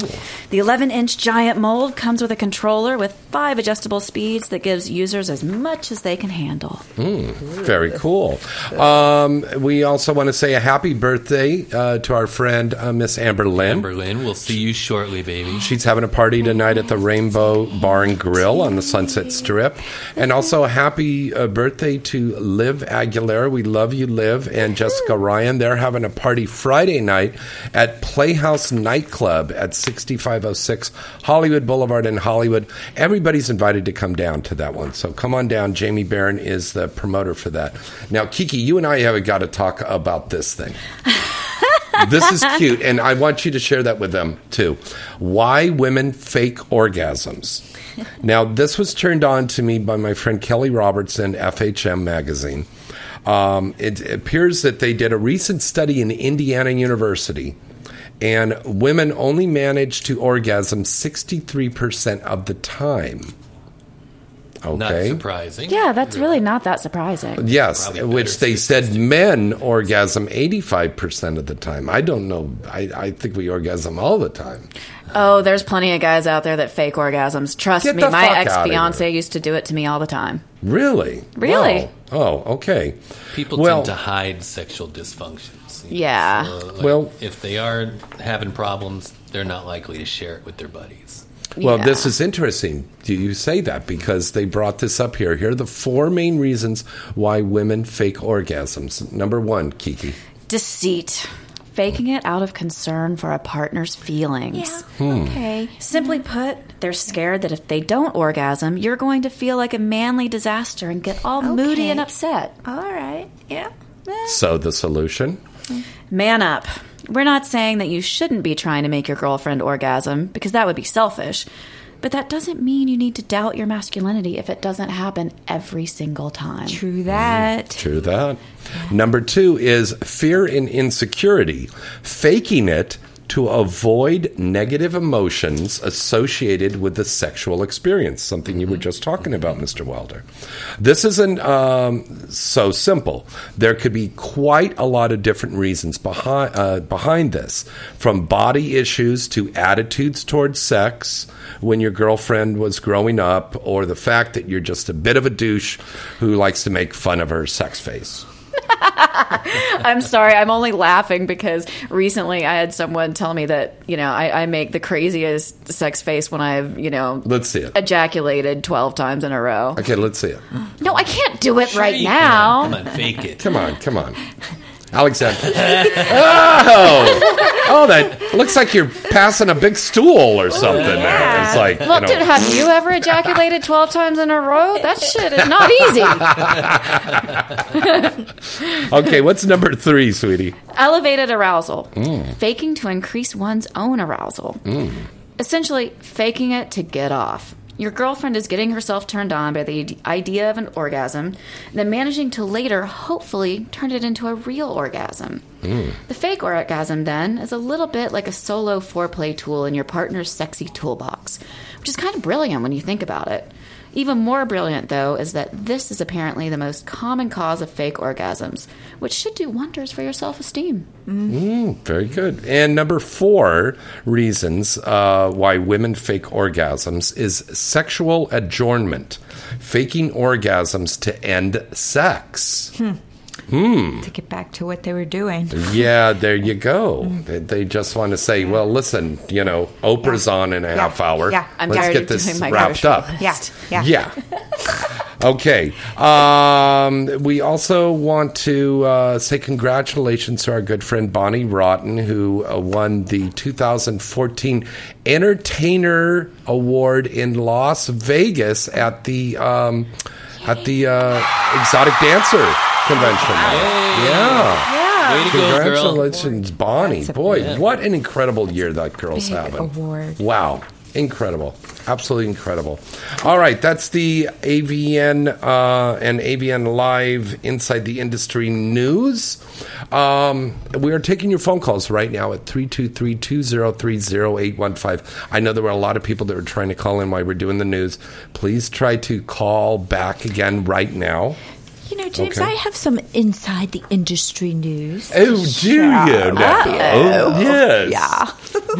Speaker 4: The 11 inch giant mold comes with a controller with five adjustable speeds that gives users as much as they can handle.
Speaker 3: Mm, very cool. Um, we also want to say a happy birthday uh, to our friend, uh, Miss Amber Lynn.
Speaker 6: Amber Lynn, we'll see you shortly, baby.
Speaker 3: She's having a party tonight at the Rainbow Bar and Grill on the Sunset Strip. And also, a happy uh, birthday to Liv Aguilera. We love you, Liv, and Jessica Ryan. They're having a party Friday night at Playhouse Nightclub at 6506 Hollywood Boulevard in Hollywood. Everybody's invited to come down to that one. So come on down. Jamie Barron is the promoter for that. Now, Kiki, you and I have got to talk about this thing. this is cute, and I want you to share that with them too. Why women fake orgasms. Now, this was turned on to me by my friend Kelly Robertson, FHM magazine. Um, it appears that they did a recent study in Indiana University, and women only managed to orgasm 63% of the time. Okay.
Speaker 6: Not surprising.
Speaker 4: Yeah, that's really not that surprising.
Speaker 3: Yes, which they said men orgasm 85% of the time. I don't know. I, I think we orgasm all the time.
Speaker 4: Oh, there's plenty of guys out there that fake orgasms. Trust
Speaker 3: Get
Speaker 4: me,
Speaker 3: the
Speaker 4: my
Speaker 3: fuck outta
Speaker 4: ex fiance used to do it to me all the time.
Speaker 3: Really?
Speaker 4: Really?
Speaker 3: Wow. Oh, okay.
Speaker 6: People
Speaker 3: Well-
Speaker 6: tend to hide sexual dysfunctions. you know,
Speaker 4: Yeah.
Speaker 6: so, like,
Speaker 3: Well-
Speaker 6: if they are having problems, they're not likely to share it with their buddies.
Speaker 3: Well, this is interesting. Do you say that because they brought this up here? Here are the four main reasons why women fake orgasms. Number one, Kiki.
Speaker 4: Deceit. Faking it out of concern for a partner's feelings.
Speaker 3: Hmm.
Speaker 4: Okay. Mm-hmm. Simply put, they're scared that if they don't orgasm, you're going to feel like a manly disaster and get all moody and upset. All right. Yeah.
Speaker 3: So the solution?
Speaker 4: Man up. We're not saying that you shouldn't be trying to make your girlfriend orgasm because that would be selfish, but that doesn't mean you need to doubt your masculinity if it doesn't happen every single time. True that.
Speaker 3: True that. Number two is fear and insecurity, faking it to avoid negative emotions associated with the sexual experience, something you were just talking about, Mr. Wilder. This isn't um, so simple. There could be quite a lot of different reasons behind, uh, behind this, from body issues to attitudes towards sex when your girlfriend was growing up, or the fact that you're just a bit of a douche who likes to make fun of her sex face.
Speaker 4: I'm sorry. I'm only laughing because recently I had someone tell me that, you know, I, I make the craziest sex face when I've, you know,
Speaker 3: Let's see it.
Speaker 4: ejaculated 12 times in a row.
Speaker 3: Okay, let's see it.
Speaker 4: No, I can't do it right
Speaker 3: you
Speaker 4: now.
Speaker 6: fake it.
Speaker 3: Come on, come on. Alexander. oh! Oh, that looks like you're passing a big stool or something. there. It's like,
Speaker 4: Look,
Speaker 3: you know.
Speaker 4: dude, have you ever ejaculated 12 times in a row? That shit is not easy.
Speaker 3: okay, what's number three, sweetie?
Speaker 4: Elevated arousal.
Speaker 3: Mm.
Speaker 4: Faking to increase one's own arousal.
Speaker 3: Mm.
Speaker 4: Essentially, faking it to get off. Your girlfriend is getting herself turned on by the idea of an orgasm, then managing to later, hopefully, turn it into a real orgasm. The fake orgasm, then, is a little bit like a solo foreplay tool in your partner's sexy toolbox, which is kind of brilliant when you think about it. Even more brilliant, though, is that this is apparently the most common cause of fake orgasms, which should do wonders for your self esteem.
Speaker 3: Mm, very good. And number four reasons uh, why women fake orgasms is sexual adjournment, faking orgasms to end sex.
Speaker 5: Hmm.
Speaker 3: Hmm.
Speaker 5: To get back to what they were doing.
Speaker 3: Yeah, there you go.
Speaker 5: Mm.
Speaker 3: They, they just want to say, well, listen, you know, Oprah's on in a
Speaker 5: Yeah.
Speaker 3: half hour.
Speaker 5: Yeah. I'm
Speaker 3: Let's
Speaker 5: tired
Speaker 3: get
Speaker 5: of
Speaker 3: this
Speaker 5: doing my
Speaker 3: wrapped
Speaker 5: commercial
Speaker 3: up.
Speaker 5: Yeah. Yeah.
Speaker 3: Yeah. Okay. Um, we also want to uh, say congratulations to our good friend Bonnie Rotten, who uh, won the 2014 Entertainer Award in Las Vegas at the um, at the uh, Exotic Dancer Convention. Yeah.
Speaker 6: Yeah. Way to go, girl.
Speaker 3: Congratulations, Bonnie. Boy,
Speaker 6: big-
Speaker 3: what an incredible year that girl's
Speaker 5: big
Speaker 3: having.
Speaker 5: award.
Speaker 3: Wow. Incredible. Absolutely incredible. All right. That's the AVN uh, and AVN Live Inside the Industry news. Um, we are taking your phone calls right now at 323 203 0815. I know there were a lot of people that were trying to call in while we we're doing the news. Please try to call back again right now.
Speaker 5: You know, James,
Speaker 3: Okay.
Speaker 5: I have some inside the industry news.
Speaker 3: Oh, do you
Speaker 5: Yeah.
Speaker 3: now? Oh, yes.
Speaker 5: Yeah.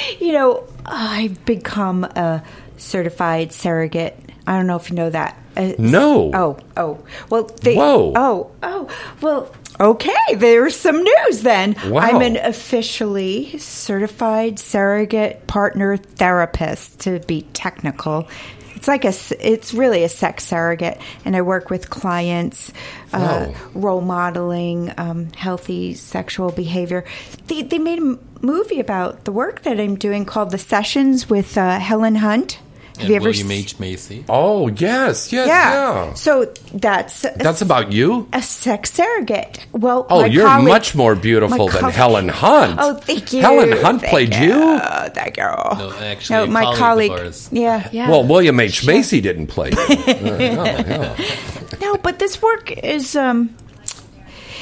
Speaker 5: You know, I've become a certified surrogate. I don't know if you know that. Uh,
Speaker 3: No.
Speaker 5: Oh, oh. Well, they.
Speaker 3: Whoa.
Speaker 5: Oh, oh. Well, okay. There's some news then.
Speaker 3: Wow.
Speaker 5: I'm an officially certified surrogate partner therapist, to be technical. It's like a. s- It's really a sex surrogate, and I work with clients, uh,
Speaker 13: Wow.
Speaker 5: role modeling, um, healthy sexual behavior. They, they made a m- movie about the work that I'm doing called The Sessions with uh, Helen Hunt. Have you ever
Speaker 6: William
Speaker 5: s-
Speaker 6: H. Macy.
Speaker 3: Oh yes, yes,
Speaker 5: yeah.
Speaker 3: yeah.
Speaker 5: So that's
Speaker 3: That's about you.
Speaker 5: a sex surrogate. Well,
Speaker 3: Oh,
Speaker 5: my
Speaker 3: you're
Speaker 5: colleague-
Speaker 3: much more beautiful
Speaker 5: my
Speaker 3: than
Speaker 5: coll-
Speaker 3: Helen Hunt.
Speaker 5: Oh, thank you.
Speaker 3: Helen Hunt
Speaker 5: Thank
Speaker 3: played you.
Speaker 5: Oh, that girl.
Speaker 6: No, actually,
Speaker 5: No,
Speaker 6: a
Speaker 5: my
Speaker 6: colleague of
Speaker 5: colleague.
Speaker 6: ours.
Speaker 5: Yeah. yeah.
Speaker 3: Well, William H Macy didn't play. you.
Speaker 5: No, but this work is um,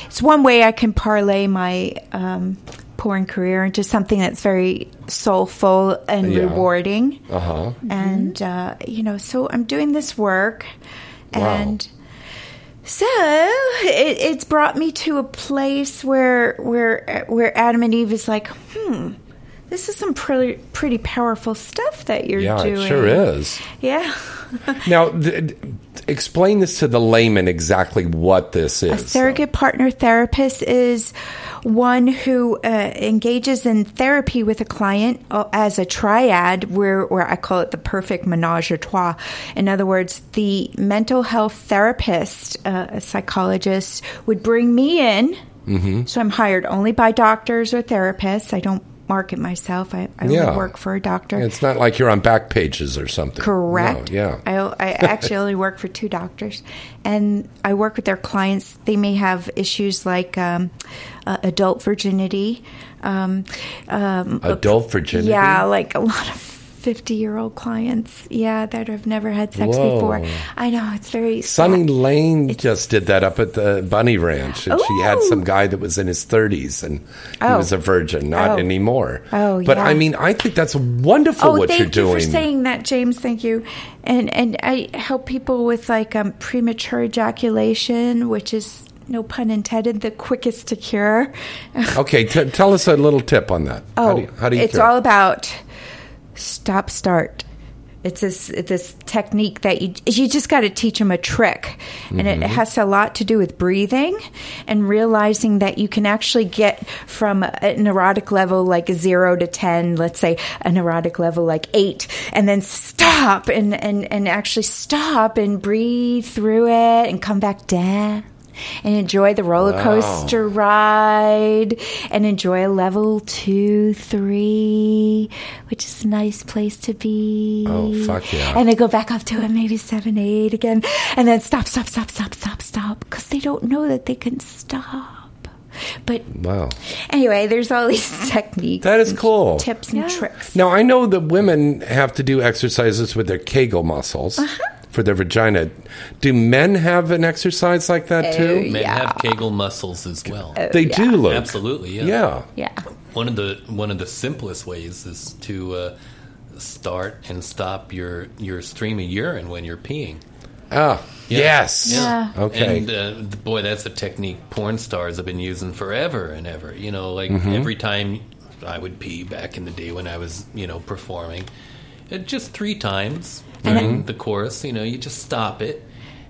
Speaker 5: it's one way I can parlay my um, porn career into something that's very soulful and
Speaker 3: Yeah.
Speaker 5: rewarding.
Speaker 3: Uh huh.
Speaker 2: Mm-hmm.
Speaker 5: And uh, you know, so I'm doing this work,
Speaker 3: Wow.
Speaker 5: and so it, it's brought me to a place where where where Adam and Eve is like, hmm. This is some pretty pretty powerful stuff that you're
Speaker 3: Yeah,
Speaker 5: doing.
Speaker 3: it sure is.
Speaker 5: Yeah,
Speaker 3: Now, th- th- explain this to the layman exactly what this
Speaker 5: A
Speaker 3: is. uh,
Speaker 5: surrogate partner therapist is one who uh, engages in therapy with a client uh, as a triad, where, where I call it the perfect menage a trois. In other words, the mental health therapist, uh, a psychologist, would bring me in.
Speaker 3: Hmm?
Speaker 5: Mm-hmm. So I'm hired only by doctors or therapists. I don't market myself, I, I
Speaker 3: Yeah.
Speaker 5: only work for a doctor.
Speaker 3: It's not like you're on back pages or something.
Speaker 5: Correct.
Speaker 3: No, yeah.
Speaker 5: I, I actually only work for two doctors, and I work with their clients. They may have issues like um, uh, adult virginity. Um, um,
Speaker 3: Adult virginity.
Speaker 5: Yeah, like a lot of fifty-year-old clients. Yeah, that have never had sex
Speaker 3: Whoa.
Speaker 5: before. I know it's very
Speaker 3: Sonny
Speaker 5: sad.
Speaker 3: Lane just did that up at the Bunny Ranch, and she had
Speaker 5: Ooh.
Speaker 3: some guy that was in his 30s, and he
Speaker 5: Oh.
Speaker 3: was a virgin. Not
Speaker 5: Oh.
Speaker 3: anymore.
Speaker 5: Oh,
Speaker 3: but
Speaker 5: yeah.
Speaker 3: I mean, I think that's wonderful
Speaker 5: Oh,
Speaker 3: what
Speaker 5: thank
Speaker 3: you're
Speaker 5: you
Speaker 3: doing.
Speaker 5: for saying that, James. Thank you. And and I help people with like um, premature ejaculation, which is no pun intended, the quickest to cure.
Speaker 3: okay, t- tell us a little tip on that. how
Speaker 5: Oh,
Speaker 3: do you, how do you
Speaker 5: it's
Speaker 3: cure it?
Speaker 5: all about stop start. It's this this technique that you you just got to teach them a trick, and it
Speaker 3: Mm-hmm.
Speaker 5: has a lot to do with breathing and realizing that you can actually get from an erotic level like zero to ten, let's say an erotic level like eight, and then stop and and and actually stop and breathe through it and come back down. And enjoy the roller coaster ride and enjoy level two, three, which is a nice place to be.
Speaker 3: Oh, fuck yeah.
Speaker 5: And they go back up to it, maybe seven, eight again, and then stop, stop, stop, stop, stop, stop, because they don't know that they can stop. But
Speaker 3: Wow.
Speaker 5: anyway, there's all these techniques.
Speaker 3: That is
Speaker 5: and
Speaker 3: cool.
Speaker 5: Tips and tricks.
Speaker 3: Now I know that women have to do exercises with their Kegel muscles
Speaker 5: Uh-huh.
Speaker 3: for their vagina. Do men have an exercise like
Speaker 5: Uh, Oh,
Speaker 3: that too?
Speaker 6: Men have Kegel muscles as well.
Speaker 4: Uh,
Speaker 3: they do look.
Speaker 6: Absolutely, yeah.
Speaker 3: Yeah.
Speaker 5: Yeah.
Speaker 6: One of the one of the simplest ways is to uh, start and stop your your stream of urine when you're peeing.
Speaker 3: Ah. Yes.
Speaker 6: Yeah.
Speaker 3: Okay.
Speaker 6: And uh, boy, that's a technique porn stars have been using forever and ever. You know, like
Speaker 3: Mm-hmm.
Speaker 6: every time I would pee back in the day when I was, you know, performing, it just three times during the chorus. You know, you just stop it,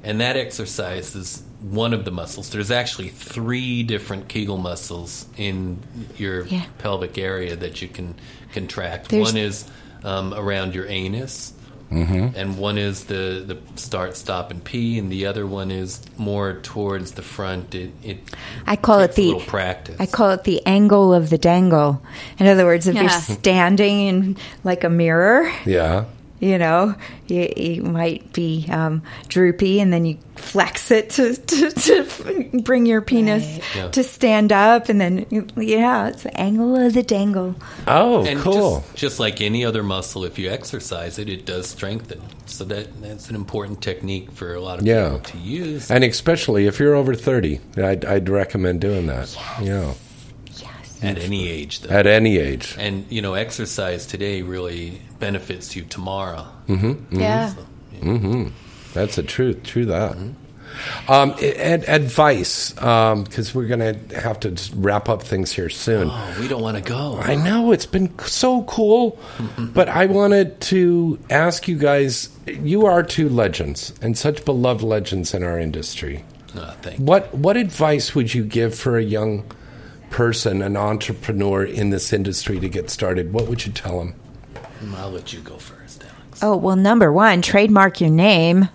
Speaker 6: and that exercise is one of the muscles. There's actually three different Kegel muscles in your
Speaker 5: Yeah.
Speaker 6: pelvic area that you can contract.
Speaker 5: There's-
Speaker 6: one is um, around your anus
Speaker 3: Mm-hmm.
Speaker 6: and one is the, the start, stop, and pee, and the other one is more towards the front. It, it
Speaker 5: I call
Speaker 6: takes
Speaker 5: it
Speaker 6: a
Speaker 5: the
Speaker 6: little practice.
Speaker 5: I call it the angle of the dangle. In other words, if you're
Speaker 4: Yeah.
Speaker 5: standing in like a mirror,
Speaker 3: yeah.
Speaker 5: you know, you, you might be um, droopy, and then you flex it to, to, to bring your penis
Speaker 6: Yeah.
Speaker 5: to stand up, and then you- yeah, it's the angle of the dangle.
Speaker 3: Oh,
Speaker 6: and
Speaker 3: cool.
Speaker 6: Just, just like any other muscle, if you exercise it, it does strengthen. So that that's an important technique for a lot of
Speaker 3: Yeah.
Speaker 6: people to use.
Speaker 3: and especially if you're over 30, I'd, I'd recommend doing that. Yeah.
Speaker 6: at any age, though.
Speaker 3: At any age.
Speaker 6: and you know, exercise today really benefits you tomorrow.
Speaker 4: Yeah.
Speaker 3: Mm-hmm, That's the truth. True that. Um, and advice, because we're going to have to just wrap up things here soon.
Speaker 6: Oh, we don't want to go.
Speaker 3: I know it's been c- so cool, but I wanted to ask you guys. You are two legends and such beloved legends in our industry.
Speaker 6: No, Ah, thank you.
Speaker 3: What what advice would you give for a young person, an entrepreneur in this industry to get started? What would you tell them?
Speaker 6: I'll let you go first, Alex.
Speaker 5: Oh well, number one, trademark your name.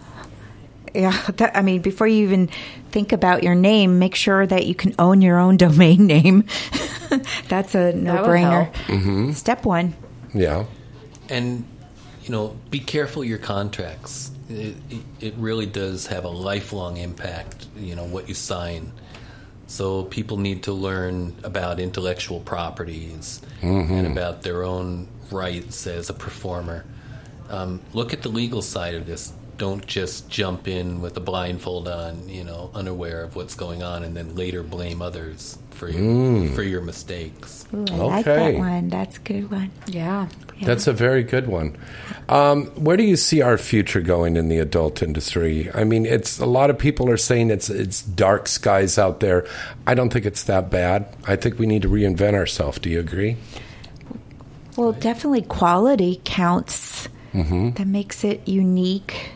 Speaker 5: Yeah, that, I mean, before you even think about your name, make sure that you can own your own domain name. That's a
Speaker 4: would
Speaker 3: Mm-hmm.
Speaker 5: no-brainer.
Speaker 4: help.
Speaker 5: Step one.
Speaker 3: Yeah,
Speaker 6: and you know, be careful your contracts. It, it, it really does have a lifelong impact, you know, what you sign. So people need to learn about intellectual properties
Speaker 3: Mm-hmm.
Speaker 11: Mhm.
Speaker 3: Hmm.
Speaker 6: and about their own rights as a performer. Um, look at the legal side of this. Don't just jump in with a blindfold on, you know, unaware of what's going on, and then later blame others for your
Speaker 3: Mm.
Speaker 6: for your mistakes.
Speaker 5: Ooh, I like that
Speaker 3: Okay.
Speaker 5: one. That's a good one.
Speaker 4: Yeah.
Speaker 3: That's a very good one. Um, where do you see our future going in the adult industry? I mean, it's a lot of people are saying it's it's dark skies out there. I don't think it's that bad. I think we need to reinvent ourselves. Do you agree?
Speaker 5: Well, definitely quality counts.
Speaker 3: Mm-hmm.
Speaker 5: That makes it unique,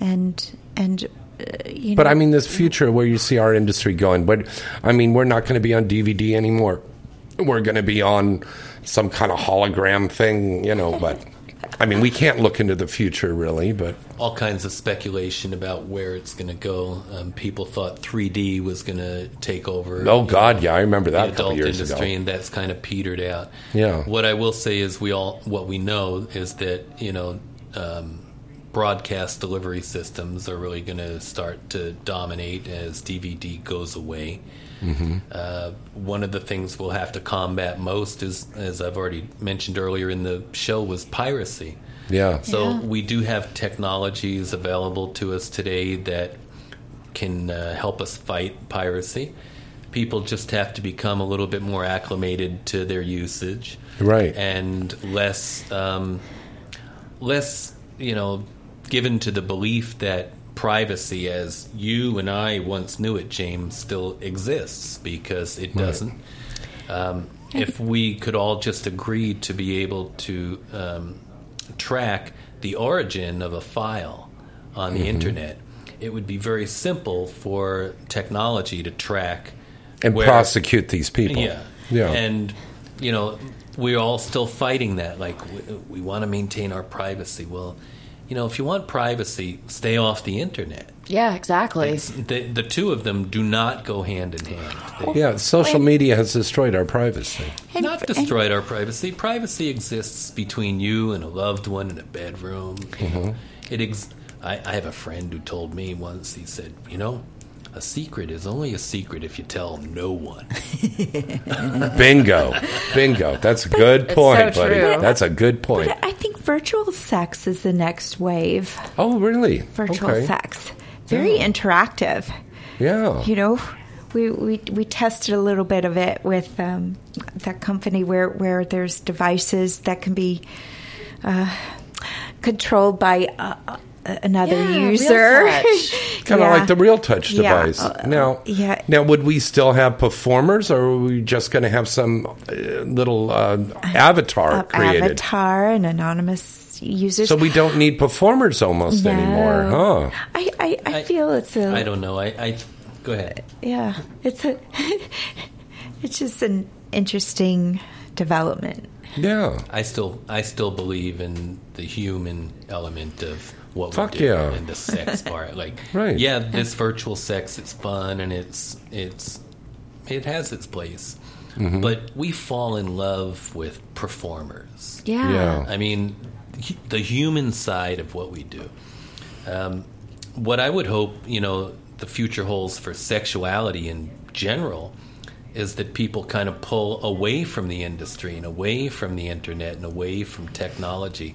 Speaker 5: and and uh, you
Speaker 3: But
Speaker 5: know,
Speaker 3: I mean, this future where you see our industry going. But I mean, we're not going to be on DVD anymore. We're going to be on some kind of hologram thing, you know. But I mean, we can't look into the future really. But
Speaker 6: all kinds of speculation about where it's going to go. Um, people thought 3D was going to take over.
Speaker 3: oh
Speaker 6: you
Speaker 3: god,
Speaker 6: know,
Speaker 3: yeah, I remember that
Speaker 6: the
Speaker 3: a couple
Speaker 6: adult
Speaker 3: years
Speaker 6: industry,
Speaker 3: ago.
Speaker 6: and that's kind of petered out.
Speaker 3: Yeah.
Speaker 6: What I will say is, we all what we know is that you know, um, broadcast delivery systems are really going to start to dominate as DVD goes away.
Speaker 3: Mm-hmm.
Speaker 11: Mhm.
Speaker 6: Uh, one of the things we'll have to combat most is, as I've already mentioned earlier in the show, was piracy.
Speaker 3: Yeah.
Speaker 6: So
Speaker 3: Yeah.
Speaker 6: we do have technologies available to us today that can uh, help us fight piracy. People just have to become a little bit more acclimated to their usage,
Speaker 3: Right.
Speaker 6: And less, um, less, you know, given to the belief that privacy, as you and I once knew it, James, still exists because it
Speaker 11: Right.
Speaker 6: doesn't. Um, if we could all just agree to be able to um, track the origin of a file on the
Speaker 3: Mhm.
Speaker 6: internet, it would be very simple for technology to track
Speaker 3: And
Speaker 6: where-
Speaker 3: prosecute these people.
Speaker 6: Yeah,
Speaker 3: Yeah.
Speaker 6: and you know we're all still fighting that. Like we, we want to maintain our privacy. Well, you know, if you want privacy, stay off the internet.
Speaker 4: Yeah, exactly.
Speaker 6: The, the two of them do not go hand in hand. They-
Speaker 3: Yeah, social media has destroyed our privacy.
Speaker 6: not destroyed our privacy. Privacy exists between you and a loved one in a bedroom.
Speaker 3: Mhm.
Speaker 6: It ex- I, I have a friend who told me once. He said, "You know, a secret is only a secret if you tell no one."
Speaker 3: Bingo, bingo. That's a good
Speaker 5: It's
Speaker 3: point,
Speaker 5: so
Speaker 3: buddy.
Speaker 5: true.
Speaker 3: That's a good point.
Speaker 5: I think virtual sex is the next wave.
Speaker 3: Oh, really?
Speaker 5: Virtual
Speaker 3: Okay. Oh.
Speaker 5: sex, very interactive.
Speaker 3: Yeah.
Speaker 5: You know, we, we we tested a little bit of it with um, that company where where there's devices that can be uh, controlled by uh, uh, another
Speaker 4: Yeah, real
Speaker 5: user.
Speaker 4: touch.
Speaker 3: Kind of
Speaker 5: uh, Yeah.
Speaker 3: like the real touch
Speaker 5: Yeah.
Speaker 3: device.
Speaker 5: Uh,
Speaker 3: now,
Speaker 5: yeah.
Speaker 3: now, would we still have performers, or are we just going to have some uh, little uh, avatar created?
Speaker 5: avatar and anonymous users.
Speaker 3: So we don't need performers almost
Speaker 5: No.
Speaker 3: anymore, huh?
Speaker 5: I, I, I feel it's a
Speaker 6: I don't know. I, I go ahead.
Speaker 5: yeah. It's a it's just an interesting development.
Speaker 3: Yeah.
Speaker 6: I still I still believe in the human element of what
Speaker 3: Fuck
Speaker 6: we do
Speaker 3: yeah.
Speaker 6: and the sex part. Like
Speaker 3: Right.
Speaker 6: yeah, this virtual sex it's fun and it's it's it has its place.
Speaker 11: Mhm.
Speaker 6: But we fall in love with performers.
Speaker 11: Yeah. Yeah.
Speaker 6: I mean hu- the human side of what we do. Um, what I would hope, you know, the future holds for sexuality in general is that people kind of pull away from the industry and away from the internet and away from technology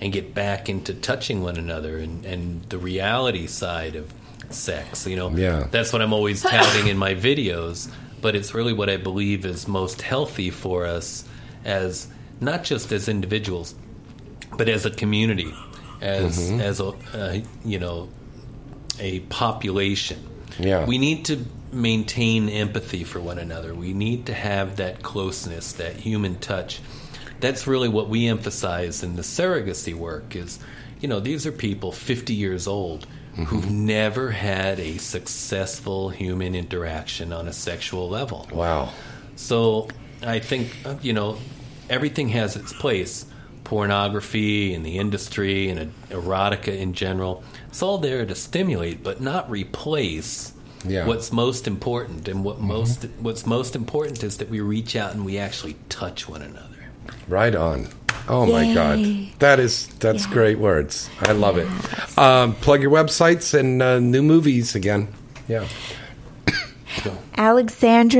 Speaker 6: and get back into touching one another and, and the reality side of sex. You know,
Speaker 3: Yeah.
Speaker 6: that's what I'm always touting in my videos, but it's really what I believe is most healthy for us as not just as individuals, but as a community, as
Speaker 11: Mhm.
Speaker 6: as a uh, you know a population.
Speaker 11: Yeah.
Speaker 6: We need to maintain empathy for one another. We need to have that closeness, that human touch. That's really what we emphasize in the surrogacy work is, you know, these are people 50 years old who've never had a successful human interaction on a sexual level.
Speaker 3: Wow.
Speaker 6: So I think, uh, you know, everything has its place. Pornography and the industry and uh, erotica in general. It's all there to stimulate, but not replace
Speaker 11: Yeah.
Speaker 6: what's most important. And what most what's most important is that we reach out and we actually touch one another.
Speaker 3: Right on. Oh my
Speaker 13: Yay.
Speaker 3: God, that is that's great words. I love it. Um, plug your websites and uh, new movies again. Yeah.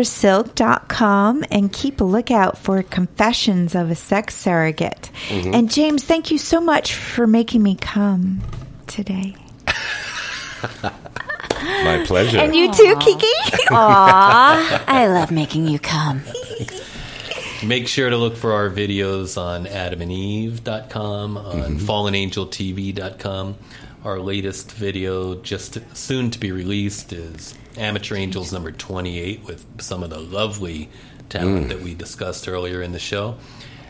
Speaker 5: alexandrasilk.com and keep a lookout for confessions of a sex surrogate.
Speaker 3: Mhm.
Speaker 5: And James, thank you so much for making me come today.
Speaker 3: My pleasure.
Speaker 5: And you too, Kiki.
Speaker 8: Aw, I love making you come.
Speaker 6: Make sure to look for our videos on adamandeve.com, on fallenangeltv.com. Our latest video, just soon to be released, is Amateur Angels number 28 with some of the lovely talent
Speaker 13: Mm.
Speaker 6: that we discussed earlier in the show.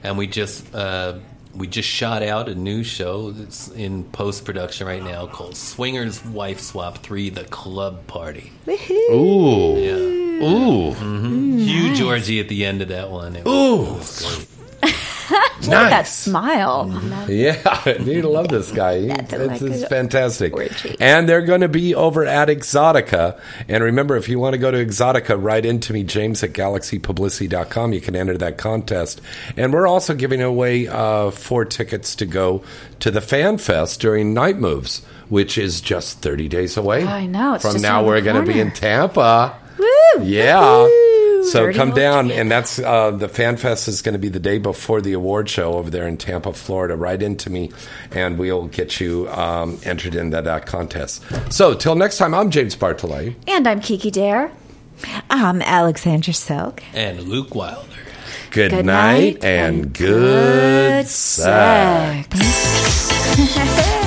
Speaker 6: And we just. Uh, we just shot out a new show that's in post production right now called Swingers Wife Swap 3 The Club Party.
Speaker 3: Ooh. Ooh.
Speaker 6: hmm Huge orgy at the end of that one. It was-
Speaker 3: Ooh.
Speaker 6: it was great.
Speaker 4: Look at that smile.
Speaker 3: Mm-hmm. Yeah, you love this guy. He- It's,
Speaker 4: like
Speaker 3: it's
Speaker 4: it.
Speaker 3: fantastic. And they're going to be over at Exotica. And remember, if you want to go to Exotica, write into me, James at galaxypublicity.com. You can enter that contest. And we're also giving away uh, four tickets to go to the Fan Fest during Night Moves, which is just 30 days away.
Speaker 4: I know, it's
Speaker 3: From
Speaker 4: just
Speaker 3: now,
Speaker 4: around the
Speaker 3: we're going to be
Speaker 4: corner.
Speaker 3: in Tampa.
Speaker 4: Woo!
Speaker 3: Yeah. So
Speaker 4: Dirty
Speaker 3: come
Speaker 4: old
Speaker 3: down, and that's uh, the Fan Fest is going to be the day before the award show over there in Tampa, Florida. Right into me, and we'll get you um, entered in that uh, contest. So till next time, I'm James Bartolet.
Speaker 5: And I'm Kiki Dare. I'm Alexandra Silk.
Speaker 6: and Luke Wilder.
Speaker 3: Good,
Speaker 5: Good
Speaker 3: night, and, good, sex.
Speaker 6: Mm.